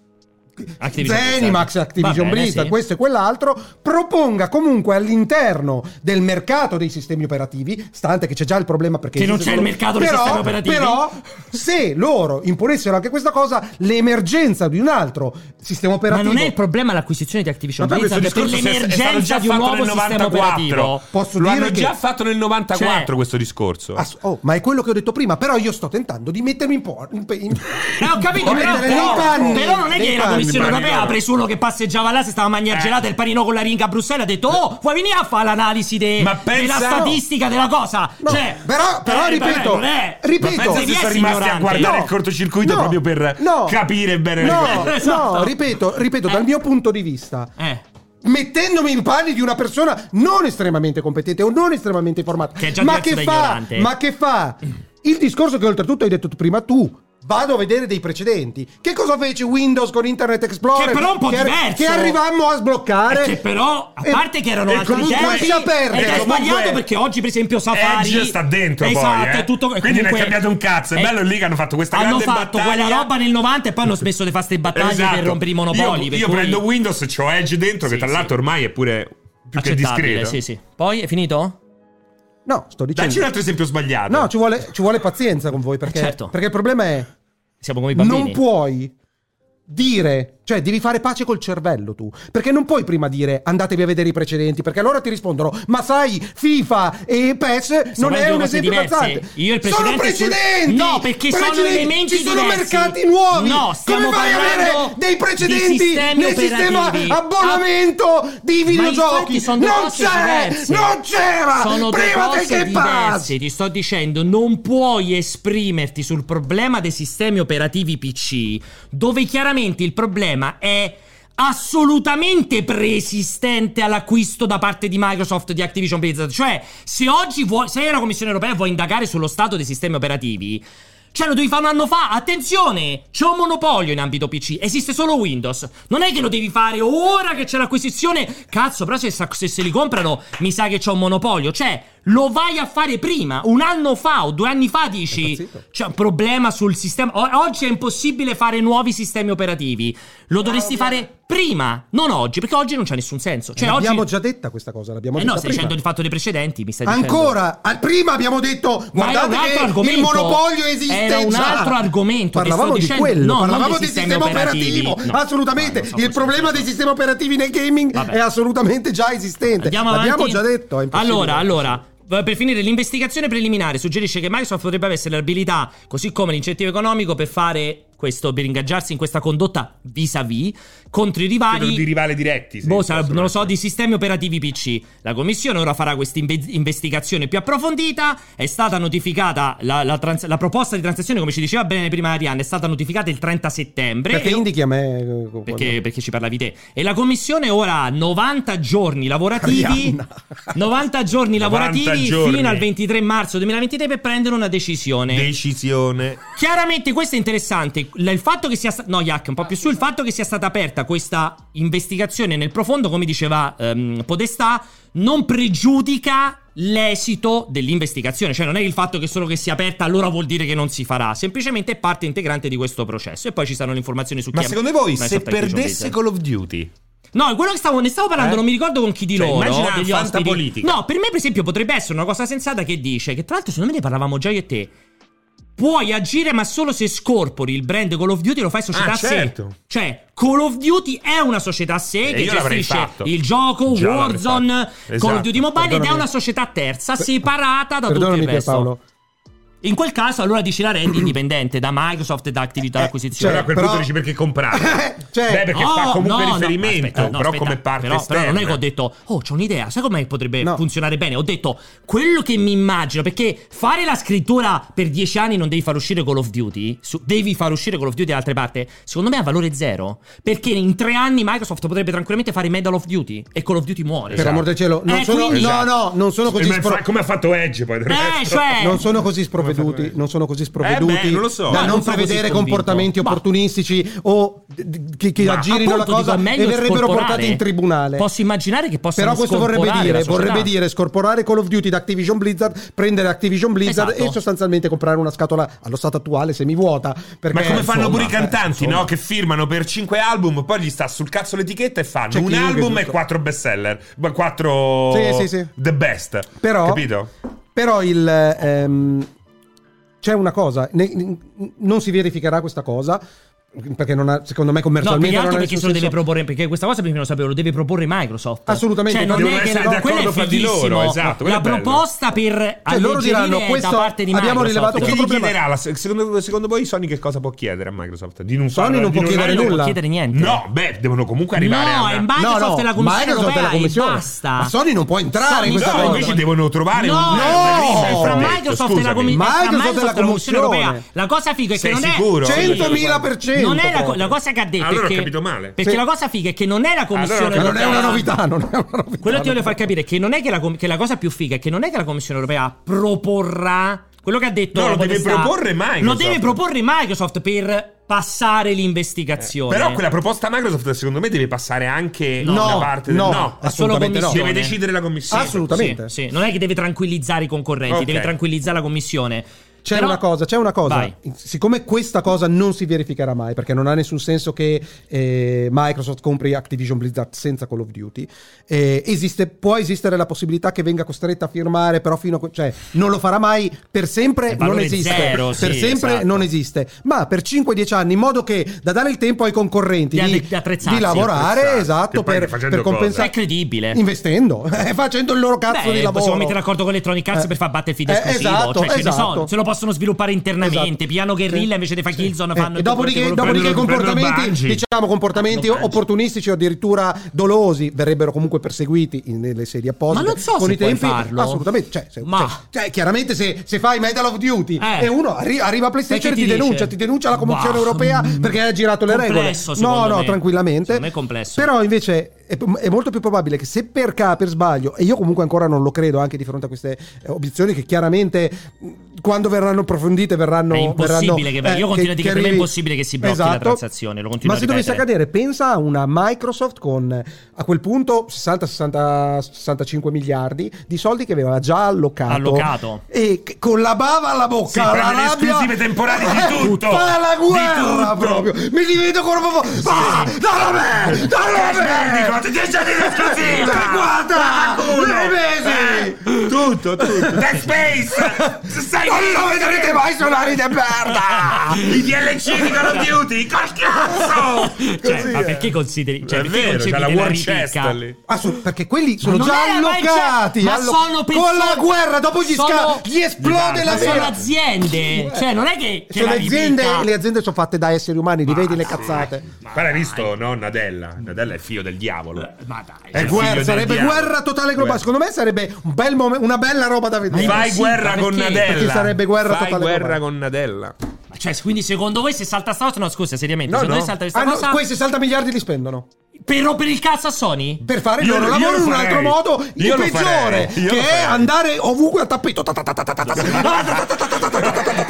Speaker 1: Activision
Speaker 3: Zenimax,
Speaker 1: Blizzard.
Speaker 3: Activision
Speaker 1: Va bene,
Speaker 3: Blizzard,
Speaker 1: sì.
Speaker 3: questo e quell'altro, proponga comunque all'interno del mercato dei sistemi operativi, stante che c'è già il problema perché...
Speaker 1: Che non
Speaker 3: esiste
Speaker 1: c'è
Speaker 3: solo-
Speaker 1: il mercato dei
Speaker 3: Però-
Speaker 1: sistemi operativi.
Speaker 3: Però se loro imponessero anche questa cosa, l'emergenza di un altro sistema
Speaker 1: Ma
Speaker 3: operativo...
Speaker 1: non è il problema l'acquisizione di Activision
Speaker 2: Ma poi questo
Speaker 1: Blizzard per
Speaker 2: discorso si è- è stato
Speaker 1: l'emergenza
Speaker 2: già
Speaker 1: di un
Speaker 2: fatto
Speaker 1: nuovo
Speaker 2: nel
Speaker 1: sistema
Speaker 2: 94.
Speaker 1: operativo.
Speaker 3: Posso
Speaker 2: Lo
Speaker 3: dire
Speaker 2: hanno
Speaker 3: che-
Speaker 2: già fatto nel 94
Speaker 1: Cioè-
Speaker 2: questo discorso.
Speaker 3: Ass- oh, ma è quello che ho detto prima, però io sto tentando di mettermi in po'... in- in-
Speaker 1: Eh, ho capito,
Speaker 3: Come
Speaker 1: però,
Speaker 3: mettere nei panni,
Speaker 1: però non è
Speaker 3: nei
Speaker 1: che la
Speaker 3: panni,
Speaker 1: Commissione
Speaker 2: panni
Speaker 1: Europea
Speaker 2: loro.
Speaker 1: ha preso uno che passeggiava là, si stava a mangiare
Speaker 2: Eh.
Speaker 1: gelata e il panino con la ringa a Bruxelles ha detto "Oh, vuoi venire a fare l'analisi de-
Speaker 2: Ma
Speaker 1: della
Speaker 2: pensa-
Speaker 1: statistica della cosa?"
Speaker 3: No,
Speaker 1: Cioè,
Speaker 3: però- però
Speaker 1: eh, vabbè,
Speaker 3: ripeto,
Speaker 1: non è-
Speaker 3: ripeto-
Speaker 2: Ma
Speaker 1: Non
Speaker 2: pensa
Speaker 1: devi
Speaker 2: se sono
Speaker 1: essere
Speaker 2: rimasti a
Speaker 1: ignorante.
Speaker 2: guardare
Speaker 3: No.
Speaker 2: il cortocircuito
Speaker 3: No.
Speaker 2: proprio per
Speaker 3: No.
Speaker 2: capire bene le
Speaker 3: No,
Speaker 2: cose.
Speaker 1: Eh, esatto.
Speaker 3: no, ripeto, ripeto, dal
Speaker 1: Eh.
Speaker 3: mio punto di vista,
Speaker 1: Eh,
Speaker 3: mettendomi in panni di una persona non estremamente competente o non estremamente informata,
Speaker 1: Che è già
Speaker 3: ma,
Speaker 1: diverso
Speaker 3: che
Speaker 1: da
Speaker 3: fa,
Speaker 1: ignorante.
Speaker 3: ma che fa il discorso che oltretutto hai detto tu prima tu. Vado a vedere dei precedenti. Che cosa fece Windows con Internet Explorer?
Speaker 1: Che però è un po'
Speaker 3: che, arri-
Speaker 1: diverso.
Speaker 3: Che arrivammo a sbloccare.
Speaker 1: che però, a
Speaker 3: E-
Speaker 1: parte che erano
Speaker 3: e
Speaker 1: altri
Speaker 3: comunque
Speaker 1: tempi,
Speaker 3: lascia
Speaker 1: ed
Speaker 3: perdere.
Speaker 1: è
Speaker 2: Comunque-
Speaker 1: sbagliato perché oggi, per esempio, Safari
Speaker 2: Edge sta dentro
Speaker 1: esatto,
Speaker 2: poi, eh.
Speaker 1: è tutto
Speaker 2: Quindi non è cambiato un cazzo, è bello lì che hanno fatto questa
Speaker 1: Hanno
Speaker 2: grande
Speaker 1: fatto
Speaker 2: battaglia.
Speaker 1: quella roba nel 90 e poi hanno smesso di fare queste battaglie
Speaker 2: Esatto.
Speaker 1: per rompere i monopoli.
Speaker 2: Io,
Speaker 1: per
Speaker 2: io
Speaker 1: cui-
Speaker 2: prendo Windows, c'ho Edge dentro,
Speaker 1: Sì,
Speaker 2: che tra
Speaker 1: sì.
Speaker 2: l'altro ormai è pure più che
Speaker 1: Accettabile,
Speaker 2: discreto.
Speaker 1: Sì, sì. Poi è finito?
Speaker 3: No, sto dicendo.
Speaker 2: Dacci un altro esempio sbagliato.
Speaker 3: No, ci vuole, ci vuole pazienza con voi perché,
Speaker 1: Eh, Certo.
Speaker 3: perché il problema è
Speaker 1: Siamo come i bambini.
Speaker 3: non puoi dire Cioè, devi fare pace col cervello tu. Perché non puoi prima dire andatevi a vedere i precedenti, perché allora ti rispondono: Ma sai, FIFA e PES
Speaker 1: Sono
Speaker 3: non è
Speaker 1: due
Speaker 3: un
Speaker 1: cose
Speaker 3: esempio
Speaker 1: diverse.
Speaker 3: bazzante.
Speaker 1: Io e il
Speaker 3: sono
Speaker 1: precedente sul-
Speaker 3: precedenti!
Speaker 1: No, perché sono
Speaker 3: Precedenti!
Speaker 1: elementi
Speaker 3: Ci sono
Speaker 1: diversi.
Speaker 3: mercati nuovi!
Speaker 1: No, stiamo
Speaker 3: Come fai a avere
Speaker 1: parlando
Speaker 3: dei
Speaker 1: di
Speaker 3: precedenti
Speaker 1: sistemi
Speaker 3: nel sistema
Speaker 1: operativi. Ah,
Speaker 3: abbonamento di
Speaker 1: Ma
Speaker 3: videogiochi?
Speaker 1: infatti sono due
Speaker 3: Non
Speaker 1: cose
Speaker 3: c'è!
Speaker 1: diverse.
Speaker 3: Non c'era!
Speaker 1: Sono due
Speaker 3: prima
Speaker 1: cose
Speaker 3: del Game Pass!
Speaker 1: diverse. Ti sto dicendo, non puoi esprimerti sul problema dei sistemi operativi PC, dove chiaramente il problema è assolutamente preesistente all'acquisto da parte di Microsoft di Activision Blizzard. Cioè, se oggi vuoi, sei una Commissione Europea e vuoi indagare sullo stato dei sistemi operativi, cioè, lo devi fare un anno fa. Attenzione! C'è un monopolio in ambito PC. Esiste solo Windows. Non è che lo devi fare ora che c'è l'acquisizione. Cazzo, però se, sa- se se li comprano, mi sa che c'è un monopolio. Cioè, lo vai a fare prima. Un anno fa o due anni fa dici.
Speaker 3: impazzito.
Speaker 1: C'è un problema sul sistema. o- oggi è impossibile fare nuovi sistemi operativi. Lo dovresti fare prima, non oggi, perché oggi non c'ha nessun senso. Cioè, oggi.
Speaker 3: Eh, L'abbiamo già detta questa cosa, l'abbiamo
Speaker 1: eh
Speaker 3: detta
Speaker 1: no, stai
Speaker 3: prima.
Speaker 1: dicendo il fatto dei precedenti. Mi stai dicendo.
Speaker 3: Ancora, al- prima abbiamo detto
Speaker 1: Ma era
Speaker 3: guardate
Speaker 1: un altro
Speaker 3: che
Speaker 1: argomento.
Speaker 3: il monopolio esiste
Speaker 1: Era un
Speaker 3: già.
Speaker 1: altro argomento, ti
Speaker 3: Parlavamo
Speaker 1: sto
Speaker 3: di
Speaker 1: dicendo.
Speaker 3: quello,
Speaker 1: No, non
Speaker 3: parlavamo
Speaker 1: dei
Speaker 3: di
Speaker 1: sistemi
Speaker 3: sistema operativo,
Speaker 1: operativi. No,
Speaker 3: assolutamente.
Speaker 1: no, no,
Speaker 3: il
Speaker 1: so
Speaker 3: problema
Speaker 1: questo.
Speaker 3: dei sistemi operativi nel gaming
Speaker 1: Vabbè.
Speaker 3: è assolutamente già esistente.
Speaker 1: Andiamo avanti.
Speaker 3: L'abbiamo già detto, è impossibile.
Speaker 1: Allora, allora. eh, Per finire, l'investigazione preliminare suggerisce che Microsoft potrebbe avere l'abilità, così come l'incentivo economico, per fare questo, per ingaggiarsi in questa condotta vis-à-vis contro i
Speaker 2: Credo
Speaker 1: rivali.
Speaker 2: di rivali diretti. se
Speaker 1: Boh,
Speaker 2: possono
Speaker 1: sa- non lo so,
Speaker 2: essere.
Speaker 1: di sistemi operativi PC. La commissione ora farà questa inve- investigazione più approfondita. È stata notificata la, la trans- la proposta di transazione, come ci diceva bene prima Arianna, è stata notificata il 30 settembre.
Speaker 3: perché
Speaker 1: E-
Speaker 3: indichi a me eh, quando-
Speaker 1: perché, perché ci parlavi te. E la commissione ora ha 90 giorni lavorativi.
Speaker 3: Arianna.
Speaker 1: 90 giorni
Speaker 2: 90
Speaker 1: lavorativi
Speaker 2: giorni.
Speaker 1: fino al 23 marzo 2023 per prendere una decisione.
Speaker 2: Decisione.
Speaker 1: Chiaramente questo è interessante. L- Il fatto che sia sta- no, Jack, un po' più su il fatto che sia stata aperta questa investigazione nel profondo, come diceva ehm, Podestà, non pregiudica l'esito dell'investigazione, cioè non è il fatto che solo che sia aperta allora vuol dire che non si farà, semplicemente è parte integrante di questo processo e poi ci saranno le informazioni su chi
Speaker 2: Ma
Speaker 1: è-
Speaker 2: secondo voi, se
Speaker 1: Microsoft Activision
Speaker 2: perdesse
Speaker 1: Blizzard.
Speaker 2: Call of Duty?
Speaker 1: No, quello che stavo, ne stavo parlando,
Speaker 2: Eh?
Speaker 1: non mi ricordo con chi di
Speaker 2: Cioè,
Speaker 1: loro.
Speaker 2: immagina
Speaker 1: degli
Speaker 2: la
Speaker 1: ospiti.
Speaker 2: fantapolitica.
Speaker 1: No, per me, per esempio, potrebbe essere una cosa sensata che dice: che tra l'altro, secondo me ne parlavamo già io e te. Puoi agire, ma solo se scorpori il brand Call of Duty e lo fai società
Speaker 2: Ah,
Speaker 1: a sé.
Speaker 2: certo.
Speaker 1: Cioè, Call of Duty è una società a sé
Speaker 2: E
Speaker 1: che
Speaker 2: io l'avrei
Speaker 1: gestisce
Speaker 2: fatto.
Speaker 1: il gioco,
Speaker 2: Già l'avrei
Speaker 1: Warzone,
Speaker 2: fatto.
Speaker 1: Call
Speaker 2: Esatto.
Speaker 1: of Duty Mobile ed è
Speaker 3: Perdonami.
Speaker 1: una società terza, separata da tutto
Speaker 3: Perdonami
Speaker 1: il resto.
Speaker 3: Pierpaolo.
Speaker 1: In quel caso, allora dici la rendi indipendente da Microsoft e da
Speaker 2: Eh,
Speaker 1: attività d'acquisizione.
Speaker 2: Però a quel
Speaker 3: però-
Speaker 2: punto dici perché comprare?
Speaker 3: Cioè-
Speaker 2: Beh, perché
Speaker 1: No,
Speaker 2: fa comunque
Speaker 1: oh, no, no,
Speaker 2: riferimento,
Speaker 1: aspetta, no,
Speaker 2: però
Speaker 1: aspetta,
Speaker 2: come parte
Speaker 1: però, però non è che ho
Speaker 2: esterna.
Speaker 1: detto, oh, c'ho un'idea, sai come potrebbe
Speaker 3: No.
Speaker 1: funzionare bene? Ho detto, quello che mi immagino, perché fare la scrittura per dieci anni non devi far uscire Call of Duty, su- devi far uscire Call of Duty da altre parti, secondo me ha valore zero, perché in tre anni Microsoft potrebbe tranquillamente fare Medal of Duty e Call of Duty muore.
Speaker 3: Per
Speaker 2: Esatto.
Speaker 3: amor del cielo, non
Speaker 1: Eh,
Speaker 3: sono, Esatto.
Speaker 1: quindi-
Speaker 3: no, no, non sono
Speaker 2: Eh,
Speaker 3: così
Speaker 2: ma
Speaker 3: spro-
Speaker 2: fa- come ha fatto Edge poi del
Speaker 1: Eh,
Speaker 2: resto?
Speaker 1: cioè...
Speaker 3: non sono
Speaker 2: Come
Speaker 3: così
Speaker 2: fa-
Speaker 3: sprovveduti, non sono così sprovveduti
Speaker 2: Eh beh, non lo so.
Speaker 3: da
Speaker 2: Ma
Speaker 1: non
Speaker 3: non
Speaker 1: sono
Speaker 3: prevedere
Speaker 1: così
Speaker 3: comportamenti
Speaker 1: convinto. Ma-
Speaker 3: opportunistici o d- d- che, che
Speaker 2: Ma
Speaker 3: aggirino la
Speaker 1: Appunto, dico,
Speaker 3: cosa
Speaker 1: è meglio
Speaker 3: e verrebbero
Speaker 1: scorporare.
Speaker 3: portati in tribunale.
Speaker 1: Posso immaginare che possano
Speaker 3: Però questo vorrebbe
Speaker 1: scorporare
Speaker 3: dire,
Speaker 1: la società.
Speaker 3: vorrebbe dire scorporare Call of Duty da Activision Blizzard, prendere Activision Blizzard
Speaker 1: Esatto.
Speaker 3: e sostanzialmente comprare una scatola allo stato attuale semivuota. Perché,
Speaker 2: Ma come fanno pure i
Speaker 3: insomma,
Speaker 2: cantanti,
Speaker 3: insomma.
Speaker 2: no? Che firmano per 5 album, poi gli sta sul cazzo l'etichetta e fanno
Speaker 3: C'è
Speaker 2: un
Speaker 3: King,
Speaker 2: album e
Speaker 3: giusto.
Speaker 2: 4 bestseller. 4
Speaker 3: Sì, sì, sì.
Speaker 2: The Best.
Speaker 3: Però,
Speaker 2: Capito?
Speaker 3: però il, ehm, c'è una cosa, ne- n- non si verificherà questa cosa perché non ha- secondo me
Speaker 1: No, più che
Speaker 3: commercialmente non
Speaker 1: altro
Speaker 3: ha
Speaker 1: perché se
Speaker 3: nessun
Speaker 1: lo
Speaker 3: senso.
Speaker 1: deve proporre, perché questa cosa prima non sapevo, lo deve proporre Microsoft.
Speaker 3: Assolutamente,
Speaker 1: Cioè, non
Speaker 2: devono
Speaker 1: è che
Speaker 2: essere
Speaker 1: la, quello è
Speaker 2: d'accordo fra di loro,
Speaker 1: fighissimo.
Speaker 2: esatto, quello
Speaker 1: la
Speaker 2: è bello.
Speaker 1: proposta per
Speaker 3: Cioè, loro diranno,
Speaker 1: alleggerire da
Speaker 3: questo
Speaker 1: parte di
Speaker 3: abbiamo
Speaker 1: Microsoft.
Speaker 3: rilevato
Speaker 2: Che
Speaker 3: questo
Speaker 2: gli
Speaker 3: problema-
Speaker 2: chiederà la- secondo, secondo voi Sony che cosa può chiedere a Microsoft? Di non
Speaker 3: Sony
Speaker 2: farlo-
Speaker 3: non
Speaker 2: di
Speaker 3: può chiedere
Speaker 2: farlo?
Speaker 1: Non può
Speaker 3: nulla.
Speaker 1: chiedere niente.
Speaker 2: No, beh, devono comunque arrivare a
Speaker 1: no,
Speaker 2: una-
Speaker 1: è Microsoft
Speaker 3: No, no,
Speaker 1: e la Commissione
Speaker 3: Microsoft e la
Speaker 1: europea e
Speaker 3: Commissione.
Speaker 1: basta.
Speaker 3: Ma Sony non può entrare in questa
Speaker 1: no,
Speaker 3: cosa.
Speaker 2: invece devono trovare
Speaker 1: no,
Speaker 2: un- un agreement,
Speaker 1: fra
Speaker 2: ho detto,
Speaker 1: Microsoft e la,
Speaker 2: scusami.
Speaker 1: Commi- fra
Speaker 3: Microsoft e la
Speaker 1: Microsoft e la Commissione
Speaker 3: Commissione.
Speaker 1: europea. La cosa figa è che
Speaker 2: Sei
Speaker 1: non è
Speaker 2: sicuro?
Speaker 1: Sì.
Speaker 3: 100.000%.
Speaker 1: Non è la, co- la cosa che ha detto
Speaker 2: Allora ho
Speaker 1: è che-
Speaker 2: capito male.
Speaker 1: Perché
Speaker 3: Sì.
Speaker 1: la cosa figa è che non è la Commissione
Speaker 2: Allora
Speaker 3: Ma
Speaker 2: ho
Speaker 3: non
Speaker 1: europea.
Speaker 3: è una novità, non è una novità.
Speaker 1: Cioè, Quello che ti voglio far capire è che non è che la, com- che la cosa più figa è che non è che la Commissione europea proporrà quello che ha detto.
Speaker 2: No, lo
Speaker 1: la
Speaker 2: deve
Speaker 1: potestà.
Speaker 2: proporre Microsoft.
Speaker 1: Lo deve proporre Microsoft per passare
Speaker 3: Eh,
Speaker 1: l'investigazione.
Speaker 2: Però quella proposta Microsoft secondo me deve passare anche da
Speaker 3: No,
Speaker 2: parte del...
Speaker 3: no,
Speaker 1: È solo
Speaker 3: assolutamente no.
Speaker 1: commissione.
Speaker 2: Deve decidere la commissione.
Speaker 3: Assolutamente.
Speaker 1: Sì, sì. non è che deve tranquillizzare i concorrenti,
Speaker 2: Ok.
Speaker 1: deve tranquillizzare la Commissione.
Speaker 3: C'è
Speaker 1: Però-
Speaker 3: una cosa, c'è una cosa.
Speaker 1: Vai. Cioè,
Speaker 3: Siccome questa cosa non si verificherà mai, perché non ha nessun senso che eh, Microsoft compri Activision Blizzard senza Call of Duty, eh, esiste- può esistere la possibilità che venga costretta a firmare, però fino a... que- cioè, non lo farà mai, per sempre
Speaker 1: Il valore
Speaker 3: non esiste.
Speaker 1: zero, sì,
Speaker 3: per sempre
Speaker 1: esatto.
Speaker 3: non esiste. Ma per 5-10 anni, in modo che da dare il tempo ai concorrenti
Speaker 1: Di
Speaker 3: di,
Speaker 1: attrezzarsi,
Speaker 3: di lavorare,
Speaker 2: attrezzarsi.
Speaker 3: esatto,
Speaker 2: Che poi
Speaker 3: per,
Speaker 2: facendo
Speaker 3: per
Speaker 2: cosa?
Speaker 1: È
Speaker 3: compensare...
Speaker 1: incredibile.
Speaker 3: Investendo, eh, facendo il loro Esatto. cazzo
Speaker 1: Eh. Beh,
Speaker 3: di lavoro.
Speaker 1: possiamo mettere d'accordo con Electronic Arts
Speaker 3: Eh.
Speaker 1: per fare Battlefield
Speaker 3: Eh,
Speaker 1: esclusivo.
Speaker 3: esatto,
Speaker 1: cioè, ce ne
Speaker 3: esatto.
Speaker 1: sono, se lo possono sviluppare internamente.
Speaker 3: Esatto.
Speaker 1: Piano guerrilla
Speaker 3: Sì.
Speaker 1: invece di fare
Speaker 3: Sì.
Speaker 1: Killzone
Speaker 3: Eh,
Speaker 1: fanno
Speaker 3: e dopodiché,
Speaker 1: quello che
Speaker 3: dopodiché
Speaker 2: prendono-
Speaker 3: comportamenti,
Speaker 2: prendono Bungie.
Speaker 3: diciamo, comportamenti
Speaker 1: Ah, no, Bungie.
Speaker 3: opportunistici o addirittura dolosi verrebbero comunque perseguiti in- nelle serie apposite.
Speaker 1: Ma non so
Speaker 3: con
Speaker 1: se
Speaker 3: i
Speaker 1: puoi
Speaker 3: tempi,
Speaker 1: farlo.
Speaker 3: Assolutamente. Cioè, se-
Speaker 1: Ma-
Speaker 3: cioè, cioè, chiaramente se, se fai Medal of Duty
Speaker 1: Eh.
Speaker 3: e uno arri- arriva a PlayStation
Speaker 1: Sai
Speaker 3: e ti,
Speaker 1: chi ti
Speaker 3: denuncia,
Speaker 1: dice?
Speaker 3: ti denuncia la Commissione
Speaker 1: Bah,
Speaker 3: Europea
Speaker 1: mm,
Speaker 3: perché hai girato le regole.
Speaker 1: complesso,
Speaker 3: No,
Speaker 1: secondo
Speaker 3: no,
Speaker 1: me.
Speaker 3: tranquillamente.
Speaker 1: Secondo me è complesso.
Speaker 3: Però invece è, è molto più probabile che se per ca per sbaglio, e io comunque ancora non lo credo anche di fronte a queste eh, obiezioni che chiaramente mh, quando verranno approfondite verranno
Speaker 1: È impossibile
Speaker 3: verranno, eh,
Speaker 1: che- io continuo a dire che per me è
Speaker 3: arrivi-
Speaker 1: impossibile che si blocchi la transazione, lo continuo
Speaker 3: Esatto. ma
Speaker 1: a
Speaker 3: se dovesse
Speaker 1: ripetere.
Speaker 3: accadere pensa a una Microsoft con eh, a quel punto 60 60 65 miliardi di soldi che aveva già allocato
Speaker 1: Allocato.
Speaker 3: e che- con la bava alla bocca
Speaker 2: Sì,
Speaker 3: la
Speaker 2: prende le
Speaker 3: rabbia
Speaker 2: esclusive temporali di
Speaker 3: Eh,
Speaker 2: tutto.
Speaker 3: fa la
Speaker 2: Di
Speaker 3: guerra
Speaker 2: tutto.
Speaker 3: proprio mi divido con ah, dallo a me dallo a me
Speaker 2: Dico, 10 anni di esclusiva!
Speaker 3: Dai, guarda!
Speaker 2: Uno!
Speaker 3: Dai, mesi!
Speaker 2: Eh, Tutto, tutto! Dead Space! Sei
Speaker 3: non lo vedrete mai suonare in
Speaker 2: Ah,
Speaker 3: merda
Speaker 2: I DLC di Call of Duty! Col cazzo!
Speaker 1: Cioè,
Speaker 3: Così
Speaker 1: ma
Speaker 3: è.
Speaker 1: perché consideri? Cioè,
Speaker 2: è
Speaker 1: perché
Speaker 2: vero,
Speaker 1: concepi
Speaker 2: c'è la
Speaker 1: della
Speaker 2: War
Speaker 1: ripicca?
Speaker 2: Chest lì.
Speaker 3: Ah, su, perché quelli sono
Speaker 1: non
Speaker 3: già
Speaker 1: era mai
Speaker 3: allocati
Speaker 1: già- ma
Speaker 3: allo-
Speaker 1: sono
Speaker 3: con
Speaker 1: persone-
Speaker 3: la guerra dopo gli,
Speaker 1: sono-
Speaker 3: sca- gli esplode
Speaker 1: Esatto,
Speaker 3: la
Speaker 1: ma sono
Speaker 3: vera
Speaker 1: aziende cioè non è che, che
Speaker 3: sono
Speaker 1: la
Speaker 3: aziende,
Speaker 1: ripicca-
Speaker 3: le aziende sono fatte da esseri umani li vedi le cazzate
Speaker 2: Guarda, hai visto, no? Nadella. Nadella è il figlio del diavolo.
Speaker 1: ma dai
Speaker 2: È
Speaker 1: cioè,
Speaker 2: guerra,
Speaker 3: Guerra,
Speaker 2: del
Speaker 3: sarebbe
Speaker 2: diavolo.
Speaker 3: guerra totale globale
Speaker 2: Guerra.
Speaker 3: secondo me sarebbe un bel momen- una bella roba da vedere
Speaker 1: Ma
Speaker 2: Fai
Speaker 1: sì,
Speaker 2: guerra
Speaker 1: ma
Speaker 2: con
Speaker 1: perché?
Speaker 2: Nadella.
Speaker 3: Perché sarebbe guerra
Speaker 2: Fai
Speaker 3: totale
Speaker 2: guerra
Speaker 3: globale.
Speaker 2: con Nadella.
Speaker 1: ma cioè, quindi secondo voi se salta sta cosa no scusa seriamente
Speaker 2: No,
Speaker 1: secondo
Speaker 2: no.
Speaker 1: voi salta questa
Speaker 3: Ah, no,
Speaker 1: cosa
Speaker 3: quei 60 miliardi li spendono
Speaker 1: per rompere il cazzo a Sony
Speaker 3: per fare il
Speaker 2: Io
Speaker 3: loro
Speaker 2: lo- io
Speaker 3: lavoro
Speaker 2: lo
Speaker 3: in un
Speaker 2: farei.
Speaker 3: altro modo il
Speaker 2: Io lo
Speaker 3: peggiore
Speaker 2: farei. Io lo
Speaker 3: che è
Speaker 2: farei.
Speaker 3: andare ovunque a tappeto Ta ta ta ta ta ta ta.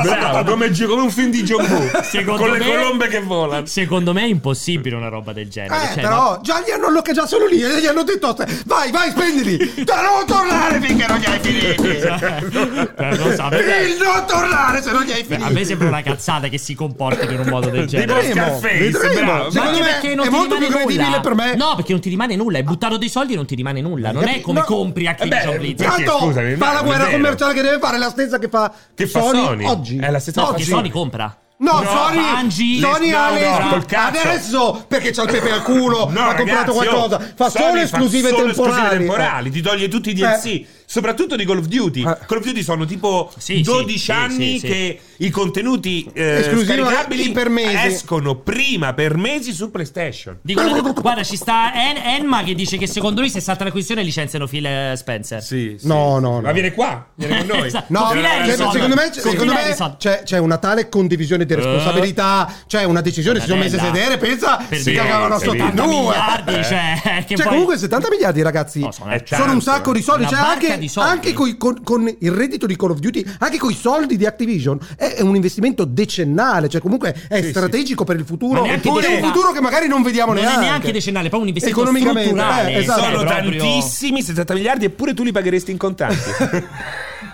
Speaker 2: Bravo, come, gi- come un film di John Woo.
Speaker 1: Secondo
Speaker 2: con
Speaker 1: me-
Speaker 2: le colombe che volano.
Speaker 1: secondo me è impossibile una roba del genere
Speaker 3: Eh,
Speaker 1: cioè,
Speaker 3: però già gli hanno alloccato lì e gli hanno detto "Sta- vai vai spendili Da non tornare finché non li hai finiti
Speaker 1: ma-
Speaker 2: Cioè,
Speaker 1: Eh, non so, a me-
Speaker 3: il non tornare se non li hai
Speaker 1: a
Speaker 3: finiti
Speaker 1: me sembra una cazzata che si comporti in un modo del
Speaker 2: Tipo
Speaker 1: genere
Speaker 2: Scarface,
Speaker 3: vedremo.
Speaker 2: bravo.
Speaker 1: Ma anche
Speaker 3: Secondo me
Speaker 1: perché non
Speaker 3: è
Speaker 1: ti
Speaker 3: molto
Speaker 1: rimane
Speaker 3: più credibile
Speaker 1: nulla.
Speaker 3: per me.
Speaker 1: No, perché non ti rimane nulla. Hai buttato dei soldi e non ti rimane nulla. Non è come
Speaker 3: No.
Speaker 1: compri Activision
Speaker 2: Eh beh,
Speaker 1: Blizzard.
Speaker 2: perché,
Speaker 3: Tanto
Speaker 2: scusami,
Speaker 3: fa
Speaker 2: no,
Speaker 3: la
Speaker 2: è
Speaker 3: guerra
Speaker 2: vero.
Speaker 3: commerciale che deve fare la stessa che fa,
Speaker 2: Che fa
Speaker 3: Sony,
Speaker 2: Sony.
Speaker 3: oggi.
Speaker 2: È la stessa
Speaker 1: No,
Speaker 2: cosa.
Speaker 1: che
Speaker 2: sì.
Speaker 1: Sony compra.
Speaker 3: No,
Speaker 2: No,
Speaker 3: Sony,
Speaker 1: Bungie.
Speaker 3: Sony
Speaker 1: No,
Speaker 3: ha le-
Speaker 1: no,
Speaker 2: col cazzo.
Speaker 3: adesso perché c'ha il pepe al culo,
Speaker 2: No,
Speaker 3: ha comprato
Speaker 2: ragazzi, oh,
Speaker 3: qualcosa, fa
Speaker 2: Sony
Speaker 3: solo esclusive
Speaker 2: solo
Speaker 3: temporali. Eh.
Speaker 2: esclusive temporali, ti toglie tutti i DLC, soprattutto di Call of Duty.
Speaker 3: Eh.
Speaker 2: Call of Duty sono tipo
Speaker 1: Sì, sì,
Speaker 2: 12
Speaker 1: sì, sì,
Speaker 2: anni
Speaker 1: sì.
Speaker 2: che i contenuti eh,
Speaker 3: Esclusiva
Speaker 2: scaricabili
Speaker 3: per mesi.
Speaker 2: escono prima per mesi su PlayStation.
Speaker 1: Dico, guarda, guarda, ci sta En- Enma che dice che secondo lui se salta la questione licenziano Phil eh, Spencer.
Speaker 2: Sì,
Speaker 3: sì. No, no, no.
Speaker 2: Ma viene qua, viene con noi.
Speaker 1: Esatto.
Speaker 3: No,
Speaker 1: Con Phil
Speaker 3: cioè,
Speaker 1: Harrison.
Speaker 3: secondo me,
Speaker 1: Con
Speaker 3: secondo
Speaker 1: Phil
Speaker 3: me
Speaker 1: Harrison.
Speaker 3: c'è, c'è una tale condivisione
Speaker 2: Eh.
Speaker 3: di responsabilità, c'è una decisione, si sono messi a
Speaker 1: Nadella.
Speaker 3: sedere, pensa,
Speaker 1: Per
Speaker 3: si
Speaker 1: dire,
Speaker 3: cagavano
Speaker 2: per
Speaker 3: sotto
Speaker 2: dire.
Speaker 3: in
Speaker 1: 70
Speaker 3: due.
Speaker 1: miliardi,
Speaker 2: Eh.
Speaker 1: cioè, che
Speaker 3: Cioè,
Speaker 1: poi-
Speaker 3: comunque 70 miliardi, ragazzi.
Speaker 1: No, sono- eh, certo.
Speaker 2: È
Speaker 3: Sono un
Speaker 2: tanto,
Speaker 3: sacco di soldi,
Speaker 1: Una
Speaker 3: cioè
Speaker 1: barca
Speaker 3: anche,
Speaker 1: di soldi.
Speaker 3: anche coi- con, con il reddito di Call of Duty, anche con i soldi di Activision, è, è un investimento decennale, cioè comunque è strategico per il futuro,
Speaker 1: Ma
Speaker 3: è
Speaker 1: neanche
Speaker 3: un
Speaker 1: decennale.
Speaker 3: futuro che magari non vediamo
Speaker 1: non
Speaker 3: neanche.
Speaker 1: è neanche decennale, è proprio un investimento
Speaker 3: Economicamente,
Speaker 1: strutturale.
Speaker 3: eh, esatto.
Speaker 1: Cioè,
Speaker 2: Sono
Speaker 1: proprio-
Speaker 2: tantissimi, 70 miliardi, eppure tu li pagheresti in contanti.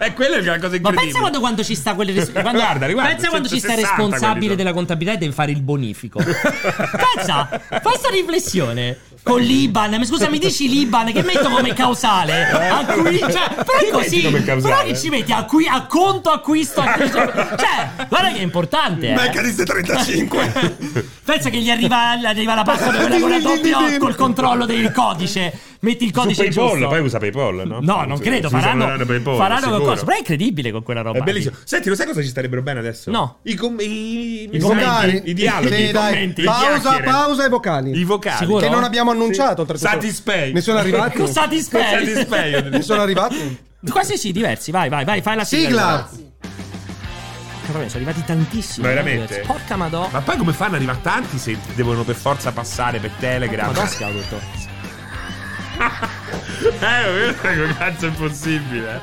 Speaker 2: e quella Eh, è la cosa incredibile.
Speaker 1: Ma pensa quando, quando ci sta quelle res- quando-
Speaker 2: Guarda, riguarda,
Speaker 1: pensa quando ci sta il
Speaker 2: 160 quelli
Speaker 1: responsabile
Speaker 2: sono.
Speaker 1: della contabilità e deve fare il bonifico. pensa, fa questa riflessione con l'Iban. Ma scusa, mi dici l'Iban che metto come causale? A cui, cioè, però è così.
Speaker 2: Eh. come causale?
Speaker 1: Però che ci metti a, cui- a conto acquisto. a- cioè, guarda che è importante. eh.
Speaker 3: Meccaniste 35.
Speaker 1: Pensa che gli arriva, gli arriva la pasta quella con la doppia O col controllo del codice. Metti il
Speaker 2: Su
Speaker 1: codice
Speaker 2: PayPal,
Speaker 1: giusto.
Speaker 2: poi usa Paypall, no?
Speaker 1: No, non
Speaker 2: Sì,
Speaker 1: credo.
Speaker 2: si usa
Speaker 1: Faranno,
Speaker 2: Milano PayPal,
Speaker 1: faranno
Speaker 2: sicuro.
Speaker 1: qualcosa. Però è incredibile con quella roba.
Speaker 2: È
Speaker 1: lì.
Speaker 2: bellissimo. Senti, lo sai cosa ci starebbero bene adesso?
Speaker 1: No.
Speaker 2: I, com- i,
Speaker 1: I Eh,
Speaker 2: i
Speaker 1: commenti.
Speaker 2: vocali, i dialoghi,
Speaker 3: Sì,
Speaker 2: i
Speaker 3: dai,
Speaker 2: commenti, le
Speaker 3: pausa,
Speaker 2: chiacchiere.
Speaker 3: pausa e vocali.
Speaker 2: I vocali.
Speaker 1: Sicuro?
Speaker 3: che non abbiamo annunciato oltretutto.
Speaker 2: Satisfay.
Speaker 3: Ne sono arrivati?
Speaker 1: Con
Speaker 2: Con
Speaker 1: Satisfay.
Speaker 2: Satisfay, io
Speaker 3: ne
Speaker 2: dico.
Speaker 3: sono arrivati?
Speaker 1: Quasi sì, diversi. Vai, vai, vai, fai la sigla.
Speaker 3: Sigla!
Speaker 1: Cazzo, me ne sono arrivati tantissimi.
Speaker 2: Ma veramente?
Speaker 1: Porca madonna.
Speaker 2: Ma poi come fanno ad arrivare tanti se devono per forza passare per Telegram?
Speaker 1: Madonna, ho detto.
Speaker 2: Eh, quello cazzo è possibile.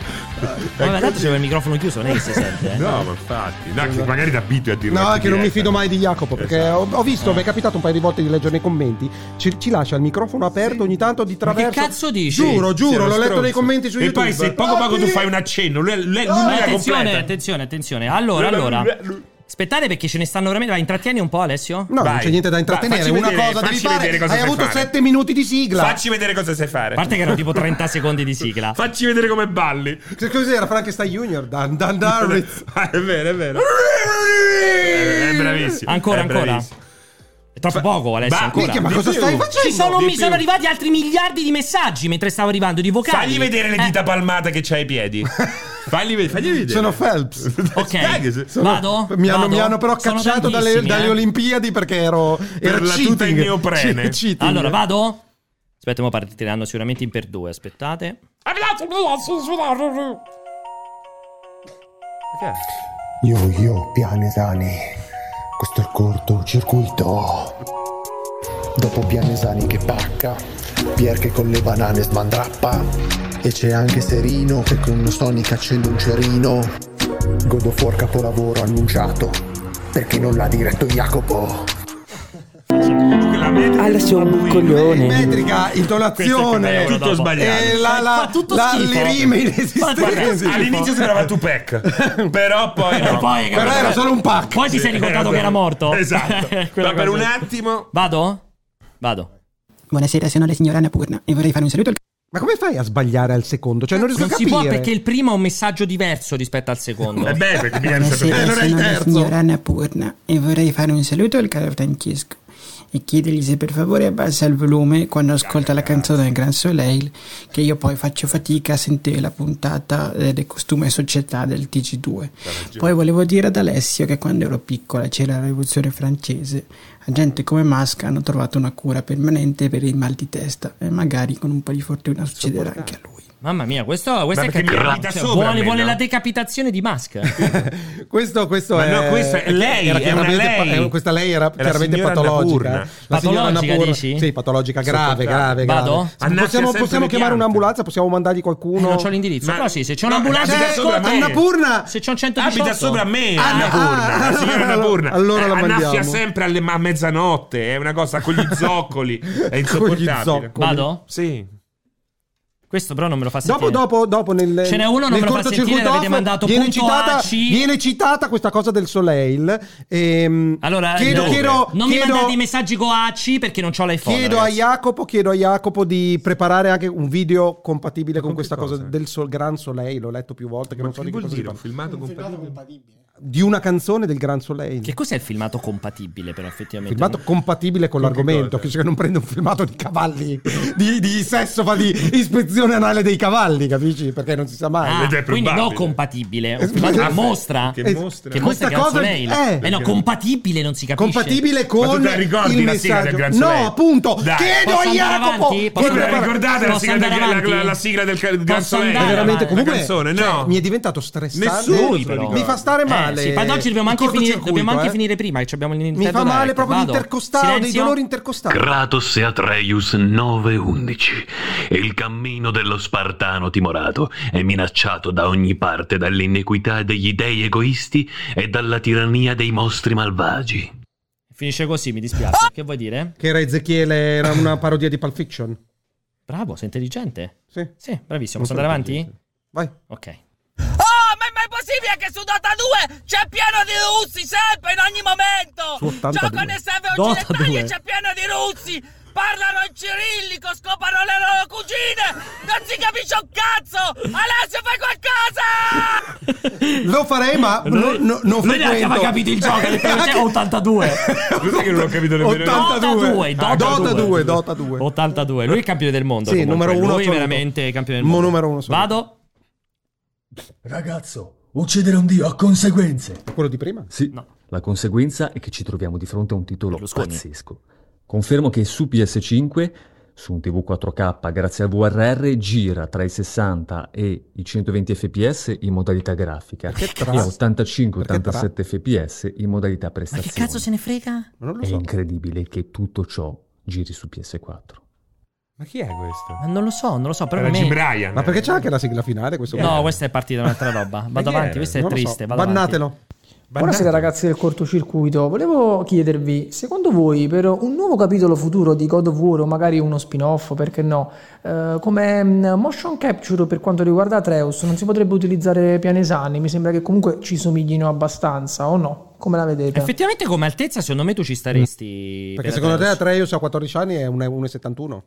Speaker 1: Ma tanto c'è il microfono chiuso, non è che si sente. eh.
Speaker 2: No, ma infatti, no, che magari ti abitui a dire
Speaker 3: No,
Speaker 2: una
Speaker 3: è che non mi
Speaker 2: diretta.
Speaker 3: fido mai di Jacopo perché
Speaker 2: Esatto.
Speaker 3: ho, ho visto, mi è capitato un paio di volte di leggere nei commenti, ci, ci lascia il microfono aperto ogni tanto di
Speaker 1: Ma che
Speaker 3: traverso.
Speaker 1: cazzo dici?
Speaker 3: Giuro,
Speaker 2: Sì,
Speaker 3: giuro,
Speaker 2: uno
Speaker 3: l'ho letto
Speaker 2: stronzo.
Speaker 3: nei commenti su
Speaker 2: e
Speaker 3: YouTube.
Speaker 2: poi se poco
Speaker 3: Ah,
Speaker 2: poco tu
Speaker 3: sì.
Speaker 2: fai un accenno, lui, lui, lui
Speaker 1: Ma
Speaker 2: la
Speaker 1: attenzione,
Speaker 2: completa.
Speaker 1: attenzione, attenzione. Allora, allora. Aspettate perché ce ne stanno veramente. Vai, intrattieni un po', Alessio.
Speaker 3: No, non
Speaker 2: Vai.
Speaker 3: c'è niente da intrattenere,
Speaker 2: Vai, facci
Speaker 3: una
Speaker 2: vedere,
Speaker 3: cosa devi
Speaker 2: facci
Speaker 3: fare.
Speaker 2: vedere cosa
Speaker 3: Hai
Speaker 2: sai
Speaker 3: avuto
Speaker 2: fare.
Speaker 3: 7 minuti di sigla.
Speaker 2: Facci vedere cosa sai fare.
Speaker 1: A parte che erano tipo 30 secondi di sigla.
Speaker 2: Facci vedere come balli.
Speaker 3: Che cos'era Frankenstein Junior? Dan Dan Darwitz.
Speaker 2: Ah, è vero, è vero. È, è bravissimo.
Speaker 1: Ancora,
Speaker 2: è
Speaker 1: ancora.
Speaker 2: bravissimo.
Speaker 1: È troppo
Speaker 2: Fa-
Speaker 1: poco, Alessio.
Speaker 2: Va-
Speaker 1: ancora.
Speaker 3: Minchia, ma
Speaker 2: Di
Speaker 3: cosa
Speaker 2: più.
Speaker 3: stai facendo?
Speaker 1: Ci sono,
Speaker 2: di
Speaker 1: mi
Speaker 2: più.
Speaker 1: sono arrivati altri miliardi di messaggi mentre stavo arrivando di vocali.
Speaker 2: Fagli vedere le
Speaker 1: Eh,
Speaker 2: dita palmate che c'hai ai piedi. Fagli, ve- fagli vedere.
Speaker 3: Sono Phelps.
Speaker 2: Dai, che-
Speaker 1: ok,
Speaker 3: Sono-
Speaker 1: vado.
Speaker 3: Mi hanno,
Speaker 1: Vado?
Speaker 3: mi hanno però
Speaker 1: Sono
Speaker 3: cacciato dalle,
Speaker 1: tantissimi,
Speaker 3: dalle
Speaker 1: eh.
Speaker 3: Olimpiadi perché ero. ero
Speaker 2: la tuta in
Speaker 3: cheating.
Speaker 2: neoprene.
Speaker 3: Che cheating.
Speaker 1: Allora, vado? Aspetta, mo partiranno sicuramente in per due, aspettate.
Speaker 6: Yo yo Pianesani, questo è il cortocircuito. Dopo Pianesani che pacca, Pier che con le banane smandrappa e c'è anche Serino che con una Sonic accende un cerino. Godofor capolavoro annunciato, perché non l'ha diretto Jacopo.
Speaker 2: Quella metrica
Speaker 8: Alessio è un
Speaker 2: Babbuino.
Speaker 3: Eh,
Speaker 8: coglione.
Speaker 3: Metrica,
Speaker 2: Questo è
Speaker 3: intonazione.
Speaker 2: quello
Speaker 1: dopo.
Speaker 2: tutto sbagliato.
Speaker 3: E Eh, la, la,
Speaker 1: Fa tutto
Speaker 3: la-
Speaker 1: schifo.
Speaker 3: le rime
Speaker 1: Fa tutto
Speaker 2: Guarda,
Speaker 1: schifo.
Speaker 3: inesistenti.
Speaker 2: all'inizio sembrava Tupac, però poi no.
Speaker 1: E poi,
Speaker 3: Però eh, era solo un pack.
Speaker 1: Poi ti sei ricordato che era morto.
Speaker 2: Esatto.
Speaker 1: Quella
Speaker 2: Ma per
Speaker 1: cosa.
Speaker 2: un attimo
Speaker 1: Vado? Vado.
Speaker 8: Buonasera, sono la signora Annapurna e vorrei fare un saluto al
Speaker 3: Ma come fai a sbagliare al secondo? Cioè, non riesco
Speaker 1: Non
Speaker 3: a
Speaker 1: si
Speaker 3: capire.
Speaker 1: può perché il primo ha un messaggio diverso rispetto al secondo.
Speaker 2: Eh beh, perché mi hanno sempre
Speaker 3: Eh, allora
Speaker 8: Buonasera,
Speaker 3: è il
Speaker 8: sono la
Speaker 3: terzo.
Speaker 8: signora Annapurna e vorrei fare un saluto al caro Francesco e chiedergli se per favore abbassa il volume quando ascolta la canzone del Gran Soleil che io poi faccio fatica a sentire la puntata eh, del costume e società del TG2. Poi volevo dire ad Alessio che quando ero piccola c'era la rivoluzione francese a gente come Masca hanno trovato una cura permanente per il mal di testa e magari con un po' di fortuna succederà anche a lui.
Speaker 1: Mamma mia, questo, questo
Speaker 2: Ma
Speaker 1: è
Speaker 2: perché mi
Speaker 1: cattivo.
Speaker 2: capita
Speaker 1: Cioè,
Speaker 2: sopra a
Speaker 1: vuole,
Speaker 2: me,
Speaker 1: vuole
Speaker 2: no?
Speaker 1: la decapitazione di Musk.
Speaker 3: Questo, questo
Speaker 2: Ma
Speaker 3: è.
Speaker 2: no, questo è- lei,
Speaker 3: era
Speaker 2: è
Speaker 3: chiaramente
Speaker 2: una
Speaker 3: pa-
Speaker 2: lei.
Speaker 3: eh, questa lei
Speaker 2: È
Speaker 3: era
Speaker 2: la
Speaker 3: chiaramente
Speaker 2: signora
Speaker 3: patologica.
Speaker 2: Annapurna.
Speaker 3: La signora
Speaker 1: Patologica,
Speaker 3: Annapurna-
Speaker 1: dici?
Speaker 3: Sì, patologica, grave, grave,
Speaker 2: Sopportabile.
Speaker 3: grave.
Speaker 1: Vado?
Speaker 3: Sì,
Speaker 2: Annacchia
Speaker 3: Possiamo,
Speaker 2: sempre
Speaker 3: possiamo
Speaker 2: le
Speaker 3: chiamare
Speaker 2: piante.
Speaker 3: un'ambulanza? Possiamo mandargli
Speaker 1: Eh,
Speaker 3: qualcuno? Eh,
Speaker 1: non ho l'indirizzo.
Speaker 2: Ma-
Speaker 1: Però sì, se c'è
Speaker 2: No,
Speaker 1: un'ambulanza
Speaker 2: abita
Speaker 1: che
Speaker 2: sopra
Speaker 1: ascolta-
Speaker 2: me.
Speaker 3: Annapurna-
Speaker 1: Se c'è un 118
Speaker 2: abita sopra me,
Speaker 3: Ah,
Speaker 2: Anna Purna,
Speaker 3: ah,
Speaker 2: la signora
Speaker 3: allora-
Speaker 2: Anna Purna.
Speaker 3: allora la
Speaker 2: Eh,
Speaker 3: mandiamo.
Speaker 2: Annaffia sempre alle, a mezzanotte, è una cosa con gli zoccoli, è insopportabile.
Speaker 3: zoccoli.
Speaker 1: Vado?
Speaker 2: Sì.
Speaker 1: Questo però non me lo fa sentire.
Speaker 3: Dopo, dopo, dopo nel,
Speaker 1: Ce n'è uno, non
Speaker 3: nel
Speaker 1: me lo fa
Speaker 3: cortocircuito
Speaker 1: sentire, l'avete
Speaker 3: off
Speaker 1: mandato
Speaker 3: viene
Speaker 1: punto
Speaker 3: citata,
Speaker 1: A, C.
Speaker 3: viene citata questa cosa del Soleil. Ehm,
Speaker 1: Allora,
Speaker 3: chiedo,
Speaker 1: dove?
Speaker 3: chiedo,
Speaker 1: non mi
Speaker 3: chiedo-
Speaker 1: mandate i messaggi coaci perché non ho l'iPhone.
Speaker 3: Chiedo a,
Speaker 1: ragazzi.
Speaker 3: Jacopo, chiedo a Jacopo di preparare anche un video compatibile
Speaker 2: con
Speaker 3: con,
Speaker 2: che
Speaker 3: questa cosa,
Speaker 2: cosa?
Speaker 3: del sol- Gran Soleil. L'ho letto più volte, che
Speaker 2: Ma
Speaker 3: non so
Speaker 2: che
Speaker 3: di che
Speaker 2: vuol
Speaker 3: cosa si
Speaker 2: dire? Un
Speaker 3: parla.
Speaker 2: filmato
Speaker 4: Un filmato
Speaker 2: compatibile.
Speaker 4: compatibile.
Speaker 3: Di una canzone del Gran Soleil.
Speaker 1: Che cos'è il filmato compatibile, però, effettivamente?
Speaker 3: filmato compatibile con,
Speaker 2: Con che
Speaker 3: l'argomento,
Speaker 2: cosa?
Speaker 3: che cioè non prende un filmato di cavalli, di, di sesso, ma di ispezione anale dei cavalli, capisci? Perché non si sa mai.
Speaker 1: Ah,
Speaker 2: Ed è
Speaker 1: quindi
Speaker 2: probabile.
Speaker 1: no compatibile. Un filmato
Speaker 3: Ah,
Speaker 1: che mostra.
Speaker 2: che
Speaker 1: Che,
Speaker 3: Eh,
Speaker 2: mostra.
Speaker 1: mostra
Speaker 3: questa
Speaker 1: che è un
Speaker 3: cosa
Speaker 1: Soleil.
Speaker 3: è-
Speaker 1: Eh no, compatibile non si capisce.
Speaker 3: Compatibile
Speaker 2: Ma
Speaker 3: con
Speaker 2: tu te la ricordi
Speaker 3: il
Speaker 2: la sigla del
Speaker 3: messaggio.
Speaker 2: Gran Soleil?
Speaker 3: No, appunto.
Speaker 2: Dai.
Speaker 3: Chiedo
Speaker 1: Posso
Speaker 3: a
Speaker 1: andare
Speaker 3: Jacopo.
Speaker 1: avanti? Posso
Speaker 2: Voi ve
Speaker 1: andare
Speaker 2: la
Speaker 1: avanti?
Speaker 2: ricordate la
Speaker 1: Posso
Speaker 2: sigla, del,
Speaker 1: andare
Speaker 2: la,
Speaker 1: avanti?
Speaker 2: la- la sigla del ca- Gran
Speaker 1: Posso
Speaker 2: Soleil?
Speaker 1: andare
Speaker 3: veramente
Speaker 1: avanti?
Speaker 2: La
Speaker 3: comunque
Speaker 2: canzone,
Speaker 3: cioè,
Speaker 2: no.
Speaker 3: mi è diventato stressante
Speaker 2: Nessuno
Speaker 1: Lui,
Speaker 2: se lo
Speaker 1: però.
Speaker 3: mi fa stare
Speaker 1: Eh,
Speaker 3: male
Speaker 1: sì, ma ad oggi dobbiamo
Speaker 3: il
Speaker 1: anche, finire, dobbiamo anche
Speaker 3: cortocircuito, eh.
Speaker 1: finire prima, che ci abbiamo il
Speaker 3: mi
Speaker 1: Nintendo
Speaker 3: fa male
Speaker 1: Direct.
Speaker 3: proprio
Speaker 1: Vado.
Speaker 3: l'intercostale dei
Speaker 1: Silenzio.
Speaker 3: dolori intercostali
Speaker 9: Kratos e Atreus 911. Il cammino dello spartano timorato è minacciato da ogni parte dall'iniquità degli dei egoisti e dalla tirannia dei mostri malvagi.
Speaker 1: Finisce così, mi dispiace. Che vuoi dire?
Speaker 3: che era Ezechiele era una parodia di Pulp Fiction
Speaker 1: Bravo, sei intelligente.
Speaker 3: sì
Speaker 1: Sì, bravissimo. Posso andare avanti?
Speaker 3: vai
Speaker 1: Ok.
Speaker 10: Oh, ma è mai possibile che su Dota 2 c'è pieno di russi sempre in ogni momento?
Speaker 3: Su 82.
Speaker 10: Gioco nei server
Speaker 1: Dota
Speaker 10: occidentali
Speaker 1: 2.
Speaker 10: e c'è pieno di russi! Parlano in cirillico, scopano le loro cugine! Non si capisce un cazzo! Alessio, fai qualcosa!
Speaker 3: lo farei ma
Speaker 1: Lui-
Speaker 3: no, no, non
Speaker 1: lui neanche
Speaker 3: frequento.
Speaker 1: aveva capito il gioco, perché c'è 82.
Speaker 2: Cos'è che non ho capito nemmeno io?
Speaker 3: 82
Speaker 1: Dota 2,
Speaker 3: Dota 2 Dota 2
Speaker 1: 82. Lui è campione del mondo.
Speaker 3: Sì,
Speaker 1: comunque.
Speaker 3: numero uno
Speaker 1: Lui è
Speaker 3: assoluto.
Speaker 1: veramente campione del
Speaker 3: Mo-
Speaker 1: mondo.
Speaker 3: numero uno assoluto.
Speaker 1: Vado.
Speaker 11: Ragazzo, uccidere un dio ha conseguenze.
Speaker 3: quello di prima
Speaker 12: Sì,
Speaker 1: No.
Speaker 12: la conseguenza è che ci troviamo di fronte a un titolo
Speaker 1: Berlusconi.
Speaker 12: pazzesco. Confermo che su PS5, su un TV 4K grazie al VRR, gira tra i 60 e i 120 fps in modalità grafica
Speaker 3: Perché tra?
Speaker 12: e a 85-87
Speaker 3: Perché tra?
Speaker 12: fps in modalità
Speaker 1: Ma che
Speaker 12: prestazione.
Speaker 1: cazzo se ne frega?
Speaker 3: non lo
Speaker 12: È
Speaker 3: so
Speaker 12: incredibile che tutto ciò giri su PS4.
Speaker 13: Ma chi è questo?
Speaker 1: Ma non lo so, non lo so. Però
Speaker 2: Era
Speaker 1: a me...
Speaker 2: G. Bryan.
Speaker 13: Ma perché c'è anche la sigla finale? Questo
Speaker 1: No, questa è partita un'altra roba.
Speaker 13: Ma chi
Speaker 1: Vado
Speaker 13: è?
Speaker 1: avanti, questa è
Speaker 13: Non lo so.
Speaker 1: triste. vado avanti.
Speaker 13: Bannatelo.
Speaker 14: Buonasera ragazzi del cortocircuito, volevo chiedervi, secondo voi per un nuovo capitolo futuro di God of War o magari uno spin-off, perché no, eh, come mm, motion capture per quanto riguarda Atreus non si potrebbe utilizzare pianesani, mi sembra che comunque ci somiglino abbastanza o no, come la vedete?
Speaker 1: Effettivamente, come altezza, secondo me tu ci staresti. per
Speaker 3: Perché secondo te
Speaker 1: Atreus.
Speaker 3: Atreus a 14 anni è un 1,71?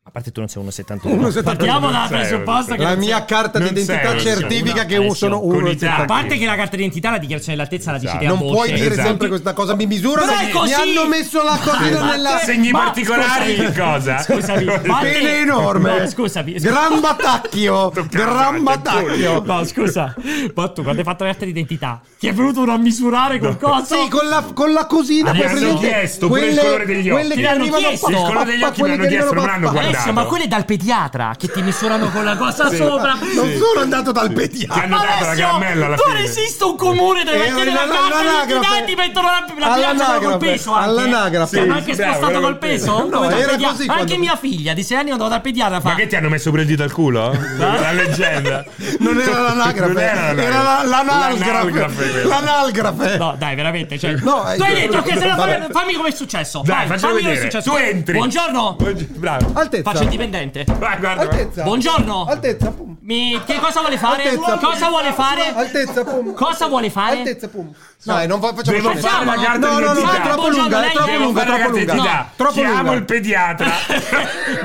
Speaker 1: A parte tu non sei 1,71.
Speaker 3: 1,71.
Speaker 1: Partiamo dal
Speaker 3: Non sei,
Speaker 1: presupposto che.
Speaker 3: la
Speaker 1: non sei-
Speaker 3: mia carta
Speaker 2: non
Speaker 3: d'identità
Speaker 2: sei,
Speaker 3: certifica
Speaker 1: Una
Speaker 3: che un- sono
Speaker 1: pressione.
Speaker 3: uno
Speaker 1: A parte che la carta d'identità, la dichiarazione dell'altezza la dici te a
Speaker 3: non
Speaker 1: voce. Esatto.
Speaker 3: puoi dire sempre questa cosa, mi misurano,
Speaker 1: Però è così!
Speaker 3: mi hanno messo la cosina
Speaker 1: Ma-
Speaker 3: nella...
Speaker 2: Segni
Speaker 1: Ma-
Speaker 2: particolari
Speaker 1: scusami.
Speaker 2: di cosa?
Speaker 1: Scusami, ma te-
Speaker 3: Pene enorme!
Speaker 1: No, scusami, scusa.
Speaker 3: Gran batacchio! Gran batacchio!
Speaker 1: No, scusa, ma tu quando hai fatto la carta d'identità ti è venuto uno a misurare qualcosa?
Speaker 3: Sì, con la, con la cosina
Speaker 2: Mi
Speaker 3: poi
Speaker 2: hanno
Speaker 3: presente
Speaker 2: chiesto pure il colore degli occhi.
Speaker 3: Quelle
Speaker 1: Ti
Speaker 3: che
Speaker 1: hanno
Speaker 3: arrivano
Speaker 1: chiesto?
Speaker 3: pappa,
Speaker 1: Il colore
Speaker 2: degli occhi
Speaker 3: quelle
Speaker 2: mi hanno
Speaker 3: che
Speaker 2: chiesto,
Speaker 3: arrivano
Speaker 2: non hanno
Speaker 3: pappa.
Speaker 2: guardato.
Speaker 1: Alessio, Eh, ma quello è dal pediatra che ti misurano con la cosa sopra.
Speaker 3: Non sono andato dal
Speaker 2: Ti hanno
Speaker 3: pediatra.
Speaker 2: dato la caramella alla
Speaker 1: tu
Speaker 2: fine.
Speaker 1: esiste un comune dove
Speaker 3: Eh,
Speaker 1: mettere la carta
Speaker 3: all'anagrafe.
Speaker 1: d'identità e ti mettono la, la bilancia col
Speaker 3: All'anagrafe.
Speaker 1: peso anche.
Speaker 3: All'anagrafe.
Speaker 1: Ti hanno anche
Speaker 2: Sì,
Speaker 1: spostato
Speaker 2: bravo,
Speaker 1: col peso?
Speaker 3: No,
Speaker 1: Come dal
Speaker 3: era
Speaker 1: pedia-
Speaker 3: così
Speaker 1: Anche
Speaker 3: quando-
Speaker 1: mia figlia di 6 anni andava dal pediatra fa
Speaker 2: Ma che ti hanno messo pure il dito al culo? La leggenda.
Speaker 3: Non era l'anagrafe,
Speaker 2: Non era l'anagrafe.
Speaker 3: era la-
Speaker 2: L'analgrafe,
Speaker 3: l'analgrafe.
Speaker 2: quello.
Speaker 3: L'analgrafe.
Speaker 1: No, dai, veramente. Cioè,
Speaker 3: No,
Speaker 1: tu hai
Speaker 3: eh,
Speaker 1: detto che se la
Speaker 3: vabbè.
Speaker 1: fai- fammi come è successo.
Speaker 2: Dai,
Speaker 1: Vai,
Speaker 2: facciamo
Speaker 1: fammi com'è
Speaker 2: vedere. Tu entri.
Speaker 1: Buongiorno.
Speaker 2: Bravo.
Speaker 3: Altezza.
Speaker 1: Faccio il dipendente.
Speaker 2: Vai, guarda.
Speaker 3: Altezza.
Speaker 1: eh. Buongiorno.
Speaker 3: Altezza, pum.
Speaker 1: Mi- Che cosa vuole fare?
Speaker 3: Altezza, pum.
Speaker 1: Cosa vuole fare?
Speaker 3: Altezza, pum.
Speaker 1: Cosa vuole fare?
Speaker 3: Altezza, pum. Dai, non fa- facciamo
Speaker 2: Devo
Speaker 3: scena.
Speaker 2: fare la carta
Speaker 3: No, no, no,
Speaker 2: d'identità.
Speaker 3: è troppo
Speaker 1: Buongiorno,
Speaker 3: lunga, è
Speaker 1: lei
Speaker 3: troppo
Speaker 1: deve
Speaker 3: lunga, è
Speaker 1: fare la
Speaker 3: troppo
Speaker 1: carta
Speaker 3: lunga.
Speaker 1: d'identità.
Speaker 3: Troppo
Speaker 2: Chiamo
Speaker 3: lunga.
Speaker 2: il pediatra.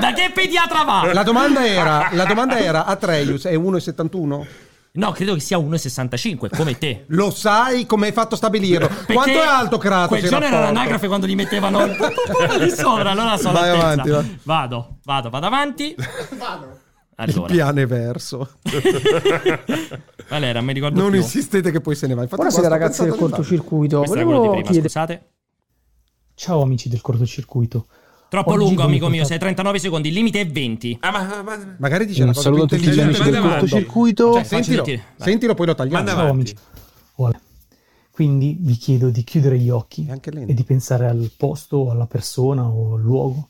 Speaker 1: da che pediatra va?
Speaker 3: La domanda era, la domanda era, Atreus è 1,71?
Speaker 1: No, credo che sia 1,65 come te.
Speaker 3: Lo sai come hai fatto a stabilirlo? Quanto
Speaker 1: Perché
Speaker 3: è alto Kratos?
Speaker 1: Quel
Speaker 3: in
Speaker 1: giorno era
Speaker 3: rapporto?
Speaker 1: l'anagrafe quando li mettevano il pu- pu- pu- lì sopra. Allora sono
Speaker 3: Vai
Speaker 1: attenta.
Speaker 3: avanti, va.
Speaker 1: Vado, vado, vado avanti.
Speaker 3: Il
Speaker 1: Allora,
Speaker 3: piano è verso.
Speaker 1: Valera, mi ricordo
Speaker 3: Non
Speaker 1: più.
Speaker 3: insistete che poi se ne va. Infatti,
Speaker 14: Buonasera
Speaker 3: guarda,
Speaker 14: ragazzi del
Speaker 3: pensate di farlo.
Speaker 14: cortocircuito,
Speaker 1: Questo era quello di
Speaker 14: volevo
Speaker 1: prima,
Speaker 14: chiedervi...
Speaker 1: scusate.
Speaker 14: Ciao amici del cortocircuito.
Speaker 1: Troppo
Speaker 14: Oggi
Speaker 1: lungo,
Speaker 14: come
Speaker 1: amico mio.
Speaker 14: portate-
Speaker 1: Sei 39 secondi. Il limite è 20.
Speaker 2: Ah, ma, ma-
Speaker 3: Magari dice
Speaker 13: Un
Speaker 3: la cosa più
Speaker 13: saluto a tutti gli
Speaker 3: intelligente
Speaker 13: amici del
Speaker 3: del mondo.
Speaker 13: cortocircuito.
Speaker 1: Cioè,
Speaker 3: Sentilo,
Speaker 1: faccio sentire. Vai.
Speaker 3: sentilo, poi lo
Speaker 2: Manda
Speaker 3: tagliamo.
Speaker 2: avanti.
Speaker 14: Ciao amici. Ora, Quindi vi chiedo di chiudere gli occhi
Speaker 3: È anche lento.
Speaker 14: e di pensare al posto, o alla persona o al luogo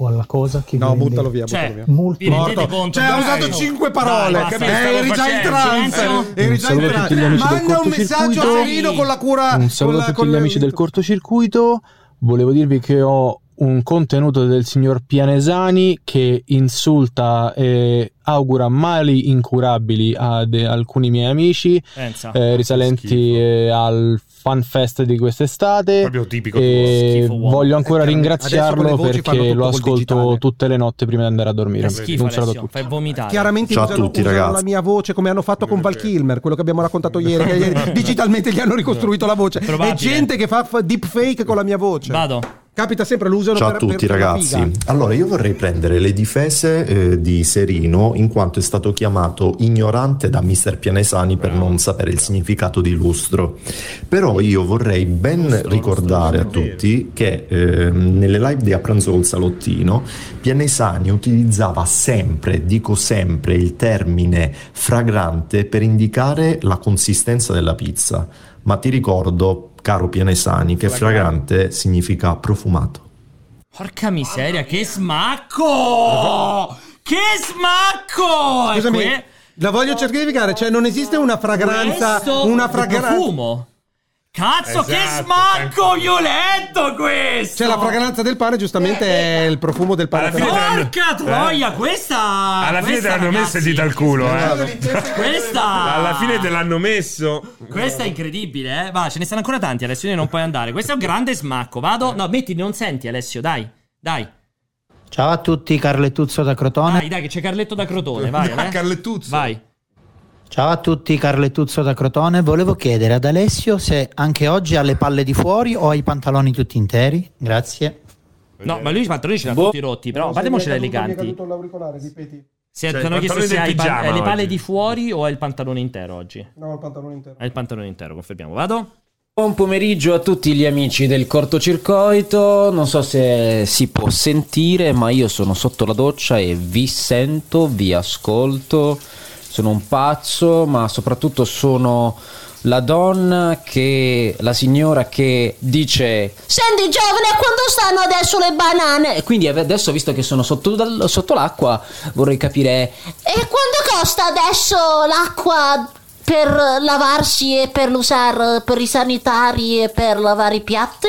Speaker 14: o alla cosa che
Speaker 3: No,
Speaker 14: vi rende
Speaker 3: buttalo via,
Speaker 1: Cioè,
Speaker 3: buttalo via.
Speaker 14: molto
Speaker 1: vi rendete
Speaker 3: Morto.
Speaker 1: conto?
Speaker 3: Cioè, ha
Speaker 1: Dai.
Speaker 3: usato cinque parole.
Speaker 1: Dai, basta,
Speaker 3: Eh,
Speaker 1: stavo
Speaker 3: eri già in
Speaker 1: facendo.
Speaker 3: trance.
Speaker 1: Silenzio.
Speaker 3: Eri
Speaker 13: Un
Speaker 3: già in
Speaker 13: saluto a tutti gli
Speaker 3: trance.
Speaker 13: amici del
Speaker 3: Manda un messaggio a
Speaker 13: cortocircuito.
Speaker 3: Serino con la cura.
Speaker 13: Un saluto
Speaker 3: con la-
Speaker 13: a tutti
Speaker 3: con
Speaker 13: gli
Speaker 3: la-
Speaker 13: amici del cortocircuito. Volevo dirvi che ho un contenuto del signor Pianesani che insulta e augura mali incurabili ad alcuni miei amici
Speaker 1: Pensa.
Speaker 13: eh, risalenti
Speaker 2: schifo.
Speaker 13: eh, al fan fest di quest'estate.
Speaker 2: Proprio tipico tuo.
Speaker 13: E
Speaker 1: Schifo uomo.
Speaker 13: voglio ancora
Speaker 3: Eh, Carmine, adesso
Speaker 13: ringraziarlo
Speaker 3: con le voci fanno
Speaker 13: perché
Speaker 3: tutto
Speaker 13: lo
Speaker 3: col
Speaker 13: ascolto
Speaker 3: digitale.
Speaker 13: tutte le notti prima di andare a dormire.
Speaker 1: È
Speaker 13: Un
Speaker 1: schifo,
Speaker 13: saluto a
Speaker 1: Alessio.
Speaker 13: tutti.
Speaker 1: Fai vomitare.
Speaker 3: Chiaramente
Speaker 7: Ciao a
Speaker 3: usano,
Speaker 7: tutti,
Speaker 3: usano
Speaker 7: ragazzi.
Speaker 3: la mia voce come hanno fatto con Val Kilmer, quello che abbiamo raccontato ieri. che ieri digitalmente gli hanno ricostruito la voce.
Speaker 1: Probabile.
Speaker 3: È gente che fa f- deepfake con la mia voce.
Speaker 1: Vado.
Speaker 3: Capita sempre, lo usano
Speaker 7: Ciao a
Speaker 3: per,
Speaker 7: tutti
Speaker 3: per- per la
Speaker 7: ragazzi.
Speaker 3: figa.
Speaker 7: Allora io vorrei prendere le difese eh, di Serino in quanto è stato chiamato ignorante da Mr. Pianesani per non sapere il significato di lustro. Però io vorrei ben ricordare a tutti che ehm, nelle live di A pranzo col salottino Pianesani utilizzava sempre, dico sempre, il termine fragrante per indicare la consistenza della pizza. Ma ti ricordo, caro Pianesani, che fragrante significa profumato.
Speaker 1: Porca miseria, che smacco! Che smacco! Ecco, eh. E
Speaker 3: Scusami,
Speaker 1: que-
Speaker 3: la voglio certificare, cioè non esiste una fragranza,
Speaker 1: questo
Speaker 3: una
Speaker 1: è
Speaker 3: fragranza.
Speaker 1: profumo. Cazzo, che
Speaker 2: Esatto,
Speaker 1: smacco
Speaker 2: ecco.
Speaker 1: violento questo!
Speaker 3: Cioè la fragranza del pane giustamente è il profumo del pane.
Speaker 2: Alla fine-
Speaker 1: Porca
Speaker 2: Eh?
Speaker 1: troia, questa.
Speaker 2: Alla fine
Speaker 1: Ah, questa,
Speaker 2: te l'hanno
Speaker 1: ragazzi,
Speaker 2: messo il dito al culo, eh.
Speaker 1: Questa.
Speaker 2: Alla fine te l'hanno messo.
Speaker 1: Questa è incredibile, eh. Va, ce ne stanno ancora tanti, Alessio. Io non puoi andare. Questo è un grande smacco.
Speaker 3: Eh.
Speaker 1: Vado. No, metti, non senti, Alessio, dai. Dai,
Speaker 15: Ciao a tutti, Carlettuzzo da Crotone.
Speaker 1: dai, dai, che c'è Carletto da Crotone. Vai,
Speaker 2: Ah,
Speaker 1: eh.
Speaker 2: Carlettuzzo.
Speaker 1: Vai.
Speaker 15: Ciao a tutti, Carlettuzzo da Crotone. Volevo chiedere ad Alessio se anche oggi ha le palle di fuori o ha i pantaloni tutti interi. Grazie.
Speaker 1: No, ma lui i pantaloni ce l'ha
Speaker 3: Boh.
Speaker 1: tutti rotti. Però, parliamoci da eleganti.
Speaker 3: l'auricolare, ripeti.
Speaker 1: Se
Speaker 2: Cioè,
Speaker 1: ti hanno
Speaker 2: il
Speaker 1: chiesto
Speaker 2: pantalone
Speaker 1: se
Speaker 2: del
Speaker 1: hai i pan-
Speaker 2: pigiama
Speaker 1: hai le palle
Speaker 2: oggi.
Speaker 1: di fuori o hai il pantalone intero oggi.
Speaker 3: No, il pantalone intero.
Speaker 1: Hai il pantalone intero, confermiamo. Vado.
Speaker 16: Buon pomeriggio a tutti gli amici del cortocircuito, non so se si può sentire ma io sono sotto la doccia e vi sento, vi ascolto, sono un pazzo ma soprattutto sono la donna che la signora che dice "Senti giovane, quando stanno adesso le banane?" E quindi ave- adesso visto che sono sotto, dal- sotto l'acqua, vorrei capire
Speaker 17: E quanto costa adesso l'acqua per lavarsi e per usare per i sanitari e per lavare i piatti?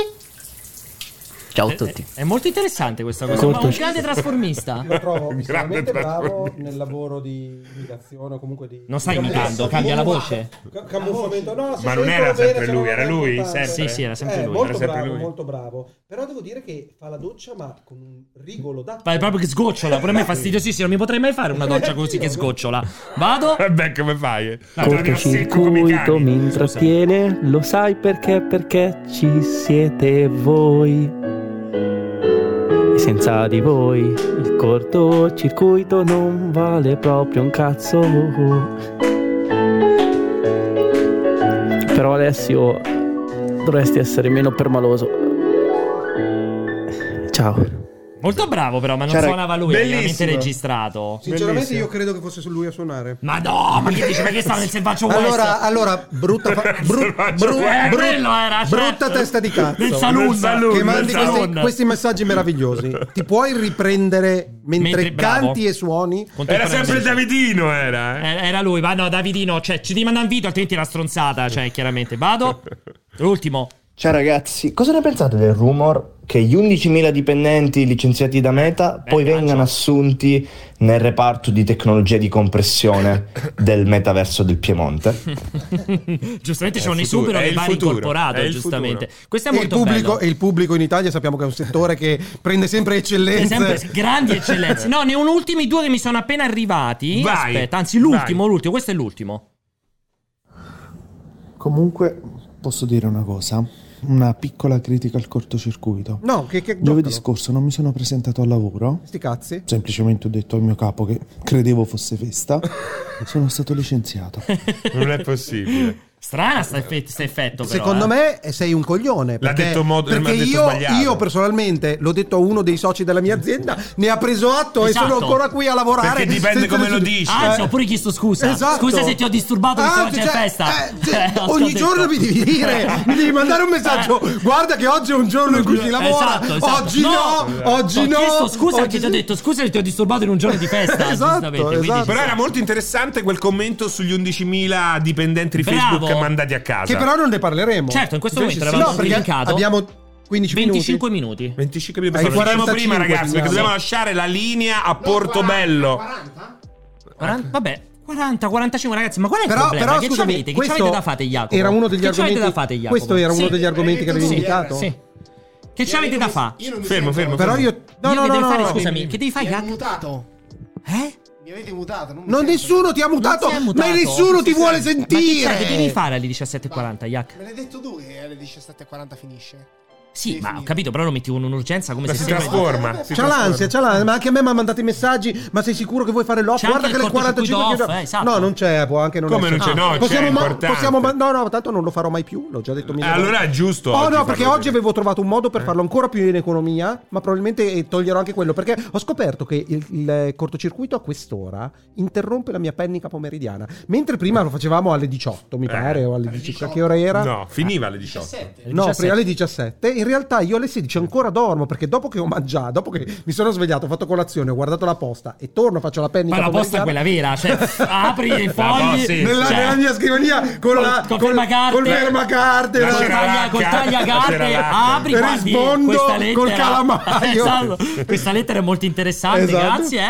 Speaker 16: Ciao a
Speaker 1: tutti. È, è molto interessante questa cosa.
Speaker 16: Corto.
Speaker 1: Ma un grande trasformista.
Speaker 18: Lo trovo
Speaker 1: Grande
Speaker 18: estremamente
Speaker 1: trasformismo.
Speaker 18: bravo nel lavoro di imitazione o comunque di...
Speaker 1: Non stai
Speaker 18: di-
Speaker 1: imitando,
Speaker 18: di-
Speaker 1: cambia la
Speaker 18: di-
Speaker 1: voce.
Speaker 18: ca- Camuffamento, no, se
Speaker 2: Ma non
Speaker 18: sento
Speaker 2: era
Speaker 18: bene,
Speaker 2: sempre
Speaker 18: se
Speaker 2: lui,
Speaker 18: non
Speaker 2: era lui,
Speaker 18: importante.
Speaker 2: sempre? Sì, sì, era sempre
Speaker 18: Eh,
Speaker 2: lui,
Speaker 18: Molto
Speaker 2: era sempre
Speaker 18: bravo,
Speaker 2: lui.
Speaker 18: molto bravo. Però devo dire che fa la doccia ma con un rigolo da...
Speaker 1: Vai proprio che sgocciola. Pure a me è fastidiosissimo. Non mi potrei mai fare una doccia così che sgocciola. Vado.
Speaker 2: E beh, come fai?
Speaker 19: Cortocircuito mi intrattiene, lo sai perché? Perché ci siete voi. E senza di voi il cortocircuito non vale proprio un cazzo. Però Alessio dovresti essere meno permaloso. Ciao.
Speaker 1: Molto bravo, però, ma non
Speaker 3: Cioè,
Speaker 19: C'era-
Speaker 1: suonava lui. Era veramente
Speaker 19: Bellissimo.
Speaker 1: registrato.
Speaker 3: Sinceramente, io credo che fosse su lui a suonare.
Speaker 1: Ma no, ma che dici? Ma che stava nel selvaggio West?
Speaker 3: Allora, allora brutta, fa- bru- bru-
Speaker 1: Eh,
Speaker 3: bru-
Speaker 1: quello era, certo.
Speaker 3: brutta testa di cazzo.
Speaker 1: Nel saloon, Nel saloon,
Speaker 3: che mandi
Speaker 1: nel
Speaker 3: questi,
Speaker 1: saloon.
Speaker 3: questi messaggi meravigliosi. Ti puoi riprendere mentre,
Speaker 1: Mentre- bravo.
Speaker 3: canti e suoni?
Speaker 2: Era sempre Davidino, era. eh.
Speaker 1: Eh, Era lui, va no, Davidino, cioè ci devi mandare un video, altrimenti è una stronzata, cioè chiaramente. Vado. L'ultimo.
Speaker 20: Ciao ragazzi, cosa ne pensate del rumor che gli 11.000 dipendenti licenziati da Meta poi vengano assunti nel reparto di tecnologia di compressione del metaverso del Piemonte?
Speaker 1: giustamente ci
Speaker 3: È
Speaker 1: sono
Speaker 3: il
Speaker 1: i
Speaker 3: futuro,
Speaker 1: super
Speaker 3: è
Speaker 1: e
Speaker 3: il
Speaker 1: vari
Speaker 3: futuro,
Speaker 1: incorporato,
Speaker 3: è il
Speaker 1: giustamente.
Speaker 3: futuro.
Speaker 1: Questo è
Speaker 3: E
Speaker 1: molto
Speaker 3: il pubblico,
Speaker 1: bello.
Speaker 3: E il pubblico in Italia sappiamo che è un settore che prende sempre
Speaker 1: Per
Speaker 3: eccellenze.
Speaker 1: esempio, grandi eccellenze. No, ne ho un ultimo, i due che mi sono appena arrivati.
Speaker 3: Vai,
Speaker 1: Aspetta, anzi, l'ultimo, l'ultimo, questo è l'ultimo.
Speaker 21: Comunque posso dire una cosa, una piccola critica al cortocircuito.
Speaker 3: No, che, che
Speaker 21: Giovedì
Speaker 3: giocalo.
Speaker 21: scorso non mi sono presentato al lavoro.
Speaker 3: Sti cazzi.
Speaker 21: Semplicemente ho detto al mio capo che credevo fosse festa. sono stato licenziato.
Speaker 2: Non è possibile.
Speaker 1: Strana sta effe- sta effetto, però.
Speaker 3: Secondo
Speaker 1: eh.
Speaker 3: me sei un coglione. Perché,
Speaker 2: detto mod-
Speaker 3: perché
Speaker 2: l'ha detto
Speaker 3: io,
Speaker 2: sbagliato.
Speaker 3: io personalmente l'ho detto a uno dei soci della mia azienda, ne ha preso atto
Speaker 1: Esatto.
Speaker 3: e sono ancora qui a lavorare.
Speaker 2: Perché dipende
Speaker 3: senza
Speaker 2: come lo
Speaker 3: nessun-
Speaker 2: dici.
Speaker 1: Anzi, ho pure chiesto scusa.
Speaker 3: Esatto.
Speaker 1: Scusa se ti ho disturbato questa
Speaker 3: Anzi,
Speaker 1: oggi è
Speaker 3: cioè,
Speaker 1: festa.
Speaker 3: eh, cioè,
Speaker 1: Eh, ho
Speaker 3: ogni
Speaker 1: detto. Eh,
Speaker 3: giorno mi devi dire, mi devi mandare un messaggio. Guarda che oggi è un giorno in cui si lavora.
Speaker 1: Esatto, esatto.
Speaker 3: Oggi no, oggi
Speaker 1: Ho
Speaker 3: no.
Speaker 1: chiesto scusa
Speaker 3: oggi Esatto,
Speaker 1: perché ti ho detto scusa se ti ho disturbato in un giorno di festa. giustamente, quindi ci
Speaker 2: Però
Speaker 1: sta.
Speaker 2: era molto interessante quel commento sugli 11.000 dipendenti di Facebook
Speaker 1: Bravo.
Speaker 2: mandati a casa.
Speaker 3: Che però non ne parleremo.
Speaker 1: Certo, in questo
Speaker 3: Invece
Speaker 1: momento
Speaker 3: sì.
Speaker 1: eravamo
Speaker 3: No, perché
Speaker 1: linkato.
Speaker 3: abbiamo 15
Speaker 1: 25 minuti.
Speaker 2: 25 minuti. Lo
Speaker 3: Ai
Speaker 2: faremo
Speaker 3: 45
Speaker 2: prima, ragazzi, perché
Speaker 3: finiamo.
Speaker 2: dobbiamo lasciare la linea a Portobello.
Speaker 1: 40, vabbè. 40, 45 ragazzi, ma qual è il
Speaker 3: Ecco. Però,
Speaker 1: problema?
Speaker 3: però
Speaker 1: che
Speaker 3: scusami,
Speaker 1: c'avete? Che
Speaker 3: questo
Speaker 1: c'avete da fate, Jacopo?
Speaker 3: era uno degli
Speaker 1: che c'avete
Speaker 3: argomenti-
Speaker 1: da fate, Jacopo?
Speaker 3: questo era uno
Speaker 1: Sì.
Speaker 3: degli argomenti che avevi
Speaker 1: Sì.
Speaker 3: indicato?
Speaker 1: Sì. Che ci avete da fa?
Speaker 2: Fermo, fermo.
Speaker 3: Però
Speaker 2: fermo.
Speaker 3: io. No, no,
Speaker 1: che
Speaker 3: no,
Speaker 1: devi
Speaker 3: no,
Speaker 1: fare,
Speaker 3: no.
Speaker 1: scusami, che devi fare,
Speaker 4: Mi avete
Speaker 1: Jacopo?
Speaker 4: mutato.
Speaker 1: Eh?
Speaker 4: Mi avete mutato. Non mi
Speaker 3: Non
Speaker 4: sento.
Speaker 3: nessuno ti ha mutato,
Speaker 4: Non si è mutato.
Speaker 3: ma nessuno ti
Speaker 4: Sì,
Speaker 3: vuole
Speaker 4: sì.
Speaker 3: sentire.
Speaker 1: Ma che c'è che devi fare alle 17.40, Jac?
Speaker 4: Me l'hai detto tu che alle 17.40 finisce.
Speaker 1: Sì, ma ho capito, però lo metti con un'urgenza come
Speaker 2: Ma
Speaker 1: se
Speaker 2: si
Speaker 1: sempre-
Speaker 2: trasforma. si
Speaker 3: C'ha
Speaker 2: trasforma.
Speaker 3: l'ansia, c'ha l'ansia, ma anche a me mi ha mandato i messaggi. Ma sei sicuro che vuoi fare l'off?
Speaker 1: C'è
Speaker 3: Guarda
Speaker 1: anche
Speaker 3: che
Speaker 1: il
Speaker 3: le 45
Speaker 1: cortocircuito off,
Speaker 3: giro-
Speaker 1: eh, esatto.
Speaker 3: No, non c'è, può anche non
Speaker 2: Come non
Speaker 3: esserci.
Speaker 2: c'è? No, c'è,
Speaker 3: possiamo,
Speaker 2: è importante.
Speaker 3: possiamo ma- No, no, tanto non lo farò mai più, l'ho già detto
Speaker 2: Eh,
Speaker 3: mille volte.
Speaker 2: allora è giusto.
Speaker 3: Oh no,
Speaker 2: farlo
Speaker 3: perché
Speaker 2: così. Eh.
Speaker 3: oggi avevo trovato un modo per farlo ancora più in economia, ma probabilmente eh, toglierò anche quello, perché ho scoperto che il, il cortocircuito a quest'ora interrompe la mia pennica pomeridiana, mentre prima lo facevamo alle 18, mi pare, o alle 10, che ora era?
Speaker 2: Eh, No, finiva alle 18.
Speaker 3: No, prima alle 17. In realtà io alle 16 ancora dormo perché dopo che ho mangiato, dopo che mi sono svegliato, ho fatto colazione, ho guardato la posta e torno, faccio la pennica.
Speaker 1: Ma la posta è quella vera, cioè f- apri i
Speaker 3: La
Speaker 1: fogli
Speaker 3: posta, sì. Nella-
Speaker 1: cioè,
Speaker 3: nella mia scrivania con la-
Speaker 1: col
Speaker 3: col-
Speaker 1: fermacarte,
Speaker 3: col fermacarte,
Speaker 1: col
Speaker 3: la-
Speaker 1: taglia- col
Speaker 3: la-
Speaker 1: tagliacarte,
Speaker 3: la- la-
Speaker 1: apri
Speaker 3: la-
Speaker 1: guardi
Speaker 3: rispondo
Speaker 1: questa lettera
Speaker 3: col calamaio.
Speaker 1: Esatto. Questa lettera è molto interessante,
Speaker 3: Esatto.
Speaker 1: grazie,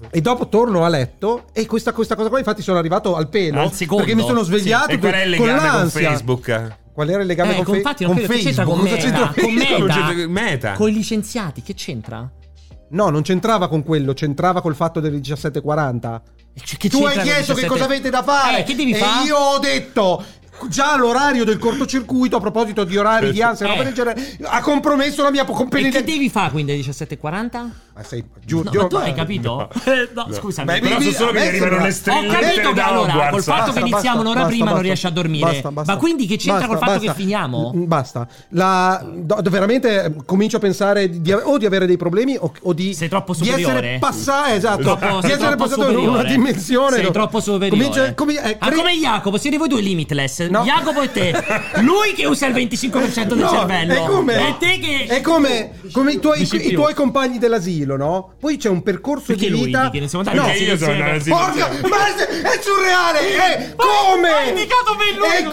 Speaker 1: eh.
Speaker 3: E dopo torno a letto e questa, questa cosa qua, infatti, sono arrivato al pelo
Speaker 1: Al secondo.
Speaker 3: perché mi sono svegliato
Speaker 2: E qual è il
Speaker 3: con
Speaker 2: legame con,
Speaker 3: l'ansia.
Speaker 2: Facebook?
Speaker 3: Qual era il legame
Speaker 1: Eh,
Speaker 3: con,
Speaker 1: con-
Speaker 3: Fe-
Speaker 1: infatti non
Speaker 3: con
Speaker 1: credo che c'entra
Speaker 3: Facebook?
Speaker 1: con
Speaker 3: Cosa
Speaker 1: Meta,
Speaker 3: c'entra
Speaker 1: con
Speaker 3: Facebook?
Speaker 1: Meta.
Speaker 2: C'entra con Meta.
Speaker 1: Con i licenziati che c'entra?
Speaker 3: No, non c'entrava con quello, c'entrava col fatto delle
Speaker 1: che c'entra
Speaker 3: 17.40. tu hai
Speaker 1: con
Speaker 3: chiesto
Speaker 1: 17?
Speaker 3: che cosa avete da fare.
Speaker 1: Eh, che devi
Speaker 3: e
Speaker 1: fa?
Speaker 3: io ho detto. Già l'orario del cortocircuito, a proposito di orari di ansia e
Speaker 1: Eh.
Speaker 3: roba del genere, ha compromesso la mia
Speaker 1: E
Speaker 3: competitività.
Speaker 1: che devi fare quindi alle 17.40?
Speaker 3: Ma sei giù,
Speaker 1: No,
Speaker 3: giù,
Speaker 1: ma tu
Speaker 3: ma-
Speaker 1: hai capito? Eh, no,
Speaker 3: No.
Speaker 1: scusami,
Speaker 3: Ma
Speaker 1: però
Speaker 3: mi-
Speaker 1: sono solo
Speaker 3: mi-
Speaker 1: che mi
Speaker 3: a me
Speaker 1: arrivano
Speaker 3: sembra-
Speaker 1: le strette
Speaker 3: Ho capito che
Speaker 1: da
Speaker 3: allora,
Speaker 1: Hogwarts.
Speaker 3: col fatto
Speaker 1: Basta,
Speaker 3: che iniziamo
Speaker 1: basta,
Speaker 3: un'ora
Speaker 1: basta,
Speaker 3: prima non
Speaker 1: basta.
Speaker 3: riesce a dormire.
Speaker 1: Basta, basta.
Speaker 3: Ma quindi che c'entra
Speaker 1: Basta,
Speaker 3: col fatto
Speaker 1: basta.
Speaker 3: che finiamo? Basta. La- do- do- veramente eh, comincio a pensare di- di- o di avere dei problemi o, o di, sei troppo di
Speaker 1: superiore.
Speaker 3: essere passato esatto,
Speaker 1: Troppo-
Speaker 3: di
Speaker 1: sei
Speaker 3: essere
Speaker 1: troppo
Speaker 3: passato in una
Speaker 1: superiore.
Speaker 3: dimensione.
Speaker 1: Sei
Speaker 3: no.
Speaker 1: troppo superiore.
Speaker 3: Comincia- comi- eh,
Speaker 1: Ah,
Speaker 3: cre-
Speaker 1: come Jacopo, siete voi due limitless. Jacopo e te. Lui che usa il 25% del
Speaker 3: No,
Speaker 1: cervello.
Speaker 3: È come,
Speaker 1: E te che.
Speaker 3: è come, come i, tuoi,
Speaker 1: Dici
Speaker 3: i
Speaker 1: più.
Speaker 3: tuoi compagni dell'asilo, no? Poi c'è un percorso
Speaker 1: Perché
Speaker 3: di
Speaker 1: lui,
Speaker 3: vita.
Speaker 1: Dichi, ne siamo andati
Speaker 3: No.
Speaker 1: Perché io sono andato all'asilo
Speaker 3: Porca-
Speaker 1: insieme.
Speaker 3: ma è, è surreale!
Speaker 1: Eh,
Speaker 3: È come? È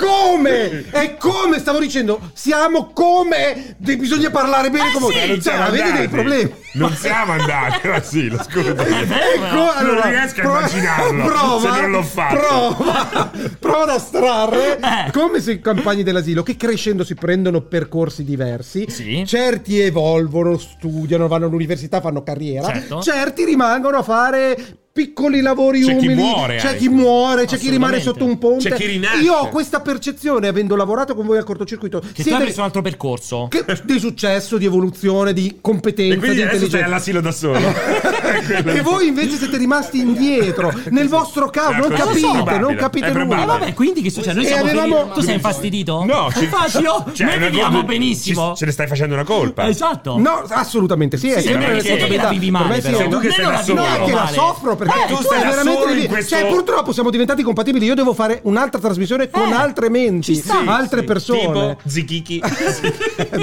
Speaker 3: come? È come? Stavo dicendo, siamo come? De- bisogna parlare
Speaker 1: Eh
Speaker 3: bene come.
Speaker 2: sì, Eh, non
Speaker 3: cioè,
Speaker 2: siamo
Speaker 3: avete
Speaker 1: certo.
Speaker 2: andati.
Speaker 3: dei problemi.
Speaker 2: Non siamo andati all'asilo, scusa.
Speaker 3: Ecco, allora,
Speaker 2: non riesco
Speaker 3: pro-
Speaker 2: a immaginarlo.
Speaker 3: prova,
Speaker 2: se non l'ho fatto. Eh.
Speaker 3: Prova, prova ad astrarre come se i compagni dell'asilo che crescendo si prendono percorsi diversi, certi evolvono, studiano, vanno all'università, fanno carriera,
Speaker 2: Certo.
Speaker 3: certi rimangono a fare piccoli lavori
Speaker 2: C'è chi
Speaker 3: umili,
Speaker 2: muore
Speaker 3: c'è
Speaker 2: anche.
Speaker 3: chi muore, c'è chi rimane
Speaker 1: Assolutamente.
Speaker 3: sotto un ponte.
Speaker 1: C'è chi rinasce.
Speaker 3: Io ho questa percezione avendo lavorato con voi al cortocircuito.
Speaker 1: Che tu
Speaker 3: siete-
Speaker 1: hai preso un altro percorso.
Speaker 3: che- di successo, di evoluzione, di competenza,
Speaker 2: E quindi
Speaker 3: di
Speaker 2: adesso stai
Speaker 3: intelligenza.
Speaker 2: all'asilo da solo.
Speaker 3: E voi invece siete rimasti indietro nel vostro caso, non
Speaker 2: Certo,
Speaker 3: capite,
Speaker 2: sì, probabile,
Speaker 3: non
Speaker 2: è
Speaker 3: capite nulla.
Speaker 2: probabile.
Speaker 1: Eh, vabbè, quindi che succede? Noi
Speaker 3: E
Speaker 1: siamo
Speaker 3: Eh, avevamo-
Speaker 1: felici. Tu sei infastidito?
Speaker 2: No, ci-
Speaker 1: Infatti, io-
Speaker 2: cioè,
Speaker 1: noi
Speaker 2: una
Speaker 1: viviamo
Speaker 2: colpa-
Speaker 1: benissimo.
Speaker 2: ci- Ce ne stai facendo una
Speaker 3: Eh,
Speaker 2: colpa.
Speaker 1: Esatto.
Speaker 3: No, assolutamente sì, è
Speaker 2: Sì,
Speaker 3: sempre
Speaker 2: perché-
Speaker 3: responsabilità.
Speaker 2: perché la vivi
Speaker 3: Per me
Speaker 2: male,
Speaker 3: sì,
Speaker 2: però.
Speaker 3: è-
Speaker 2: Sei tu che
Speaker 3: no,
Speaker 2: stai
Speaker 3: no,
Speaker 2: da
Speaker 3: no,
Speaker 2: solo.
Speaker 3: è che la
Speaker 2: Male.
Speaker 3: soffro perché
Speaker 2: Eh, tu stai
Speaker 3: è
Speaker 2: da
Speaker 3: veramente
Speaker 2: solo in
Speaker 3: lì.
Speaker 2: questo- Eh,
Speaker 3: Cioè, purtroppo siamo diventati compatibili. Io devo fare un'altra trasmissione con altre menti,
Speaker 2: sta.
Speaker 3: altre
Speaker 2: Sì,
Speaker 3: persone.
Speaker 2: Tipo Eh, Zichichi.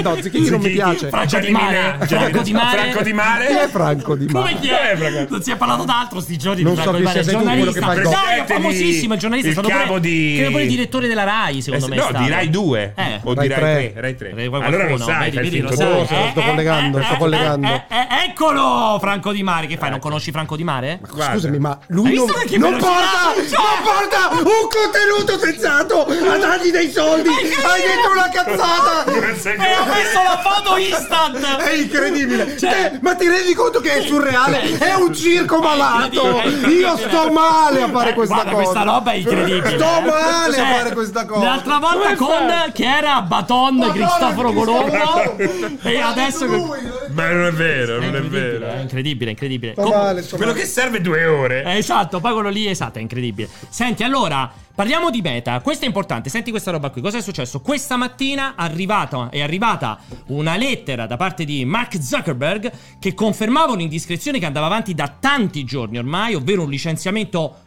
Speaker 3: no, Zichini non mi piace.
Speaker 1: Franco di mare. Franco di mare.
Speaker 2: Franco Di Mare.
Speaker 3: Chi è Franco di
Speaker 1: Come
Speaker 3: Mare?
Speaker 1: chi è? Non si è parlato d'altro sti giorni
Speaker 3: eh, Non
Speaker 1: di
Speaker 3: so
Speaker 1: Franco
Speaker 3: chi
Speaker 1: Di Mare,
Speaker 3: sia, sei tu
Speaker 1: giornalista.
Speaker 3: quello che fa il
Speaker 1: Dai, è
Speaker 2: gol.
Speaker 1: famosissimo, il giornalista, è
Speaker 2: Il
Speaker 1: stato pure-
Speaker 2: capo di-
Speaker 1: credo pure il direttore della Rai, secondo
Speaker 2: Eh,
Speaker 1: me.
Speaker 2: no,
Speaker 1: è stato.
Speaker 2: di Rai 2.
Speaker 1: Eh.
Speaker 2: O di Rai 3. Rai 3. Allora lo
Speaker 1: qualcuno, vedi,
Speaker 2: sai, fai
Speaker 1: vedi,
Speaker 2: finto
Speaker 1: lo sai.
Speaker 2: tu.
Speaker 1: Eh,
Speaker 3: sto collegando, sto collegando.
Speaker 1: Eh, eccolo Franco Di Mare, che fai? Non conosci Franco Di Mare?
Speaker 3: Scusami, ma lui
Speaker 1: Hai
Speaker 3: non,
Speaker 1: visto che
Speaker 3: non
Speaker 1: velocità?
Speaker 3: porta,
Speaker 1: Cioè-
Speaker 3: non porta un contenuto sensato a dargli dei soldi. Hai detto una cazzata.
Speaker 1: E ho Eh, messo la foto instant.
Speaker 3: È incredibile.
Speaker 1: Cioè- Eh.
Speaker 3: Te- ma ti rendi conto che è surreale? È un circo malato.
Speaker 1: È incredibile. Eh,
Speaker 3: Io sto male a fare questa
Speaker 1: Guarda,
Speaker 3: cosa.
Speaker 1: questa roba è incredibile.
Speaker 3: Sto male
Speaker 1: Cioè,
Speaker 3: a fare questa cosa.
Speaker 1: L'altra volta
Speaker 3: Questa-
Speaker 1: con che era Baton
Speaker 3: Madonna,
Speaker 1: Cristoforo Colombo
Speaker 3: Cristoforo.
Speaker 1: e adesso
Speaker 2: Ma non è vero, non è vero. eh.
Speaker 1: è incredibile, eh. è incredibile.
Speaker 2: Sto
Speaker 1: Comunque-
Speaker 2: male, sto Quello male. che serve due ore.
Speaker 1: Eh, esatto, poi quello lì, esatto, è incredibile. Senti, allora, parliamo di meta. Questo è importante, senti questa roba qui. Cosa è successo? Questa mattina è arrivata- è arrivata una lettera da parte di Mark Zuckerberg che confermava un'indiscrezione che andava avanti da tanti giorni ormai, ovvero un licenziamento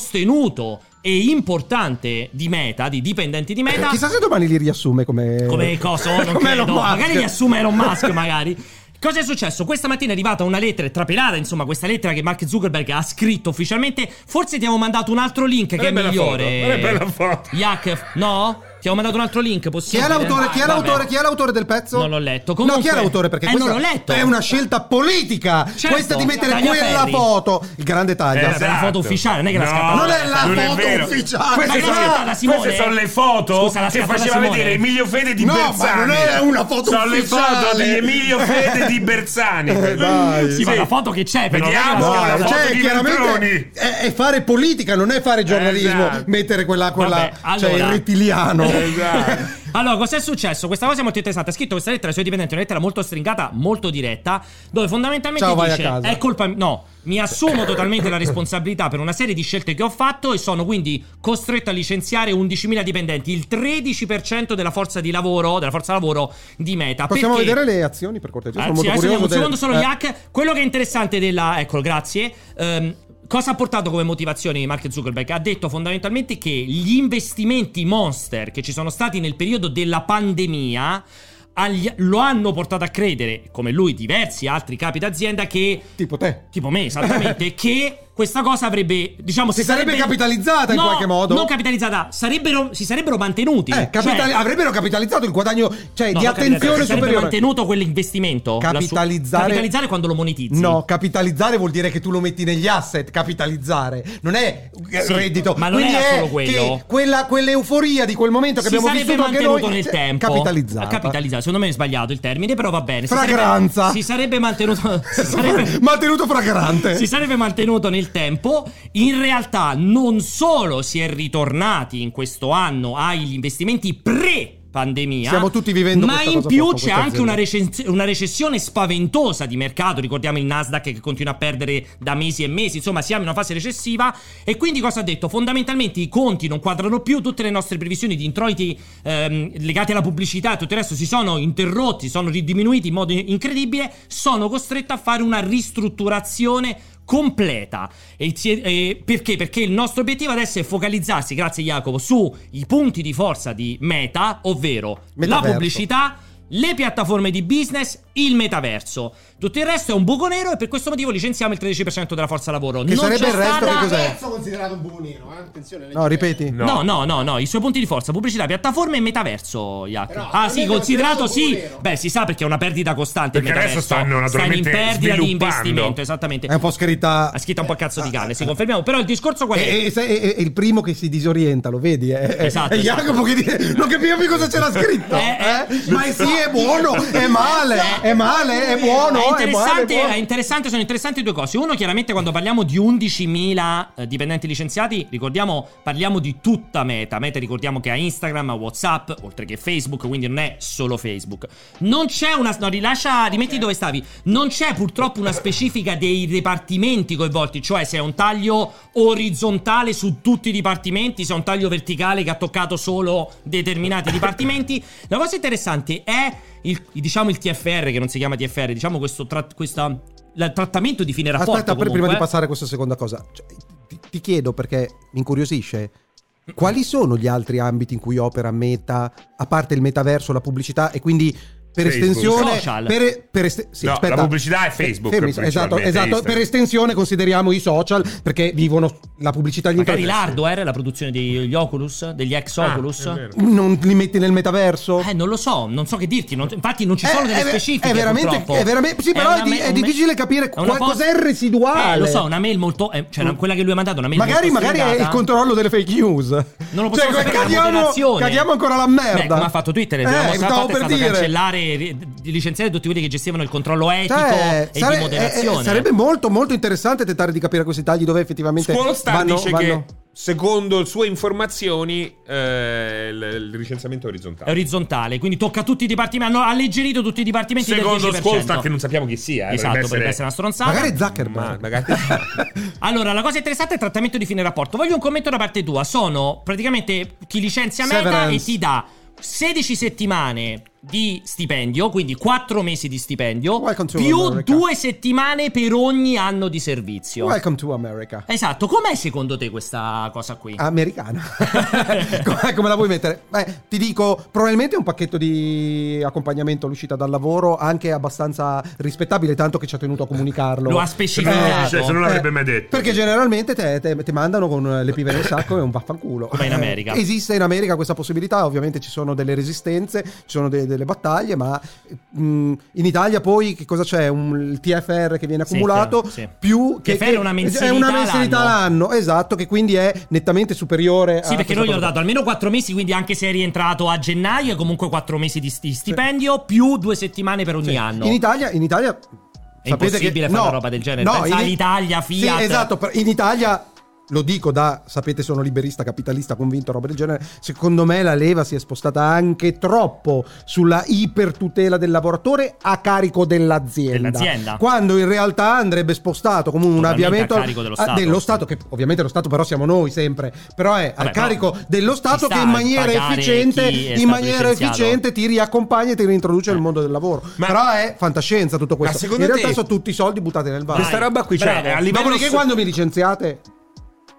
Speaker 1: sostenuto e importante di meta, di dipendenti di meta.
Speaker 3: Eh, Chissà se domani li riassume come.
Speaker 1: Come cosa? Non
Speaker 3: come
Speaker 1: credo.
Speaker 3: Elon Musk.
Speaker 1: Magari li assume Elon Musk, magari. Cosa è successo? Questa mattina è arrivata una lettera è trapelata, insomma, questa lettera che Mark Zuckerberg ha scritto ufficialmente. Forse ti avevo mandato un altro link che
Speaker 2: Guarda
Speaker 1: è
Speaker 2: che bella
Speaker 1: migliore.
Speaker 2: foto, guarda che bella foto.
Speaker 1: Yak, no? Ti avevo mandato un altro link,
Speaker 3: Chi è
Speaker 1: possibile?
Speaker 3: l'autore? Chi è
Speaker 1: Vabbè.
Speaker 3: l'autore? Chi è l'autore del pezzo?
Speaker 1: Non l'ho letto. Comunque,
Speaker 3: no, chi è l'autore? Perché
Speaker 1: eh,
Speaker 3: questa
Speaker 1: non l'ho letto.
Speaker 3: è una scelta politica.
Speaker 1: Certo,
Speaker 3: Questa di mettere
Speaker 1: Tagliaferri.
Speaker 3: quella foto. Il grande taglio.
Speaker 1: Eh, la foto ufficiale, non è che l'ha
Speaker 2: Esatto. No,
Speaker 1: scattata.
Speaker 2: non è la
Speaker 1: Non è
Speaker 2: foto
Speaker 1: vero.
Speaker 2: ufficiale.
Speaker 1: Ma
Speaker 2: Queste
Speaker 1: che l'ha
Speaker 2: sono-
Speaker 1: scattata, Simone?
Speaker 2: queste sono le foto
Speaker 1: Scusa, l'ha
Speaker 2: che
Speaker 1: scattata
Speaker 2: faceva
Speaker 1: Simone?
Speaker 2: vedere Emilio Fede di
Speaker 3: No, ma
Speaker 2: Bersani.
Speaker 3: non è una foto
Speaker 2: Sono le
Speaker 3: ufficiale.
Speaker 2: foto di Emilio Fede di Bersani.
Speaker 3: Eh, dai.
Speaker 1: Sì, ma la foto che c'è, però, non è che la
Speaker 2: Vediamo,
Speaker 1: scattata.
Speaker 3: No,
Speaker 2: foto
Speaker 3: cioè,
Speaker 2: di
Speaker 3: chiaramente
Speaker 2: Veltroni.
Speaker 3: è, è fare politica, non è fare giornalismo.
Speaker 1: Esatto.
Speaker 3: Mettere quella, quella
Speaker 1: Vabbè,
Speaker 3: cioè il
Speaker 1: allora. Esatto.
Speaker 3: rettiliano.
Speaker 2: Esatto.
Speaker 1: Allora, cos'è successo? Questa cosa è molto interessante. Ha scritto questa lettera ai suoi dipendenti, una lettera molto stringata, molto diretta, dove fondamentalmente
Speaker 3: Ciao, vai a
Speaker 1: dice:
Speaker 3: casa.
Speaker 1: È colpa mia. No, mi assumo totalmente la responsabilità per una serie di scelte che ho fatto e sono quindi costretto a licenziare 11.000 dipendenti, il 13% della forza di lavoro, della forza lavoro di Meta.
Speaker 3: Possiamo
Speaker 1: Perché-
Speaker 3: vedere le azioni per cortesia?
Speaker 1: Ah,
Speaker 3: Sono
Speaker 1: sì,
Speaker 3: molto
Speaker 1: adesso
Speaker 3: curioso.
Speaker 1: vediamo un secondo
Speaker 3: del-
Speaker 1: solo
Speaker 3: eh.
Speaker 1: gli hack. Quello che è interessante della... Ecco, grazie. Ehm, cosa ha portato come motivazione Mark Zuckerberg? Ha detto fondamentalmente che gli investimenti monster che ci sono stati nel periodo della pandemia... agli- lo hanno portato a credere, come lui, diversi altri capi d'azienda che...
Speaker 3: Tipo te.
Speaker 1: Tipo me, esattamente, che questa cosa avrebbe, diciamo...
Speaker 3: Si sarebbe capitalizzata in
Speaker 1: No,
Speaker 3: qualche modo.
Speaker 1: non capitalizzata, sarebbero- si sarebbero mantenuti.
Speaker 3: Eh, capitali-
Speaker 1: Cioè-
Speaker 3: avrebbero capitalizzato il guadagno cioè,
Speaker 1: No,
Speaker 3: di
Speaker 1: no,
Speaker 3: attenzione
Speaker 1: capitalizzare, sarebbe
Speaker 3: superiore.
Speaker 1: mantenuto quell'investimento. la su-
Speaker 3: Capitalizzare-
Speaker 1: capitalizzare quando lo monetizzi.
Speaker 3: No, capitalizzare vuol dire che tu lo metti negli asset, capitalizzare, non è eh,
Speaker 1: Sì,
Speaker 3: reddito.
Speaker 1: ma non
Speaker 3: Quindi
Speaker 1: era
Speaker 3: è
Speaker 1: solo quello.
Speaker 3: che Quella, quell'euforia di quel momento che
Speaker 1: si
Speaker 3: abbiamo
Speaker 1: sarebbe
Speaker 3: vissuto anche
Speaker 1: mantenuto
Speaker 3: noi
Speaker 1: nel
Speaker 3: cioè,
Speaker 1: tempo.
Speaker 3: capitalizzata.
Speaker 1: Ah, capitalizzare, secondo me è sbagliato il termine, però va bene. Si
Speaker 3: Fragranza.
Speaker 1: sarebbe- Si sarebbe mantenuto. Si sarebbe,
Speaker 3: Mantenuto fragrante.
Speaker 1: si sarebbe mantenuto nel tempo. In realtà, non solo si è ritornati in questo anno agli investimenti pre. pandemia.
Speaker 3: Stiamo tutti vivendo
Speaker 1: Ma
Speaker 3: questa
Speaker 1: in
Speaker 3: cosa
Speaker 1: più
Speaker 3: sotto
Speaker 1: c'è
Speaker 3: questa
Speaker 1: anche una,
Speaker 3: azienda.
Speaker 1: recens- una recessione spaventosa di mercato. Ricordiamo il Nasdaq che continua a perdere da mesi e mesi. Insomma, siamo in una fase recessiva. E quindi cosa ha detto? Fondamentalmente i conti non quadrano più. Tutte le nostre previsioni di introiti ehm, legati alla pubblicità e tutto il resto si sono interrotti, sono ridiminuiti in modo incredibile. Sono costretto a fare una ristrutturazione completa. E si- eh, perché? Perché il nostro obiettivo adesso è focalizzarsi, grazie Jacopo, sui punti di forza di Meta, ovvero la
Speaker 3: Metaverso.
Speaker 1: pubblicità, le piattaforme di business, il metaverso. Tutto il resto è un buco nero e per questo motivo licenziamo il 13% della forza lavoro.
Speaker 3: Che sarebbe
Speaker 1: c'è
Speaker 3: il resto
Speaker 1: stata- Eh.
Speaker 3: che cos'è?
Speaker 4: Pezzo considerato un buco nero, eh? Attenzione.
Speaker 3: No, ripeti.
Speaker 1: No. no, no, no, i suoi punti di forza, pubblicità, piattaforme e metaverso, Jacopo.
Speaker 4: Però,
Speaker 1: ah, sì,
Speaker 4: almeno
Speaker 1: considerato
Speaker 4: considerato
Speaker 1: sì.
Speaker 4: buco nero.
Speaker 1: Beh, si sa perché è una perdita costante il
Speaker 2: Perché adesso
Speaker 1: metaverso.
Speaker 2: stanno
Speaker 1: in
Speaker 2: naturalmente
Speaker 1: perdita di
Speaker 2: sviluppando.
Speaker 1: investimento, esattamente.
Speaker 3: È un po' Eh. scritta.
Speaker 1: Ha scritto un po' a cazzo di cane, si confermiamo, però il discorso qual è?
Speaker 3: E, e- se- e- e il primo che si disorienta, lo vedi? È, è-
Speaker 1: Esatto,
Speaker 3: è
Speaker 1: esatto.
Speaker 3: Jacopo che dice: Non capivo più cosa c'era scritto.
Speaker 1: Eh,
Speaker 3: eh? Ma è sì, è buono, è male, è male, è
Speaker 1: È
Speaker 3: buono. È male, è
Speaker 1: interessante, è
Speaker 3: buono.
Speaker 1: interessante, sono interessanti due cose. Uno, chiaramente, quando parliamo di 11.000 eh, dipendenti licenziati, ricordiamo, parliamo di tutta Meta. Meta, ricordiamo che ha Instagram, ha WhatsApp, oltre che Facebook, quindi non è solo Facebook. Non c'è una. No, rilascia, rimetti dove stavi. Non c'è purtroppo una specifica dei dipartimenti coinvolti, cioè se è un taglio orizzontale su tutti i dipartimenti, se è un taglio verticale che ha toccato solo determinati dipartimenti. La cosa interessante è il, diciamo il TFR, che non si chiama TFR, diciamo questo tra- questa- la- trattamento di fine rapporto.
Speaker 3: Aspetta, per-
Speaker 1: comunque. eh.
Speaker 3: prima di passare a questa seconda cosa, cioè, ti, ti chiedo perché mi incuriosisce. Quali sono gli altri ambiti in cui opera Meta, a parte il metaverso, la pubblicità e quindi per
Speaker 2: Facebook.
Speaker 3: estensione...
Speaker 1: Social.
Speaker 3: Per, per est- sì,
Speaker 2: No,
Speaker 3: aspetta.
Speaker 2: la pubblicità è Facebook,
Speaker 3: Fermi, esatto,
Speaker 2: principalmente,
Speaker 3: esatto.
Speaker 2: Instagram.
Speaker 3: per estensione consideriamo i social perché vivono la pubblicità di
Speaker 1: Magari
Speaker 3: internet.
Speaker 1: l'hardware, la produzione degli Oculus, degli ex
Speaker 2: Ah,
Speaker 1: Oculus.
Speaker 2: è vero.
Speaker 3: Non li metti nel metaverso?
Speaker 1: Eh, non lo so, non so che dirti. non- infatti, non ci sono
Speaker 3: Eh,
Speaker 1: delle
Speaker 3: è ver-
Speaker 1: specifiche.
Speaker 3: è veramente-
Speaker 1: purtroppo.
Speaker 3: è veramente- sì, però è
Speaker 1: una
Speaker 3: di-
Speaker 1: me-
Speaker 3: è
Speaker 1: un me-
Speaker 3: difficile capire
Speaker 1: è una
Speaker 3: qual-
Speaker 1: post-
Speaker 3: cos'è il residuale. Mm.
Speaker 1: Eh, lo so, una mail molto. eh, cioè, la- quella che lui ha mandato, una mail
Speaker 3: Magari,
Speaker 1: molto
Speaker 3: magari è il
Speaker 1: sfregata.
Speaker 3: controllo delle fake news.
Speaker 1: Non lo possiamo
Speaker 3: Cioè,
Speaker 1: sapere la
Speaker 3: cadiamo,
Speaker 1: moderazione.
Speaker 3: cadiamo ancora la
Speaker 1: Beh,
Speaker 3: merda.
Speaker 1: come ha fatto Twitter,
Speaker 3: Eh,
Speaker 1: il primo mosso che ha
Speaker 3: stavo
Speaker 1: fatto è
Speaker 3: per
Speaker 1: stato
Speaker 3: dire.
Speaker 1: cancellare, ri- di licenziare tutti quelli che gestivano il controllo etico
Speaker 3: Cioè,
Speaker 1: Eh, e
Speaker 3: sare-
Speaker 1: di moderazione.
Speaker 3: eh, eh, sarebbe molto molto interessante tentare di capire questi tagli dove effettivamente
Speaker 2: Scuolostar
Speaker 3: vanno,
Speaker 2: dice
Speaker 3: vanno-
Speaker 2: che secondo le sue informazioni eh, il, il licenziamento è
Speaker 1: È
Speaker 2: orizzontale.
Speaker 1: orizzontale, quindi tocca tutti i dipartimenti. Hanno alleggerito tutti i dipartimenti
Speaker 2: Secondo
Speaker 1: del 10%.
Speaker 2: Scuolostar che non sappiamo chi sia. eh,
Speaker 1: Esatto, potrebbe essere una stronzata.
Speaker 3: Magari Zuckerberg.
Speaker 2: Ma- magari-
Speaker 1: Allora, la cosa interessante è il trattamento di fine rapporto. Voglio un commento da parte tua. Sono praticamente chi licenzia Meta
Speaker 3: Severance.
Speaker 1: e ti dà 16 settimane di stipendio, quindi 4 mesi di stipendio,
Speaker 3: Welcome to
Speaker 1: più
Speaker 3: America.
Speaker 1: 2 settimane per ogni anno di servizio.
Speaker 3: Welcome to America.
Speaker 1: Esatto, com'è secondo te questa cosa qui?
Speaker 3: Ah, Americana. eh, come, come la vuoi mettere? Beh, ti dico, probabilmente è un pacchetto di accompagnamento all'uscita dal lavoro anche abbastanza rispettabile, tanto che ci ha tenuto a comunicarlo.
Speaker 1: Lo ha specificato.
Speaker 2: Cioè, se non l'avrebbe mai detto.
Speaker 3: Eh, Perché generalmente te- te- ti mandano con le pive nel sacco e un vaffanculo.
Speaker 1: Come in America.
Speaker 3: Eh, esiste in America questa possibilità, ovviamente ci sono delle resistenze, ci sono de- delle battaglie, ma mh, in Italia poi che cosa c'è? Un, il TFR che viene
Speaker 1: Sì,
Speaker 3: accumulato
Speaker 1: sì.
Speaker 3: più
Speaker 1: Che fai una
Speaker 3: è
Speaker 1: mensilità
Speaker 3: una mensilità
Speaker 1: l'anno.
Speaker 3: l'anno, esatto, che quindi è nettamente superiore
Speaker 1: Sì, perché
Speaker 3: a Ah, questa
Speaker 1: noi gli ho
Speaker 3: cosa.
Speaker 1: dato almeno 4 mesi, quindi anche se è rientrato a gennaio, è comunque 4 mesi di sti- stipendio, più 2 settimane per ogni
Speaker 3: Sì.
Speaker 1: anno.
Speaker 3: In Italia, in Italia
Speaker 1: È
Speaker 3: sapete
Speaker 1: impossibile
Speaker 3: che,
Speaker 1: fare una roba del genere. Pensa all'Italia, Fiat.
Speaker 3: Sì, esatto, per- in Italia lo dico da sapete sono liberista, capitalista, convinto roba del genere. Secondo me la leva si è spostata anche troppo sulla ipertutela del lavoratore a carico dell'azienda.
Speaker 1: Dell'azienda.
Speaker 3: Quando in realtà andrebbe spostato come un
Speaker 1: Totalmente
Speaker 3: avviamento
Speaker 1: a carico dello
Speaker 3: a-
Speaker 1: Stato.
Speaker 3: dello Stato, che ovviamente lo Stato però siamo noi sempre, però è a
Speaker 1: Vabbè,
Speaker 3: carico
Speaker 1: però
Speaker 3: dello
Speaker 1: ci
Speaker 3: Stato
Speaker 1: sta
Speaker 3: che in
Speaker 1: il
Speaker 3: maniera
Speaker 1: pagare
Speaker 3: efficiente
Speaker 1: chi è
Speaker 3: in
Speaker 1: stato
Speaker 3: maniera
Speaker 1: licenziato.
Speaker 3: efficiente ti riaccompagna e ti reintroduce nel mondo del lavoro.
Speaker 2: Eh. Ma-
Speaker 3: Però è fantascienza tutto questo.
Speaker 2: Ma secondo
Speaker 3: in realtà
Speaker 2: te-
Speaker 3: sono tutti i soldi buttati nel
Speaker 2: Questa
Speaker 3: bar.
Speaker 2: roba qui, cioè,
Speaker 1: Bravo.
Speaker 2: a livello
Speaker 3: Dopodiché
Speaker 2: so-
Speaker 3: quando mi licenziate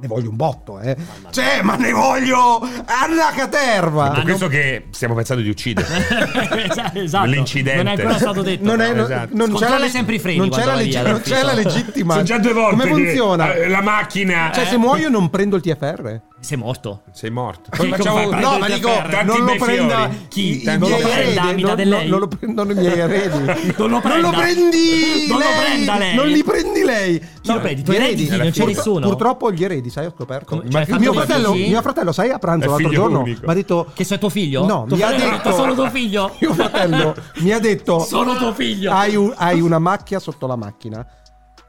Speaker 3: ne voglio un botto, eh. Cioè, ma ne voglio alla
Speaker 2: Per
Speaker 3: caterva.
Speaker 2: Ah, questo che stiamo pensando di uccidere.
Speaker 1: Esatto, esatto.
Speaker 2: L'incidente.
Speaker 1: Non è ancora stato detto.
Speaker 3: Non, è,
Speaker 1: però.
Speaker 3: non-
Speaker 2: esatto.
Speaker 3: non c'è la,
Speaker 1: Controlla sempre i freni
Speaker 3: non c'è
Speaker 1: quando
Speaker 3: la,
Speaker 1: vai
Speaker 3: legge-
Speaker 1: via
Speaker 3: non
Speaker 1: dall'ufficio.
Speaker 3: c'è la legittima.
Speaker 2: Sono già due volte.
Speaker 3: Come
Speaker 2: che,
Speaker 3: funziona?
Speaker 2: eh, la macchina.
Speaker 3: Cioè,
Speaker 2: eh.
Speaker 3: se muoio non prendo il TFR.
Speaker 1: Sei morto.
Speaker 2: Sei morto.
Speaker 1: Sì, come fai?
Speaker 3: No, ma
Speaker 1: il
Speaker 3: dico,
Speaker 1: TFR.
Speaker 3: non lo prenda
Speaker 1: Chi?
Speaker 3: i- i
Speaker 1: Non lo
Speaker 3: miei
Speaker 1: prenda
Speaker 3: eredi.
Speaker 1: Amida
Speaker 3: Non,
Speaker 1: De
Speaker 3: non-
Speaker 1: Lei?
Speaker 3: non lo prendono i miei eredi.
Speaker 1: Non lo prenda.
Speaker 3: prendi
Speaker 1: Non lo
Speaker 3: lei.
Speaker 1: prenda lei.
Speaker 3: Non li prendi lei.
Speaker 1: lo prendi? Tu eredi? Non c'è nessuno.
Speaker 3: Purtroppo gli eredi, sai, ho scoperto.
Speaker 1: Come- cioè,
Speaker 3: il mio
Speaker 1: fatto così?
Speaker 3: fratello, mio fratello, sai, a
Speaker 2: È
Speaker 3: pranzo l'altro
Speaker 2: figlio
Speaker 3: giorno
Speaker 2: unico.
Speaker 3: mi ha detto...
Speaker 1: Che sei tuo figlio?
Speaker 3: No,
Speaker 1: tuo
Speaker 3: mi ha
Speaker 1: fratello era
Speaker 3: detto...
Speaker 1: solo tuo figlio.
Speaker 3: Mio fratello mi ha detto...
Speaker 1: Solo tuo figlio.
Speaker 3: Hai, un- hai una macchia sotto la macchina.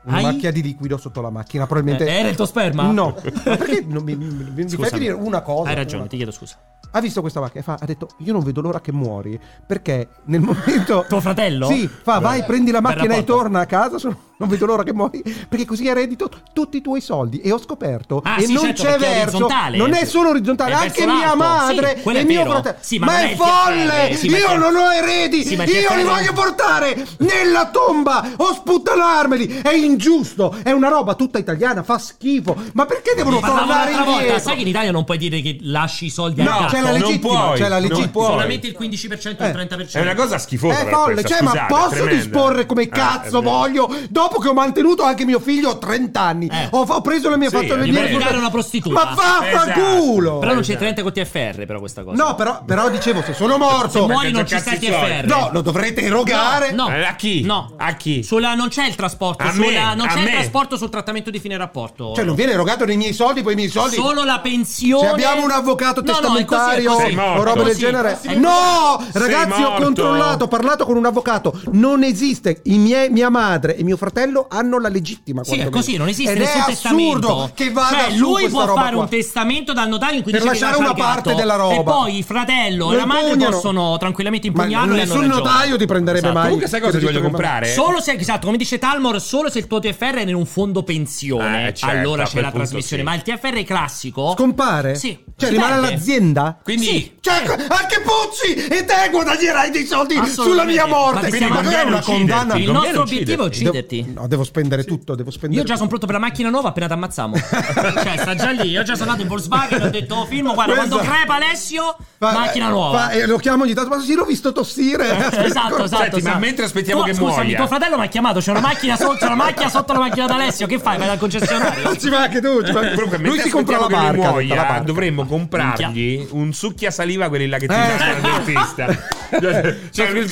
Speaker 3: Una
Speaker 1: Hai?
Speaker 3: macchia di liquido sotto la macchina, probabilmente.
Speaker 1: Eh, era il tuo sperma?
Speaker 3: No. Ma perché non mi, mi- mi- mi fai
Speaker 1: Scusami.
Speaker 3: finire una cosa?
Speaker 1: Hai ragione, ti chiedo scusa.
Speaker 3: Ha visto questa macchina e fa, ha detto: Io non vedo l'ora che muori. Perché nel momento.
Speaker 1: Tuo fratello?
Speaker 3: Sì, fa,
Speaker 1: Beh,
Speaker 3: vai, prendi la
Speaker 1: bel
Speaker 3: macchina e
Speaker 1: rapporto.
Speaker 3: torna a casa. sono- Non vedo l'ora che muori. Perché così eredito tutti i tuoi soldi. E ho scoperto.
Speaker 1: Ah,
Speaker 3: e
Speaker 1: sì,
Speaker 3: non
Speaker 1: certo,
Speaker 3: c'è
Speaker 1: perché è
Speaker 3: verso.
Speaker 1: orizzontale.
Speaker 3: non è solo orizzontale,
Speaker 1: È
Speaker 3: anche
Speaker 1: verso
Speaker 3: mia
Speaker 1: l'alto.
Speaker 3: madre
Speaker 1: Sì, quello
Speaker 3: e
Speaker 1: è
Speaker 3: mio
Speaker 1: vero.
Speaker 3: fratello.
Speaker 1: Sì,
Speaker 3: ma,
Speaker 1: ma non
Speaker 3: è
Speaker 1: è il TFR,
Speaker 3: folle!
Speaker 1: sì, ma
Speaker 3: Io
Speaker 1: il
Speaker 3: non ho
Speaker 1: TFR.
Speaker 3: eredi!
Speaker 1: Sì, ma il
Speaker 3: Io li
Speaker 1: TFR
Speaker 3: voglio portare nella tomba o sputtanarmeli! È ingiusto! È una roba tutta italiana, fa schifo! Ma perché devono
Speaker 1: Parlavamo
Speaker 3: tornare
Speaker 1: l'altra volta,
Speaker 3: indietro?
Speaker 1: sai che in Italia non puoi dire che lasci i soldi
Speaker 3: No,
Speaker 1: al gatto?
Speaker 3: c'è la
Speaker 1: Non
Speaker 3: legittima,
Speaker 1: puoi,
Speaker 3: c'è la
Speaker 1: non
Speaker 3: legittima.
Speaker 1: puoi.
Speaker 3: puoi.
Speaker 1: Solamente il 15% e
Speaker 3: Eh.
Speaker 1: il 30%.
Speaker 2: È una cosa schifosa.
Speaker 3: È
Speaker 2: però
Speaker 3: folle,
Speaker 2: questa,
Speaker 3: cioè, ma
Speaker 2: scusate,
Speaker 3: posso
Speaker 2: tremenda.
Speaker 3: disporre come
Speaker 2: Ah, è
Speaker 3: cazzo
Speaker 2: vero.
Speaker 3: voglio dopo che ho mantenuto anche mio figlio a 30 anni? Ho, ho preso le mie
Speaker 1: Eh. Sì,
Speaker 3: fatto le
Speaker 1: di
Speaker 3: mie
Speaker 1: vendicare una prostituta. Esatto.
Speaker 3: Ma vaffanculo!
Speaker 1: Però non c'è 30 con TFR, però questa cosa.
Speaker 3: No, però, però dicevo, se sono morto.
Speaker 1: Se muori non ci sta TFR.
Speaker 3: No, lo dovrete erogare.
Speaker 1: No, no.
Speaker 2: Eh, A chi?
Speaker 1: No.
Speaker 2: A chi?
Speaker 1: Sulla- non c'è il trasporto,
Speaker 2: A
Speaker 1: sulla-
Speaker 2: me,
Speaker 1: non
Speaker 2: a
Speaker 1: c'è
Speaker 2: me.
Speaker 1: il trasporto sul trattamento di fine rapporto.
Speaker 3: Cioè, non viene erogato nei miei soldi, poi i miei soldi.
Speaker 1: Solo la pensione.
Speaker 3: Se abbiamo un avvocato
Speaker 1: No, no, è così, è
Speaker 3: testamentario
Speaker 1: così.
Speaker 2: Sei morto.
Speaker 3: o roba del
Speaker 1: Sì,
Speaker 3: genere,
Speaker 1: sì.
Speaker 3: no!
Speaker 2: Sei
Speaker 3: Ragazzi, ho
Speaker 2: morto.
Speaker 3: controllato, ho parlato con un avvocato. Non esiste. I miei- mia madre e mio fratello hanno la legittima.
Speaker 1: Sì, è
Speaker 3: quantomeno.
Speaker 1: così, non esiste
Speaker 3: Ed
Speaker 1: nessun
Speaker 3: è
Speaker 1: testamento.
Speaker 3: assurdo che vada
Speaker 1: cioè,
Speaker 3: su
Speaker 1: lui
Speaker 3: questa
Speaker 1: può
Speaker 3: roba
Speaker 1: fare
Speaker 3: qua.
Speaker 1: un testamento dal notario in cui
Speaker 3: Per
Speaker 1: dice che
Speaker 3: lasciare
Speaker 1: lascia
Speaker 3: una
Speaker 1: il gatto,
Speaker 3: parte della roba.
Speaker 1: E poi il fratello e
Speaker 3: Lo
Speaker 1: la madre
Speaker 3: impugnano.
Speaker 1: possono tranquillamente
Speaker 3: Ma
Speaker 1: impugnarlo e hanno
Speaker 3: nessun
Speaker 1: ragione.
Speaker 3: notaio ti prenderebbe
Speaker 1: Esatto.
Speaker 3: mai.
Speaker 2: Comunque sai cosa ti voglio
Speaker 3: Che-
Speaker 2: comprare?
Speaker 1: Solo se, esatto, come dice Talmor, solo se il tuo TFR è in un fondo pensione,
Speaker 2: Eh, certo,
Speaker 1: allora
Speaker 2: a
Speaker 1: c'è
Speaker 2: quel
Speaker 1: la
Speaker 2: punto
Speaker 1: trasmissione.
Speaker 2: sì.
Speaker 1: Ma il TFR classico
Speaker 3: Scompare?
Speaker 1: Certo. Sì.
Speaker 3: Cioè,
Speaker 1: Si
Speaker 3: rimane
Speaker 1: perde.
Speaker 3: all'azienda?
Speaker 2: Quindi
Speaker 1: Sì.
Speaker 3: Cioè, anche Puzzi e te guadagnerai dei soldi sulla
Speaker 1: Assolutamente.
Speaker 3: mia morte.
Speaker 1: Ma
Speaker 3: Quindi,
Speaker 1: stiamo-
Speaker 3: ma è una
Speaker 2: non viene
Speaker 3: condanna?
Speaker 2: ucciderti,
Speaker 1: Il
Speaker 2: non
Speaker 1: nostro
Speaker 2: viene
Speaker 1: obiettivo è ucciderti.
Speaker 3: Devo- no, devo spendere tutto, devo spendere
Speaker 1: Io già sono pronto per la macchina nuova appena ti ammazziamo. cioè, sta già lì. Io già sono andato in Volkswagen e ho detto: oh, Filmo, guarda,
Speaker 3: Questo-
Speaker 1: quando crepa Alessio,
Speaker 3: Fa-
Speaker 1: macchina nuova.
Speaker 3: fa- eh, lo chiamo ogni tanto, ma sì, l'ho visto tossire. Ecco.
Speaker 1: Eh, esatto, esatto.
Speaker 2: Senti, ma
Speaker 1: esatto.
Speaker 2: mentre aspettiamo
Speaker 1: Tu-
Speaker 2: che
Speaker 1: scusami,
Speaker 2: muoia.
Speaker 1: tuo fratello mi ha chiamato. C'è una macchina sotto, c'è una macchina sotto la macchina d'Alessio. Che fai? Vai dal concessionario.
Speaker 3: Ci va anche tu. Ci va anche-
Speaker 2: Eh, Comunque,
Speaker 3: Lui
Speaker 2: mentre
Speaker 3: si compra la
Speaker 2: aspettiamo che
Speaker 3: barca. ha
Speaker 2: lui
Speaker 3: detto, la
Speaker 2: muoia, eh,
Speaker 3: barca.
Speaker 2: dovremmo comprargli un succhia saliva quelli là che ti
Speaker 3: Eh.
Speaker 2: lasciano il dentista. cioè, il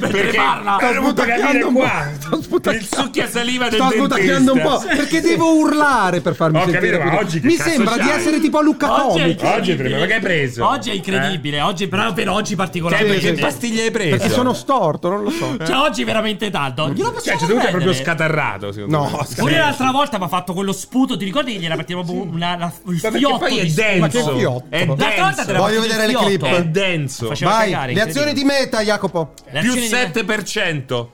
Speaker 2: perché
Speaker 1: parla?
Speaker 2: Sto
Speaker 3: sputacchiando un po'.
Speaker 2: qua.
Speaker 3: Sto sputacchiando-
Speaker 2: Il succhia saliva del
Speaker 3: Sto
Speaker 2: dentista.
Speaker 3: sputacchiando un po' perché devo urlare per farmi
Speaker 2: Ho
Speaker 3: sentire.
Speaker 2: capito, ma
Speaker 3: capito?
Speaker 2: oggi che
Speaker 3: Mi
Speaker 2: cazzo
Speaker 3: sembra di
Speaker 2: c'hai?
Speaker 3: essere tipo a Luca Comic.
Speaker 2: incredibile. Oggi è tremendo, ma che hai preso?
Speaker 1: Oggi è incredibile. Oggi, però, per oggi
Speaker 2: Cioè,
Speaker 1: particolarmente.
Speaker 2: perché pastiglie hai preso?
Speaker 3: Perché sono storto, non lo so.
Speaker 2: Eh.
Speaker 1: Cioè, oggi veramente tanto. Glielo
Speaker 2: Cioè,
Speaker 1: possiamo
Speaker 2: c'è dovuto proprio
Speaker 1: prendere?
Speaker 2: scatarrato, secondo
Speaker 3: No,
Speaker 2: me.
Speaker 3: scatarrato.
Speaker 1: Pure
Speaker 2: Sì.
Speaker 1: l'altra volta mi ha fatto quello sputo, ti ricordi che gliela partiamo proprio una, la, il
Speaker 2: Ma perché
Speaker 1: fiotto
Speaker 2: poi è
Speaker 1: di sputo? Cioè,
Speaker 3: Ma che
Speaker 2: denso.
Speaker 3: fiotto.
Speaker 2: È
Speaker 1: L'altra volta te la
Speaker 2: denso.
Speaker 3: Voglio
Speaker 1: faccio
Speaker 3: vedere le
Speaker 1: il
Speaker 3: clip.
Speaker 1: fiotto. eh.
Speaker 2: È denso.
Speaker 1: Faceva
Speaker 3: Vai,
Speaker 1: cagare,
Speaker 3: le azioni di
Speaker 1: incredibile.
Speaker 3: meta, Jacopo.
Speaker 1: Le
Speaker 2: Più
Speaker 1: azioni di-
Speaker 2: 7%.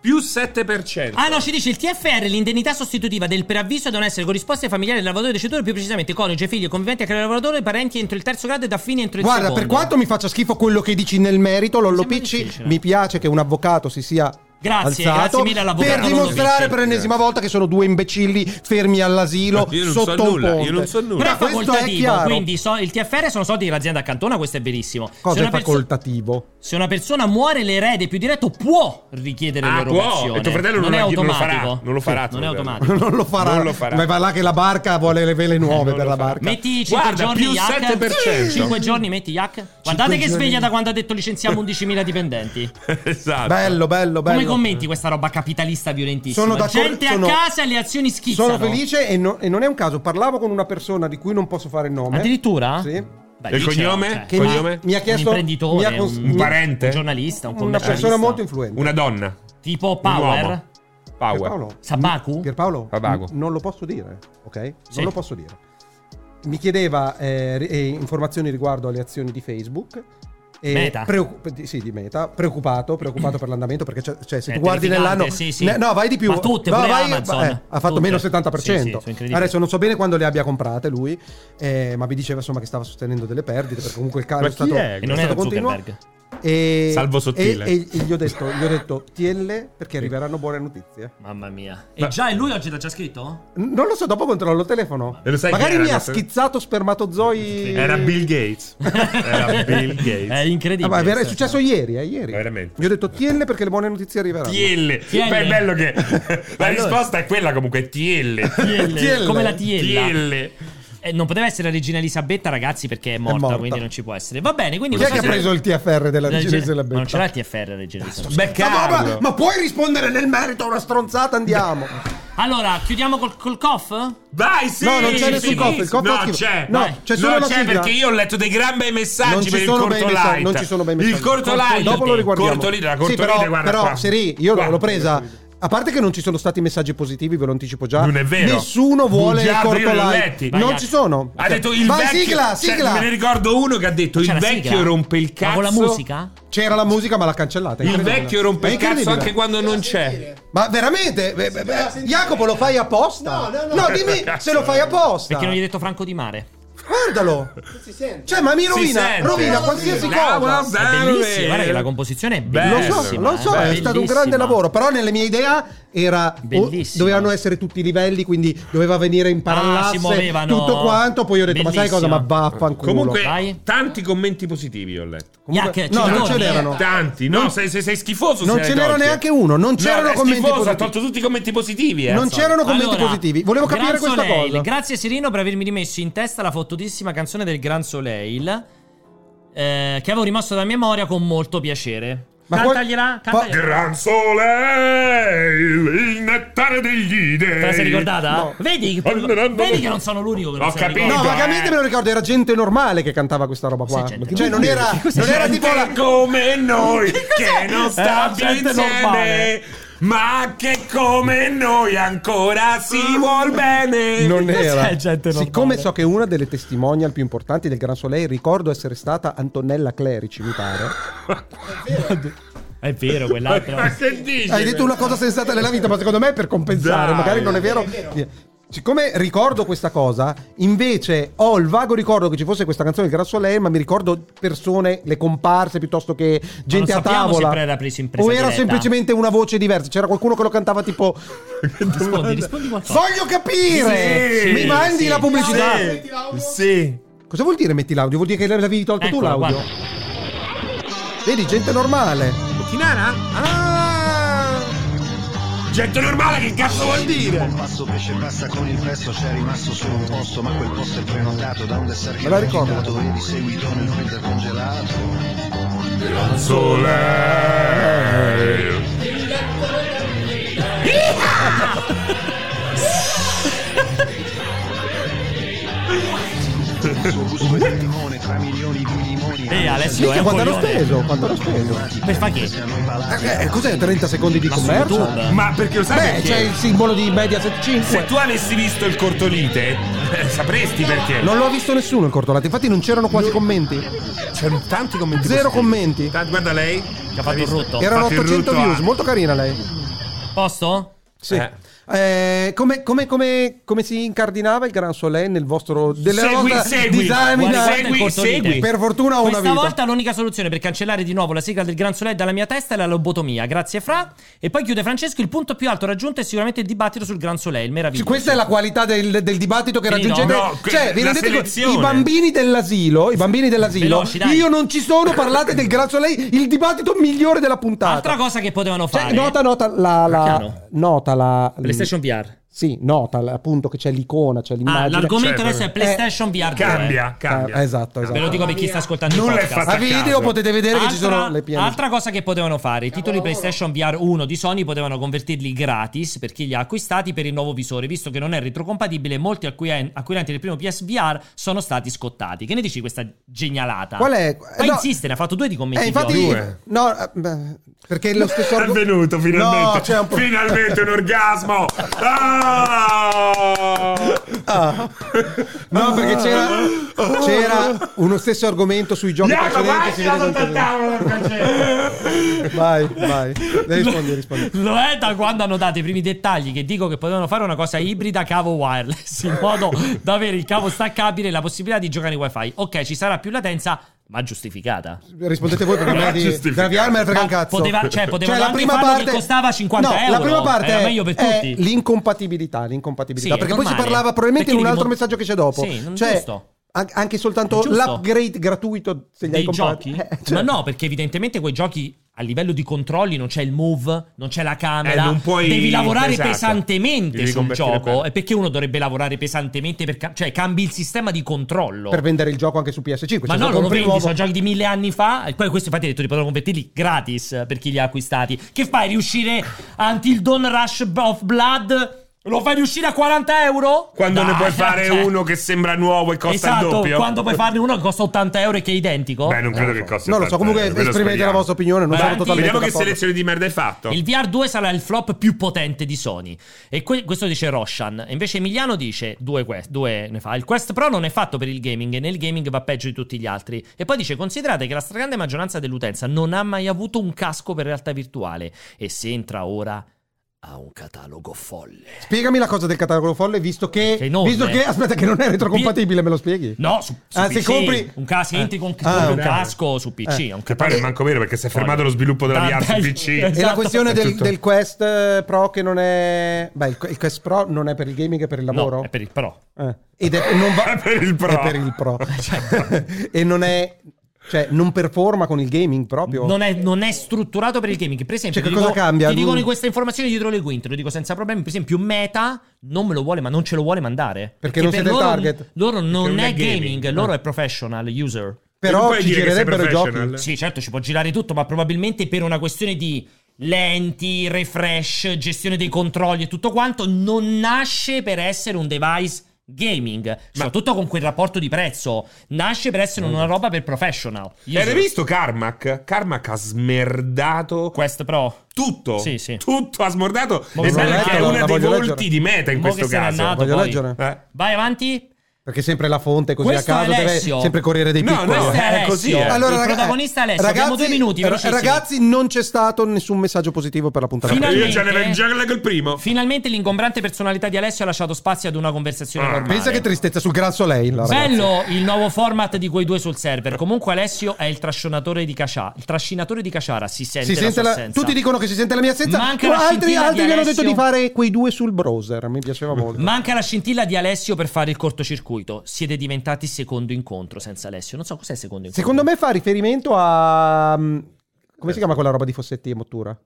Speaker 2: Più 7%.
Speaker 1: Ah no, ci dice il TFR, l'indennità sostitutiva del preavviso devono essere corrisposte ai familiari del lavoratore deceduto, più precisamente coniuge, figli, conviventi a caro lavoratore, parenti entro il terzo grado ed affini entro il
Speaker 3: Guarda,
Speaker 1: secondo.
Speaker 3: per quanto mi faccia schifo quello che dici nel merito, Lollo
Speaker 1: Sembra
Speaker 3: Picci,
Speaker 1: difficile.
Speaker 3: mi piace che un avvocato si sia.
Speaker 1: Grazie,
Speaker 3: alzato
Speaker 1: grazie mille all'avvocato
Speaker 3: per
Speaker 1: Lollo
Speaker 3: dimostrare
Speaker 1: Picci.
Speaker 3: per l'ennesima volta che sono due imbecilli fermi all'asilo
Speaker 2: Io non so
Speaker 3: sotto un
Speaker 2: nulla, io
Speaker 3: ponte.
Speaker 2: non so nulla.
Speaker 1: Però
Speaker 3: Ma
Speaker 1: è
Speaker 3: questo è
Speaker 1: facoltativo,
Speaker 3: chiaro.
Speaker 1: quindi so- il TFR sono soldi che l'azienda accantona, questo è verissimo. Se
Speaker 3: Cosa
Speaker 1: una
Speaker 3: è
Speaker 1: perso-
Speaker 3: facoltativo?
Speaker 1: Se una persona muore, l'erede più diretto può richiedere
Speaker 2: Ah,
Speaker 1: l'erogazione.
Speaker 2: può. E tuo fratello
Speaker 1: non,
Speaker 2: non
Speaker 1: è
Speaker 2: la- non lo farà.
Speaker 1: automatico.
Speaker 2: Non lo farà, tuo
Speaker 1: Non è
Speaker 2: fratello.
Speaker 1: automatico.
Speaker 3: non lo farà.
Speaker 2: Non lo farà.
Speaker 3: Ma va là che la barca vuole le vele nuove
Speaker 2: Non lo
Speaker 3: per la
Speaker 2: farà.
Speaker 3: barca.
Speaker 1: Metti 5
Speaker 2: Guarda,
Speaker 1: giorni
Speaker 2: più
Speaker 1: yak.
Speaker 2: 7%.
Speaker 1: 5 giorni metti yak. Guardate che
Speaker 3: giorni.
Speaker 1: sveglia da quando ha detto licenziamo 11.000 dipendenti.
Speaker 2: esatto.
Speaker 3: Bello, bello, bello.
Speaker 1: Come commenti questa roba capitalista violentissima?
Speaker 3: Sono d'accordo,
Speaker 1: Gente
Speaker 3: sono-
Speaker 1: a casa e le azioni schizzano.
Speaker 3: Sono felice e, no- e non è un caso. Parlavo con una persona di cui non posso fare il nome.
Speaker 1: Eh? Addirittura?
Speaker 3: Sì.
Speaker 1: Beh, lì
Speaker 2: E il
Speaker 1: c'è-
Speaker 2: cognome?
Speaker 1: cioè,
Speaker 3: Che
Speaker 2: Cognome?
Speaker 3: mi, mi ha
Speaker 1: un
Speaker 3: chiesto
Speaker 1: imprenditore,
Speaker 3: mi ha cons-
Speaker 1: un,
Speaker 3: mi-
Speaker 2: un parente?
Speaker 1: un giornalista, un
Speaker 3: una persona
Speaker 1: commercialista.
Speaker 3: molto influente.
Speaker 2: Una donna.
Speaker 1: tipo
Speaker 2: Un
Speaker 1: Power.
Speaker 2: uomo. Power.
Speaker 3: Pierpaolo,
Speaker 1: Sabaku?
Speaker 3: Pierpaolo,
Speaker 2: Sabaku.
Speaker 3: n- non lo posso dire, ok?
Speaker 1: Sì.
Speaker 3: Non lo posso dire. Mi chiedeva eh, ri- eh, informazioni riguardo alle azioni di Facebook. E
Speaker 1: Meta.
Speaker 3: preoccupati- sì, di meta. Preoccupato, preoccupato per l'andamento perché c'è- cioè, se
Speaker 1: È
Speaker 3: tu guardi
Speaker 1: terrificante,
Speaker 3: nell'anno...
Speaker 1: sì, sì.
Speaker 3: Ne- no, vai di più.
Speaker 1: Ma tutte,
Speaker 3: no,
Speaker 1: pure
Speaker 3: vai-
Speaker 1: Amazon.
Speaker 3: eh, ha fatto
Speaker 1: Tutte.
Speaker 3: meno
Speaker 1: Sì, sì,
Speaker 3: 70%.
Speaker 1: sono incredibili.
Speaker 3: Adesso non so bene quando le abbia comprate lui, eh, ma mi diceva insomma che stava sostenendo delle perdite perché comunque il calo
Speaker 2: Ma
Speaker 3: è
Speaker 2: chi
Speaker 3: stato,
Speaker 2: è?
Speaker 1: E non
Speaker 3: stato
Speaker 1: era
Speaker 3: continuo.
Speaker 1: Zuckerberg.
Speaker 3: E,
Speaker 2: Salvo Sottile.
Speaker 3: E, e gli ho detto, gli ho detto tielle perché arriveranno buone notizie.
Speaker 1: Mamma mia. E già è lui oggi l'ha già scritto?
Speaker 3: N- Non lo so, dopo controllo il telefono.
Speaker 2: E Eh, lo sai
Speaker 3: Magari
Speaker 2: chi era
Speaker 3: mi ha
Speaker 2: questo?
Speaker 3: schizzato spermatozoi.
Speaker 2: Era Bill Gates. Era Bill Gates.
Speaker 1: È incredibile.
Speaker 3: Ah, ma è, vero, è
Speaker 1: questa
Speaker 3: successo ieri, eh, ieri.
Speaker 2: Ma veramente?
Speaker 3: Gli ho detto tielle perché le buone notizie arriveranno.
Speaker 2: TL.
Speaker 1: TL.
Speaker 2: Beh, è bello che la
Speaker 1: Allora.
Speaker 2: risposta è quella comunque TL.
Speaker 1: TL,
Speaker 3: TL.
Speaker 1: come la tiella.
Speaker 2: TL.
Speaker 1: Eh, non poteva essere la regina Elisabetta, ragazzi, perché è morta,
Speaker 3: morta.
Speaker 1: quindi non ci può essere. Va bene, quindi
Speaker 3: Chi è che ha
Speaker 1: questa
Speaker 3: preso il TFR della
Speaker 2: Eh,
Speaker 1: sera-
Speaker 3: regina Ah, della
Speaker 1: Ma Non c'era il TFR regina Elisabetta.
Speaker 2: Beh,
Speaker 3: ma,
Speaker 2: Carlo.
Speaker 3: ma- ma puoi rispondere nel merito a una stronzata? Andiamo.
Speaker 1: Allora, chiudiamo col, col cof?
Speaker 2: Vai, sì!
Speaker 3: No, non c'è
Speaker 2: sì,
Speaker 3: nessun
Speaker 2: sì.
Speaker 3: coffee, il coffee è
Speaker 2: No,
Speaker 3: schifo.
Speaker 2: c'è.
Speaker 3: No,
Speaker 2: Vai.
Speaker 3: c'è solo
Speaker 2: No,
Speaker 3: la
Speaker 2: c'è
Speaker 3: sigla.
Speaker 2: perché io ho letto dei gran bei messaggi
Speaker 3: Non ci
Speaker 2: per il
Speaker 3: sono bei
Speaker 2: corto
Speaker 3: messaggi,
Speaker 2: light.
Speaker 3: non ci sono bei messaggi.
Speaker 2: Il corto
Speaker 1: Corto
Speaker 2: light.
Speaker 1: light.
Speaker 3: Dopo lo riguardiamo.
Speaker 2: Corto light, la
Speaker 3: Sì,
Speaker 2: corto
Speaker 3: però,
Speaker 2: light, guarda
Speaker 3: però
Speaker 2: qua.
Speaker 3: Seri, io
Speaker 2: Qua.
Speaker 3: l'ho presa A parte che non ci sono stati messaggi positivi, ve lo anticipo già.
Speaker 2: Non è vero.
Speaker 3: Nessuno vuole il
Speaker 2: Bugiardo,
Speaker 3: corpo
Speaker 2: io l'ho
Speaker 3: live.
Speaker 2: letti.
Speaker 3: Non
Speaker 2: Vai,
Speaker 3: ci sono.
Speaker 2: Ha detto il
Speaker 3: Vai,
Speaker 2: vecchio.
Speaker 3: sigla,
Speaker 2: cioè,
Speaker 3: sigla.
Speaker 2: me ne ricordo uno che ha detto:
Speaker 3: C'è
Speaker 2: il
Speaker 3: la
Speaker 2: vecchio
Speaker 3: sigla?
Speaker 2: rompe il
Speaker 3: Ma
Speaker 2: cazzo.
Speaker 3: con la musica? C'era la musica, ma l'ha cancellata.
Speaker 2: Il
Speaker 3: incredibile.
Speaker 2: vecchio rompe
Speaker 3: È
Speaker 2: il cazzo
Speaker 3: incredibile.
Speaker 2: anche quando non c'è.
Speaker 3: Ma veramente? Beh, beh, beh, Jacopo lo fai apposta?
Speaker 4: No, no,
Speaker 3: no.
Speaker 4: no.
Speaker 3: dimmi se lo fai apposta.
Speaker 1: Perché non gli hai detto Franco di Mare?
Speaker 3: Guardalo.
Speaker 4: Si sente.
Speaker 3: Cioè, ma mi
Speaker 1: Si
Speaker 3: rovina,
Speaker 1: sente.
Speaker 3: rovina qualsiasi
Speaker 1: Bravo,
Speaker 3: cosa.
Speaker 2: Ah,
Speaker 1: bravo, È bellissimo, bello. guarda che la composizione è bellissima,
Speaker 3: Lo so, lo so,
Speaker 1: eh.
Speaker 3: è stato un
Speaker 1: Bellissima.
Speaker 3: grande lavoro, però nelle mie idee era o-
Speaker 1: Bellissima.
Speaker 3: dovevano essere tutti i livelli, quindi doveva venire in
Speaker 1: Ah, si
Speaker 3: parallasse
Speaker 1: muovevano.
Speaker 3: tutto quanto, poi ho detto "Ma sai cosa? Ma
Speaker 2: Bellissima.
Speaker 3: vaffanculo".
Speaker 2: Comunque, tanti commenti positivi ho letto. Comunque,
Speaker 3: Iac, ci No, non torni? ce n'erano.
Speaker 2: Tanti, no, sei, sei- sei schifoso.
Speaker 3: Non
Speaker 2: se ne
Speaker 3: ce
Speaker 2: hai
Speaker 3: n'era
Speaker 2: tolti.
Speaker 3: neanche uno, non
Speaker 2: eh. No,
Speaker 3: c'erano
Speaker 2: è
Speaker 3: commenti
Speaker 2: schifoso, Ha
Speaker 3: positivi.
Speaker 2: tolto tutti i commenti positivi. eh,
Speaker 3: Non
Speaker 2: Sandro.
Speaker 3: c'erano commenti
Speaker 1: Allora,
Speaker 3: positivi. Volevo capire
Speaker 1: Gran
Speaker 3: questa
Speaker 1: Soleil.
Speaker 3: cosa.
Speaker 1: Grazie Sirino per avermi rimesso in testa la fottutissima canzone del Gran Soleil eh, che avevo rimosso dalla memoria con molto piacere. cantagliela, cantagliela.
Speaker 2: Gran sole, il nettare degli
Speaker 1: Te
Speaker 2: idei.
Speaker 1: la sei ricordata?
Speaker 2: No.
Speaker 1: Vedi,
Speaker 2: Ah, no, no, no,
Speaker 1: vedi
Speaker 2: no.
Speaker 1: che non sono l'unico che
Speaker 2: Ho
Speaker 1: non se la
Speaker 2: capito.
Speaker 1: ricorda.
Speaker 3: No,
Speaker 2: eh.
Speaker 3: ma vagamente me lo ricordo, era gente normale che cantava questa roba
Speaker 2: Sì,
Speaker 3: qua.
Speaker 2: gente
Speaker 3: Cioè, non
Speaker 2: normale.
Speaker 3: era,
Speaker 2: Che cos'è?
Speaker 3: non era
Speaker 2: Gente
Speaker 3: tipo la
Speaker 2: come noi che non sta
Speaker 3: Eh,
Speaker 2: più
Speaker 3: gente
Speaker 2: insieme,
Speaker 3: normale.
Speaker 2: ma che come noi ancora si vuol bene.
Speaker 3: Non era.
Speaker 2: normale?
Speaker 3: Siccome so che una delle testimonial più importanti del Gran Soleil ricordo essere stata Antonella Clerici, mi pare.
Speaker 1: È vero,
Speaker 2: Ma
Speaker 1: quell'altra.
Speaker 2: che dici?
Speaker 3: Hai detto una cosa sensata nella vita, ma secondo me è per compensare,
Speaker 2: Dai.
Speaker 3: magari non è vero. Siccome ricordo questa cosa, invece ho il vago ricordo che ci fosse questa canzone del Gran Soleil, ma mi ricordo persone, le comparse piuttosto che gente a
Speaker 1: sappiamo se
Speaker 3: tavola.
Speaker 1: pre- era preso in presa
Speaker 3: o era
Speaker 1: diretta.
Speaker 3: semplicemente una voce diversa, c'era qualcuno che lo cantava tipo
Speaker 1: Rispondi, rispondi qualcosa.
Speaker 3: Voglio capire!
Speaker 1: Sì,
Speaker 3: Mi
Speaker 1: sì,
Speaker 3: mandi
Speaker 1: sì.
Speaker 3: la pubblicità?
Speaker 1: Sì.
Speaker 2: Sì.
Speaker 3: Cosa vuol dire metti l'audio? Vuol dire che l'avevi tolto tu
Speaker 1: Eccolo,
Speaker 3: l'audio?
Speaker 1: guarda.
Speaker 3: Vedi, gente normale.
Speaker 2: Chinara? Ah! Gente normale, che cazzo vuol dire?
Speaker 5: passo pesce passa con il pesto c'è rimasto solo un posto ma quel posto è prenotato da un dessert che
Speaker 3: Me la
Speaker 5: non è
Speaker 3: ricordo.
Speaker 5: girato e di seguito nel nome del congelato
Speaker 2: Gran sole.
Speaker 5: il suo gusto è di limone tra milioni di limoni
Speaker 1: Eh, Alessio,
Speaker 3: Minchia,
Speaker 1: è un
Speaker 3: quanto hanno
Speaker 1: coglione.
Speaker 3: speso? Quanto hanno speso?
Speaker 1: Per fa che?
Speaker 3: Eh, cos'è 30 secondi di
Speaker 1: Ma su
Speaker 3: commercio?
Speaker 1: YouTube?
Speaker 2: Ma perché lo sai
Speaker 3: Beh,
Speaker 2: perché?
Speaker 3: c'è il simbolo di Mediaset 5.
Speaker 2: Se tu avessi visto il cortolite, eh, sapresti perché.
Speaker 3: Non l'ho visto nessuno il cortolato, infatti non c'erano quasi commenti.
Speaker 2: C'erano tanti commenti.
Speaker 3: Zero
Speaker 2: positivi.
Speaker 3: commenti.
Speaker 2: Tanti- Guarda lei, che ha fatto il rotto.
Speaker 3: Erano 800 views, molto carina lei.
Speaker 1: Posto?
Speaker 3: Sì. Eh, come, come- come- come si incardinava il Gran Soleil nel vostro della
Speaker 1: Segui,
Speaker 3: vostra
Speaker 1: segui.
Speaker 3: disamina?
Speaker 1: Guarda, guarda il cortolite.
Speaker 3: Per fortuna ho una
Speaker 1: Questa
Speaker 3: vita.
Speaker 1: volta l'unica soluzione per cancellare di nuovo la sigla del Gran Soleil dalla mia testa è la lobotomia. Grazie, Fra. E poi chiude Francesco. Il punto più alto raggiunto è sicuramente il dibattito sul Gran Soleil. Meraviglioso.
Speaker 3: Sì, Cioè, questa è la qualità del, del dibattito che
Speaker 1: Finito?
Speaker 3: raggiungete.
Speaker 1: No, que-
Speaker 3: cioè, vi
Speaker 1: la
Speaker 3: rendete conto?
Speaker 1: selezione.
Speaker 3: I bambini dell'asilo, i bambini dell'asilo,
Speaker 1: Veloci, dai.
Speaker 3: io non ci sono, parlate del Gran Soleil, il dibattito migliore della puntata.
Speaker 1: Altra cosa che potevano
Speaker 3: Cioè,
Speaker 1: fare.
Speaker 3: nota, nota la, la-
Speaker 1: Chiaro.
Speaker 3: nota la
Speaker 1: PlayStation VR.
Speaker 3: Sì, nota l- appunto che c'è l'icona, c'è l'immagine.
Speaker 1: Ah, l'argomento
Speaker 2: Cioè,
Speaker 1: adesso è
Speaker 2: proprio-
Speaker 1: PlayStation VR. due.
Speaker 2: Cambia, cambia.
Speaker 3: Eh, esatto, esatto.
Speaker 1: Ve lo dico per chi sta ascoltando
Speaker 2: Nulla
Speaker 1: il
Speaker 2: è
Speaker 1: podcast.
Speaker 2: fatto a A video caso.
Speaker 3: potete vedere che ci sono le piene.
Speaker 1: Altra cosa che potevano fare, i titoli PlayStation VR 1 di Sony potevano convertirli gratis per chi li ha acquistati per il nuovo visore, visto che non è retrocompatibile, molti acquirenti acquirenti del primo PSVR sono stati scottati. Che ne dici di questa genialata?
Speaker 3: Qual è?
Speaker 1: Ma
Speaker 3: Eh, no.
Speaker 1: insiste, ne ha fatto due di commenti.
Speaker 3: Eh, infatti,
Speaker 1: idioti.
Speaker 3: no, eh, beh, perché è lo stesso
Speaker 2: È
Speaker 3: argom-
Speaker 2: venuto
Speaker 3: No,
Speaker 2: finalmente.
Speaker 3: c'è un po'-
Speaker 2: Finalmente un orgasmo. Ah!
Speaker 3: Ah. No, perché c'era, c'era uno stesso argomento sui giochi
Speaker 2: Iaco,
Speaker 3: precedenti.
Speaker 2: vai,
Speaker 3: si
Speaker 2: ci
Speaker 3: vede
Speaker 2: vado
Speaker 3: che-
Speaker 2: dal tavolo, Francesco.
Speaker 3: Vai, vai. Dai, rispondi, rispondi.
Speaker 1: Lo è da quando hanno dato i primi dettagli che dico che potevano fare una cosa ibrida cavo wireless in modo da avere il cavo staccabile e la possibilità di giocare in wifi. Ok, ci sarà più latenza, ma giustificata.
Speaker 3: Rispondete voi perché
Speaker 2: Eh,
Speaker 3: me di
Speaker 2: giustificato.
Speaker 3: graviarmi me ne frega
Speaker 1: Ma
Speaker 3: un cazzo.
Speaker 1: poteva- cioè, potevano anche farlo che costava 50
Speaker 3: no, La
Speaker 1: euro.
Speaker 3: prima parte
Speaker 1: Era
Speaker 3: è-
Speaker 1: meglio per
Speaker 3: è
Speaker 1: tutti.
Speaker 3: l'incompatibilità, l'incompatibilità,
Speaker 1: Sì,
Speaker 3: perché
Speaker 1: è
Speaker 3: poi si
Speaker 1: normale.
Speaker 3: parlava probabilmente
Speaker 1: Perché
Speaker 3: in un
Speaker 1: li
Speaker 3: altro
Speaker 1: dimont-
Speaker 3: messaggio che c'è dopo.
Speaker 1: Sì, non
Speaker 3: cioè,
Speaker 1: giusto.
Speaker 3: an- anche soltanto
Speaker 1: Giusto.
Speaker 3: l'upgrade gratuito se li
Speaker 1: dei
Speaker 3: hai comprati.
Speaker 1: giochi?
Speaker 3: Eh, cioè,
Speaker 1: Ma
Speaker 2: certo.
Speaker 1: no, perché evidentemente quei giochi a livello di controlli non c'è il move, non c'è la
Speaker 2: Eh,
Speaker 1: camera,
Speaker 2: non puoi-
Speaker 1: devi lavorare
Speaker 2: esatto.
Speaker 1: pesantemente
Speaker 2: Devi
Speaker 1: sul
Speaker 2: convertire
Speaker 1: gioco.
Speaker 2: quello.
Speaker 1: E perché uno dovrebbe lavorare pesantemente per ca- cioè cambi il sistema di controllo.
Speaker 3: per vendere il gioco anche su PS5.
Speaker 1: Ma no,
Speaker 3: cioè, se
Speaker 1: non lo
Speaker 3: compri
Speaker 1: vendi,
Speaker 3: nuovo-
Speaker 1: sono giochi di mille anni fa. E poi questo infatti ha detto di poter convertirli gratis per chi li ha acquistati. Che fai? Riuscire anti il Don Rush of Blood Lo fai riuscire a 40 euro?
Speaker 2: Quando
Speaker 1: Dai,
Speaker 2: ne puoi fare
Speaker 1: cioè.
Speaker 2: uno che sembra nuovo e costa
Speaker 1: esatto,
Speaker 2: il doppio?
Speaker 1: quando puoi farne uno che costa 80 euro e che è identico?
Speaker 2: Beh, non credo che costi
Speaker 3: Non lo
Speaker 2: 80
Speaker 3: so, comunque
Speaker 2: euro, quello
Speaker 3: esprimete la
Speaker 2: speriamo.
Speaker 3: vostra opinione, non
Speaker 1: Beh,
Speaker 3: sono
Speaker 1: anche-
Speaker 3: totalmente
Speaker 2: Vediamo che
Speaker 3: d'accordo.
Speaker 2: selezione di merda hai fatto.
Speaker 1: Il VR2 sarà il flop più potente di Sony. E que- questo dice Roshan. E Invece Emiliano dice due, quest- due ne fa. Il Quest Pro non è fatto per il gaming e nel gaming va peggio di tutti gli altri. E poi dice considerate che la stragrande maggioranza dell'utenza non ha mai avuto un casco per realtà virtuale e se entra ora ha un catalogo folle.
Speaker 3: Spiegami la cosa del catalogo folle, visto che,
Speaker 1: Che enorme.
Speaker 3: visto che aspetta, che non è retrocompatibile, me lo spieghi?
Speaker 1: No, su, su
Speaker 3: Ah,
Speaker 1: PC,
Speaker 3: se compri-
Speaker 1: un cas- se entri con,
Speaker 3: Eh.
Speaker 1: con
Speaker 3: Ah,
Speaker 1: un
Speaker 3: ok.
Speaker 1: casco su PC,
Speaker 3: Eh.
Speaker 1: è un
Speaker 2: Che poi non è
Speaker 1: catalogo-
Speaker 2: manco vero perché si è fermato lo sviluppo della VR su
Speaker 1: Tanto-
Speaker 2: PC.
Speaker 3: E
Speaker 1: esatto.
Speaker 3: la questione
Speaker 2: È
Speaker 3: del,
Speaker 2: tutto.
Speaker 3: del Quest eh, Pro che non è. Beh, il, il Quest Pro non è per il gaming, è per il lavoro.
Speaker 1: No, è per il Pro.
Speaker 3: Eh. Ed è, non va-
Speaker 2: È per il Pro.
Speaker 3: È per il Pro. e non è. Cioè, non performa con il gaming proprio.
Speaker 1: Non è, non è strutturato per il gaming. Per esempio,
Speaker 3: Cioè,
Speaker 1: ti
Speaker 3: che cosa
Speaker 1: dico-
Speaker 3: cambia?
Speaker 1: ti dicono
Speaker 3: Mm.
Speaker 1: queste informazioni dietro le quinte, lo dico senza problemi. Per esempio, Meta non me lo vuole, ma non ce lo vuole mandare.
Speaker 3: Perché non
Speaker 1: per
Speaker 3: siete il
Speaker 1: loro,
Speaker 3: target.
Speaker 1: Loro non,
Speaker 2: non
Speaker 1: è,
Speaker 2: è
Speaker 1: gaming, Ah.
Speaker 2: gaming,
Speaker 1: loro
Speaker 2: no.
Speaker 1: è professional user.
Speaker 2: Non
Speaker 3: Però
Speaker 2: puoi
Speaker 3: ci
Speaker 2: dire che sei
Speaker 3: girerebbero giochi.
Speaker 2: professional.
Speaker 1: Sì, certo, ci può girare tutto, ma probabilmente per una questione di lenti, refresh, gestione dei controlli e tutto quanto, non nasce per essere un device gaming, soprattutto con quel rapporto di prezzo. Nasce per essere una roba per professional.
Speaker 3: Eh,
Speaker 2: E
Speaker 1: user.
Speaker 2: Avete visto Carmack? Carmack ha smerdato
Speaker 1: Quest Pro.
Speaker 2: tutto.
Speaker 1: Sì, sì.
Speaker 2: Tutto ha smordato.
Speaker 1: Ma
Speaker 2: e
Speaker 1: voglio
Speaker 2: bello che è
Speaker 3: leggerla, la
Speaker 2: uno dei
Speaker 3: voglio
Speaker 2: volti
Speaker 3: leggere.
Speaker 2: di meta in
Speaker 1: Mo
Speaker 2: questo
Speaker 1: che se n'è
Speaker 2: caso.
Speaker 1: andato
Speaker 3: Voglio
Speaker 1: poi.
Speaker 3: leggere.
Speaker 2: Eh.
Speaker 1: Vai avanti.
Speaker 3: Perché sempre la fonte così
Speaker 1: Questo
Speaker 3: a caso
Speaker 1: è
Speaker 3: deve
Speaker 1: Alessio.
Speaker 3: sempre correre dei
Speaker 2: No,
Speaker 3: piccoli.
Speaker 2: no,
Speaker 1: Questo è
Speaker 2: eh,
Speaker 1: Alessio.
Speaker 2: così è.
Speaker 1: il
Speaker 3: raga-
Speaker 1: protagonista Alessio. Abbiamo due minuti,
Speaker 3: ra-
Speaker 1: velocissimi.
Speaker 3: Ragazzi, non c'è stato nessun messaggio positivo per la puntata.
Speaker 1: Fino-
Speaker 2: Io
Speaker 1: Finalmente-
Speaker 2: ce ne avevo già leggo il primo.
Speaker 1: Finalmente l'ingombrante personalità di Alessio ha lasciato spazio ad una conversazione
Speaker 2: Ah,
Speaker 1: normale.
Speaker 3: Pensa che tristezza sul Gran Soleil. la ragazza.
Speaker 1: Bello il nuovo format di quei due sul server. Comunque Alessio è il trascinatore di Casciara. Il trascinatore di Casciara si sente
Speaker 3: Si
Speaker 1: la
Speaker 3: sente
Speaker 1: sua
Speaker 3: la-
Speaker 1: assenza.
Speaker 3: tutti dicono che si sente la mia assenza.
Speaker 1: Manca
Speaker 3: ma
Speaker 1: la
Speaker 3: altri
Speaker 1: scintilla di
Speaker 3: altri gli hanno detto
Speaker 1: Alessio.
Speaker 3: di fare quei due sul browser. Mi piaceva molto.
Speaker 1: Manca la scintilla di Alessio per fare il cortocircuito. Siete diventati secondo incontro senza Alessio. Non so cos'è secondo incontro.
Speaker 3: Secondo me fa riferimento a. mm, Come si chiama quella roba di Fossetti e Mottura?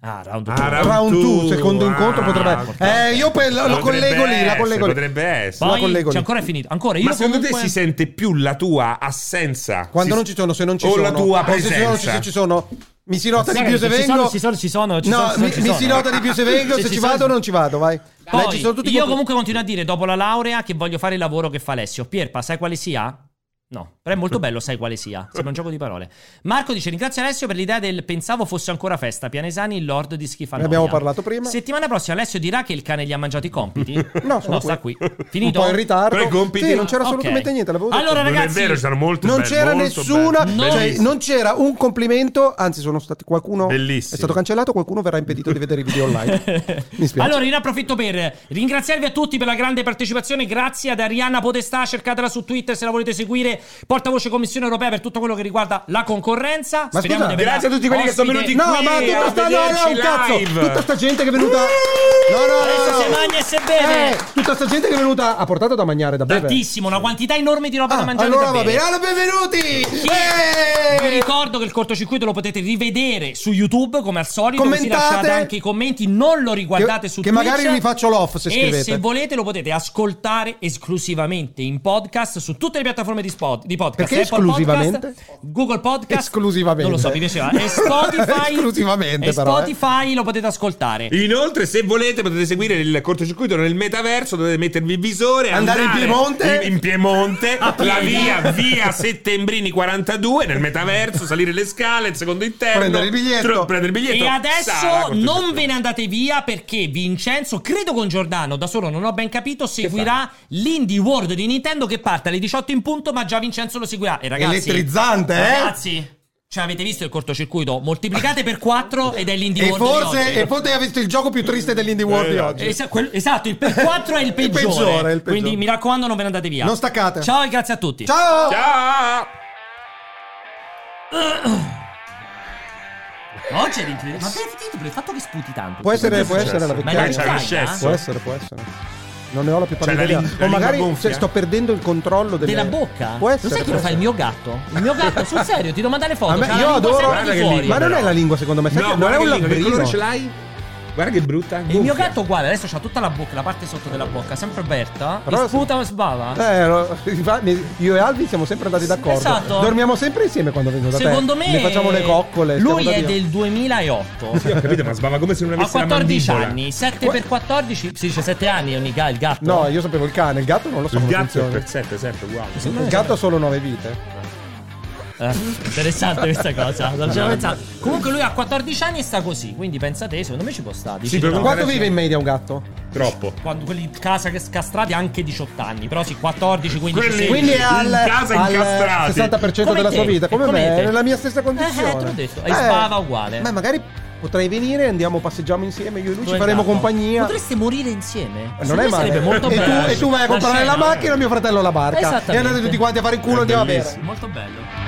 Speaker 1: Ah, round
Speaker 2: Ah,
Speaker 1: two.
Speaker 2: round-
Speaker 3: Round 2,
Speaker 2: two,
Speaker 3: secondo
Speaker 2: ah,
Speaker 3: incontro potrebbe.
Speaker 1: importante.
Speaker 3: Eh, io pe- lo, lo
Speaker 2: Potrebbe
Speaker 3: collego lì, la
Speaker 2: essere,
Speaker 3: collego lì.
Speaker 2: Potrebbe essere.
Speaker 3: la
Speaker 1: Poi
Speaker 3: collego
Speaker 1: c'è
Speaker 3: lì.
Speaker 1: ancora è finito. Ancora io
Speaker 2: Ma secondo
Speaker 1: comunque-
Speaker 2: te si sente più la tua assenza?
Speaker 3: Quando
Speaker 2: Si-
Speaker 3: non ci sono, se non ci
Speaker 2: o
Speaker 3: sono.
Speaker 2: la tua
Speaker 3: o se ci sono,
Speaker 2: presenza?
Speaker 3: se ci sono. Mi si nota di
Speaker 1: Sì,
Speaker 3: più se
Speaker 1: ci sono,
Speaker 3: vengo.
Speaker 1: ci sono, ci sono, ci sono,
Speaker 3: No,
Speaker 1: ci sono,
Speaker 3: mi
Speaker 1: ci
Speaker 3: mi
Speaker 1: sono.
Speaker 3: si nota di più se vengo.
Speaker 1: Sì,
Speaker 3: Se
Speaker 1: ci
Speaker 3: ci
Speaker 1: sono.
Speaker 3: vado o non ci vado, vai.
Speaker 1: Poi,
Speaker 3: Dai, ci sono tutti
Speaker 1: io
Speaker 3: contro-
Speaker 1: comunque continuo a dire, dopo la laurea, che voglio fare il lavoro che fa Alessio. Pierpa, sai quale sia? No, però è molto bello, sai quale sia. Sembra un gioco di parole. Marco dice: Ringrazio Alessio per l'idea del pensavo fosse ancora festa. Pianesani, il lord di
Speaker 3: Ne
Speaker 1: Schifanoia.
Speaker 3: abbiamo parlato prima.
Speaker 1: Settimana prossima Alessio dirà che il cane gli ha mangiato i compiti.
Speaker 3: No, sono
Speaker 1: sta qui.
Speaker 3: Un
Speaker 1: Finito.
Speaker 3: po' in ritardo.
Speaker 2: Però i compiti-
Speaker 3: Sì, non c'era
Speaker 1: Ok.
Speaker 3: assolutamente niente. l'avevo detto.
Speaker 1: Allora,
Speaker 2: Non è
Speaker 1: ragazzi,
Speaker 2: vero, ci sono molto
Speaker 3: non
Speaker 2: bello,
Speaker 3: c'era
Speaker 2: molto
Speaker 3: nessuna,
Speaker 1: No.
Speaker 2: bello.
Speaker 3: cioè,
Speaker 2: Bellissimo.
Speaker 3: non c'era un complimento. Anzi, sono stati qualcuno
Speaker 2: Bellissimo.
Speaker 3: è stato cancellato. Qualcuno verrà impedito di vedere i video online. Mi spiace.
Speaker 1: Allora, io ne approfitto per ringraziarvi a tutti per la grande partecipazione. Grazie ad Arianna Podestà, cercatela su Twitter se la volete seguire. Portavoce Commissione Europea per tutto quello che riguarda la concorrenza.
Speaker 3: Ma scusa,
Speaker 1: averla
Speaker 2: grazie a tutti quelli che sono
Speaker 1: ospite.
Speaker 2: venuti
Speaker 3: no,
Speaker 2: qui,
Speaker 3: ma
Speaker 2: a
Speaker 3: tutta sta, no, no, un
Speaker 2: vederci
Speaker 3: cazzo,
Speaker 2: live.
Speaker 3: tutta sta gente che è venuta. No,
Speaker 1: Adesso
Speaker 3: no,
Speaker 1: si
Speaker 3: no, no.
Speaker 1: mangia e si beve.
Speaker 3: Eh, tutta sta gente che è venuta ha portato da mangiare da bere.
Speaker 1: Tantissimo, una quantità enorme di roba da
Speaker 3: Ah,
Speaker 1: mangiare. e
Speaker 3: allora
Speaker 1: da
Speaker 3: va
Speaker 1: bere.
Speaker 3: bene, allora benvenuti.
Speaker 1: Che- Vi
Speaker 3: Eh!
Speaker 1: ricordo che il cortocircuito lo potete rivedere su YouTube come al solito. Così
Speaker 3: Commentate.
Speaker 1: lasciate anche i commenti, non lo riguardate
Speaker 3: Che-
Speaker 1: su
Speaker 3: che
Speaker 1: Twitch.
Speaker 3: magari vi faccio l'off se
Speaker 1: e
Speaker 3: scrivete.
Speaker 1: se volete lo potete ascoltare esclusivamente in podcast su tutte le piattaforme di, spot- di podcast.
Speaker 3: Perché
Speaker 1: Apple
Speaker 3: esclusivamente?
Speaker 1: Podcast, Google Podcast.
Speaker 3: Esclusivamente.
Speaker 1: Non lo so, mi piaceva. E Spotify.
Speaker 3: Esclusivamente,
Speaker 1: e
Speaker 3: però, eh.
Speaker 1: Spotify lo potete ascoltare.
Speaker 2: Inoltre, se volete, potete seguire il cortocircuito nel metaverso, dovete mettervi il visore,
Speaker 3: Andare in Piemonte?
Speaker 2: in, in Piemonte,
Speaker 1: A
Speaker 2: la
Speaker 1: piedi.
Speaker 2: via, via Settembrini 42, nel metaverso, salire le scale, il secondo interno,
Speaker 3: Prendere il biglietto.
Speaker 2: prendere il biglietto,
Speaker 1: E
Speaker 2: sala,
Speaker 1: adesso
Speaker 2: cortocircuito.
Speaker 1: non ve ne andate via perché Vincenzo, credo con Giordano, da solo non ho ben capito, seguirà l'Indie World di Nintendo che parte alle 18 in punto, ma già Vincenzo lo seguirà. E ragazzi,
Speaker 3: Elettrizzante, eh?
Speaker 1: Ragazzi, cioè avete visto il cortocircuito? Moltiplicate per 4 ed è l'Indie
Speaker 3: E
Speaker 1: World. di
Speaker 3: forse,
Speaker 1: oggi.
Speaker 3: e forse ha visto il gioco più triste dell'Indie World di oggi.
Speaker 1: Esa- quel- esatto, il per 4 è il
Speaker 3: Il
Speaker 1: peggiore.
Speaker 3: peggiore, il peggiore.
Speaker 1: Quindi mi raccomando, non ve ne andate via.
Speaker 3: Non staccate.
Speaker 1: Ciao e grazie a tutti.
Speaker 3: Ciao!
Speaker 2: Ciao!
Speaker 1: No, c'è l'incredibile. Ma sentite per il fatto che sputi tanto.
Speaker 3: Può essere, può essere la
Speaker 1: Ma eh?
Speaker 2: Dai,
Speaker 1: non
Speaker 2: c'è
Speaker 1: sai,
Speaker 2: un
Speaker 3: vecchiaia.
Speaker 2: scesso.
Speaker 3: Può essere, può essere. Non ne ho la più pallida
Speaker 2: Cioè, la
Speaker 3: idea.
Speaker 2: lin- la
Speaker 3: o magari
Speaker 2: lingua
Speaker 3: se
Speaker 2: gonfia?
Speaker 3: sto perdendo il controllo delle-
Speaker 1: della bocca?
Speaker 3: Può essere.
Speaker 1: non sai chi
Speaker 3: può
Speaker 1: lo fa il
Speaker 3: essere.
Speaker 1: mio gatto? Il mio gatto, sul serio, ti devo mandare le foto.
Speaker 3: A
Speaker 1: c'ha
Speaker 3: me-
Speaker 1: la
Speaker 3: io
Speaker 1: lingua
Speaker 3: adoro-
Speaker 1: sempre
Speaker 2: Guarda
Speaker 1: di
Speaker 2: che
Speaker 1: fuori.
Speaker 2: lingua.
Speaker 3: Ma non è la lingua secondo me, sai
Speaker 2: No,
Speaker 3: che- non è
Speaker 2: guarda
Speaker 3: un
Speaker 2: che lingua, che
Speaker 3: lambrino.
Speaker 2: colore ce l'hai? Guarda che brutta.
Speaker 1: E il mio gatto uguale, adesso ha tutta la bocca, la parte sotto della bocca, sempre aperta.
Speaker 3: Però-
Speaker 1: e sputa o sbava.
Speaker 3: Eh, no, fa- ne- io e Alvi siamo sempre andati d'accordo.
Speaker 1: esatto.
Speaker 3: Dormiamo sempre insieme quando vengo da te.
Speaker 1: Secondo me
Speaker 3: Ne facciamo le coccole.
Speaker 1: Lui
Speaker 3: stiamo da
Speaker 1: è
Speaker 3: Dio.
Speaker 1: del 2008.
Speaker 2: Sì, ho capito, ma sbava come se non
Speaker 1: Ha
Speaker 2: avesse la
Speaker 1: 14
Speaker 2: mandibola.
Speaker 1: anni, 7 x 14, si dice 7 anni ogni ga- il gatto.
Speaker 3: No, io sapevo il cane, il gatto non lo so.
Speaker 2: Il
Speaker 3: come
Speaker 2: gatto è
Speaker 3: funziona.
Speaker 2: per 7, sempre uguale.
Speaker 3: Il gatto ha solo nove vite.
Speaker 1: Eh, interessante questa cosa. Non ci avevo pensato. Comunque lui ha 14 anni e sta così, quindi pensate, secondo me ci può stare.
Speaker 3: Sì, però quanto vive in media un gatto?
Speaker 2: Troppo.
Speaker 1: Quando quelli in casa che scastrati anche 18 anni, però sì, 14, 15,
Speaker 2: Quelli
Speaker 1: 16.
Speaker 3: Quindi è al, al
Speaker 1: incastrati.
Speaker 3: 60%
Speaker 1: Come
Speaker 3: della
Speaker 1: te,
Speaker 3: sua vita, come,
Speaker 1: come
Speaker 3: me,
Speaker 1: te.
Speaker 3: è nella mia stessa condizione.
Speaker 1: Eh, te l'ho detto, e sbava uguale.
Speaker 3: Ma magari potrei venire e andiamo, passeggiamo insieme, io e lui
Speaker 1: Tu
Speaker 3: ci
Speaker 1: e
Speaker 3: faremo
Speaker 1: Gatto.
Speaker 3: compagnia. Eh,
Speaker 1: Potreste morire insieme.
Speaker 3: Non è male.
Speaker 1: Sarebbe molto
Speaker 3: e, tu,
Speaker 1: bello.
Speaker 3: e tu vai a comprare la
Speaker 1: scena.
Speaker 3: macchina, mio fratello la barca. E
Speaker 1: Esattamente.
Speaker 3: andate tutti quanti a fare il culo e andiamo a bere.
Speaker 1: Molto bello.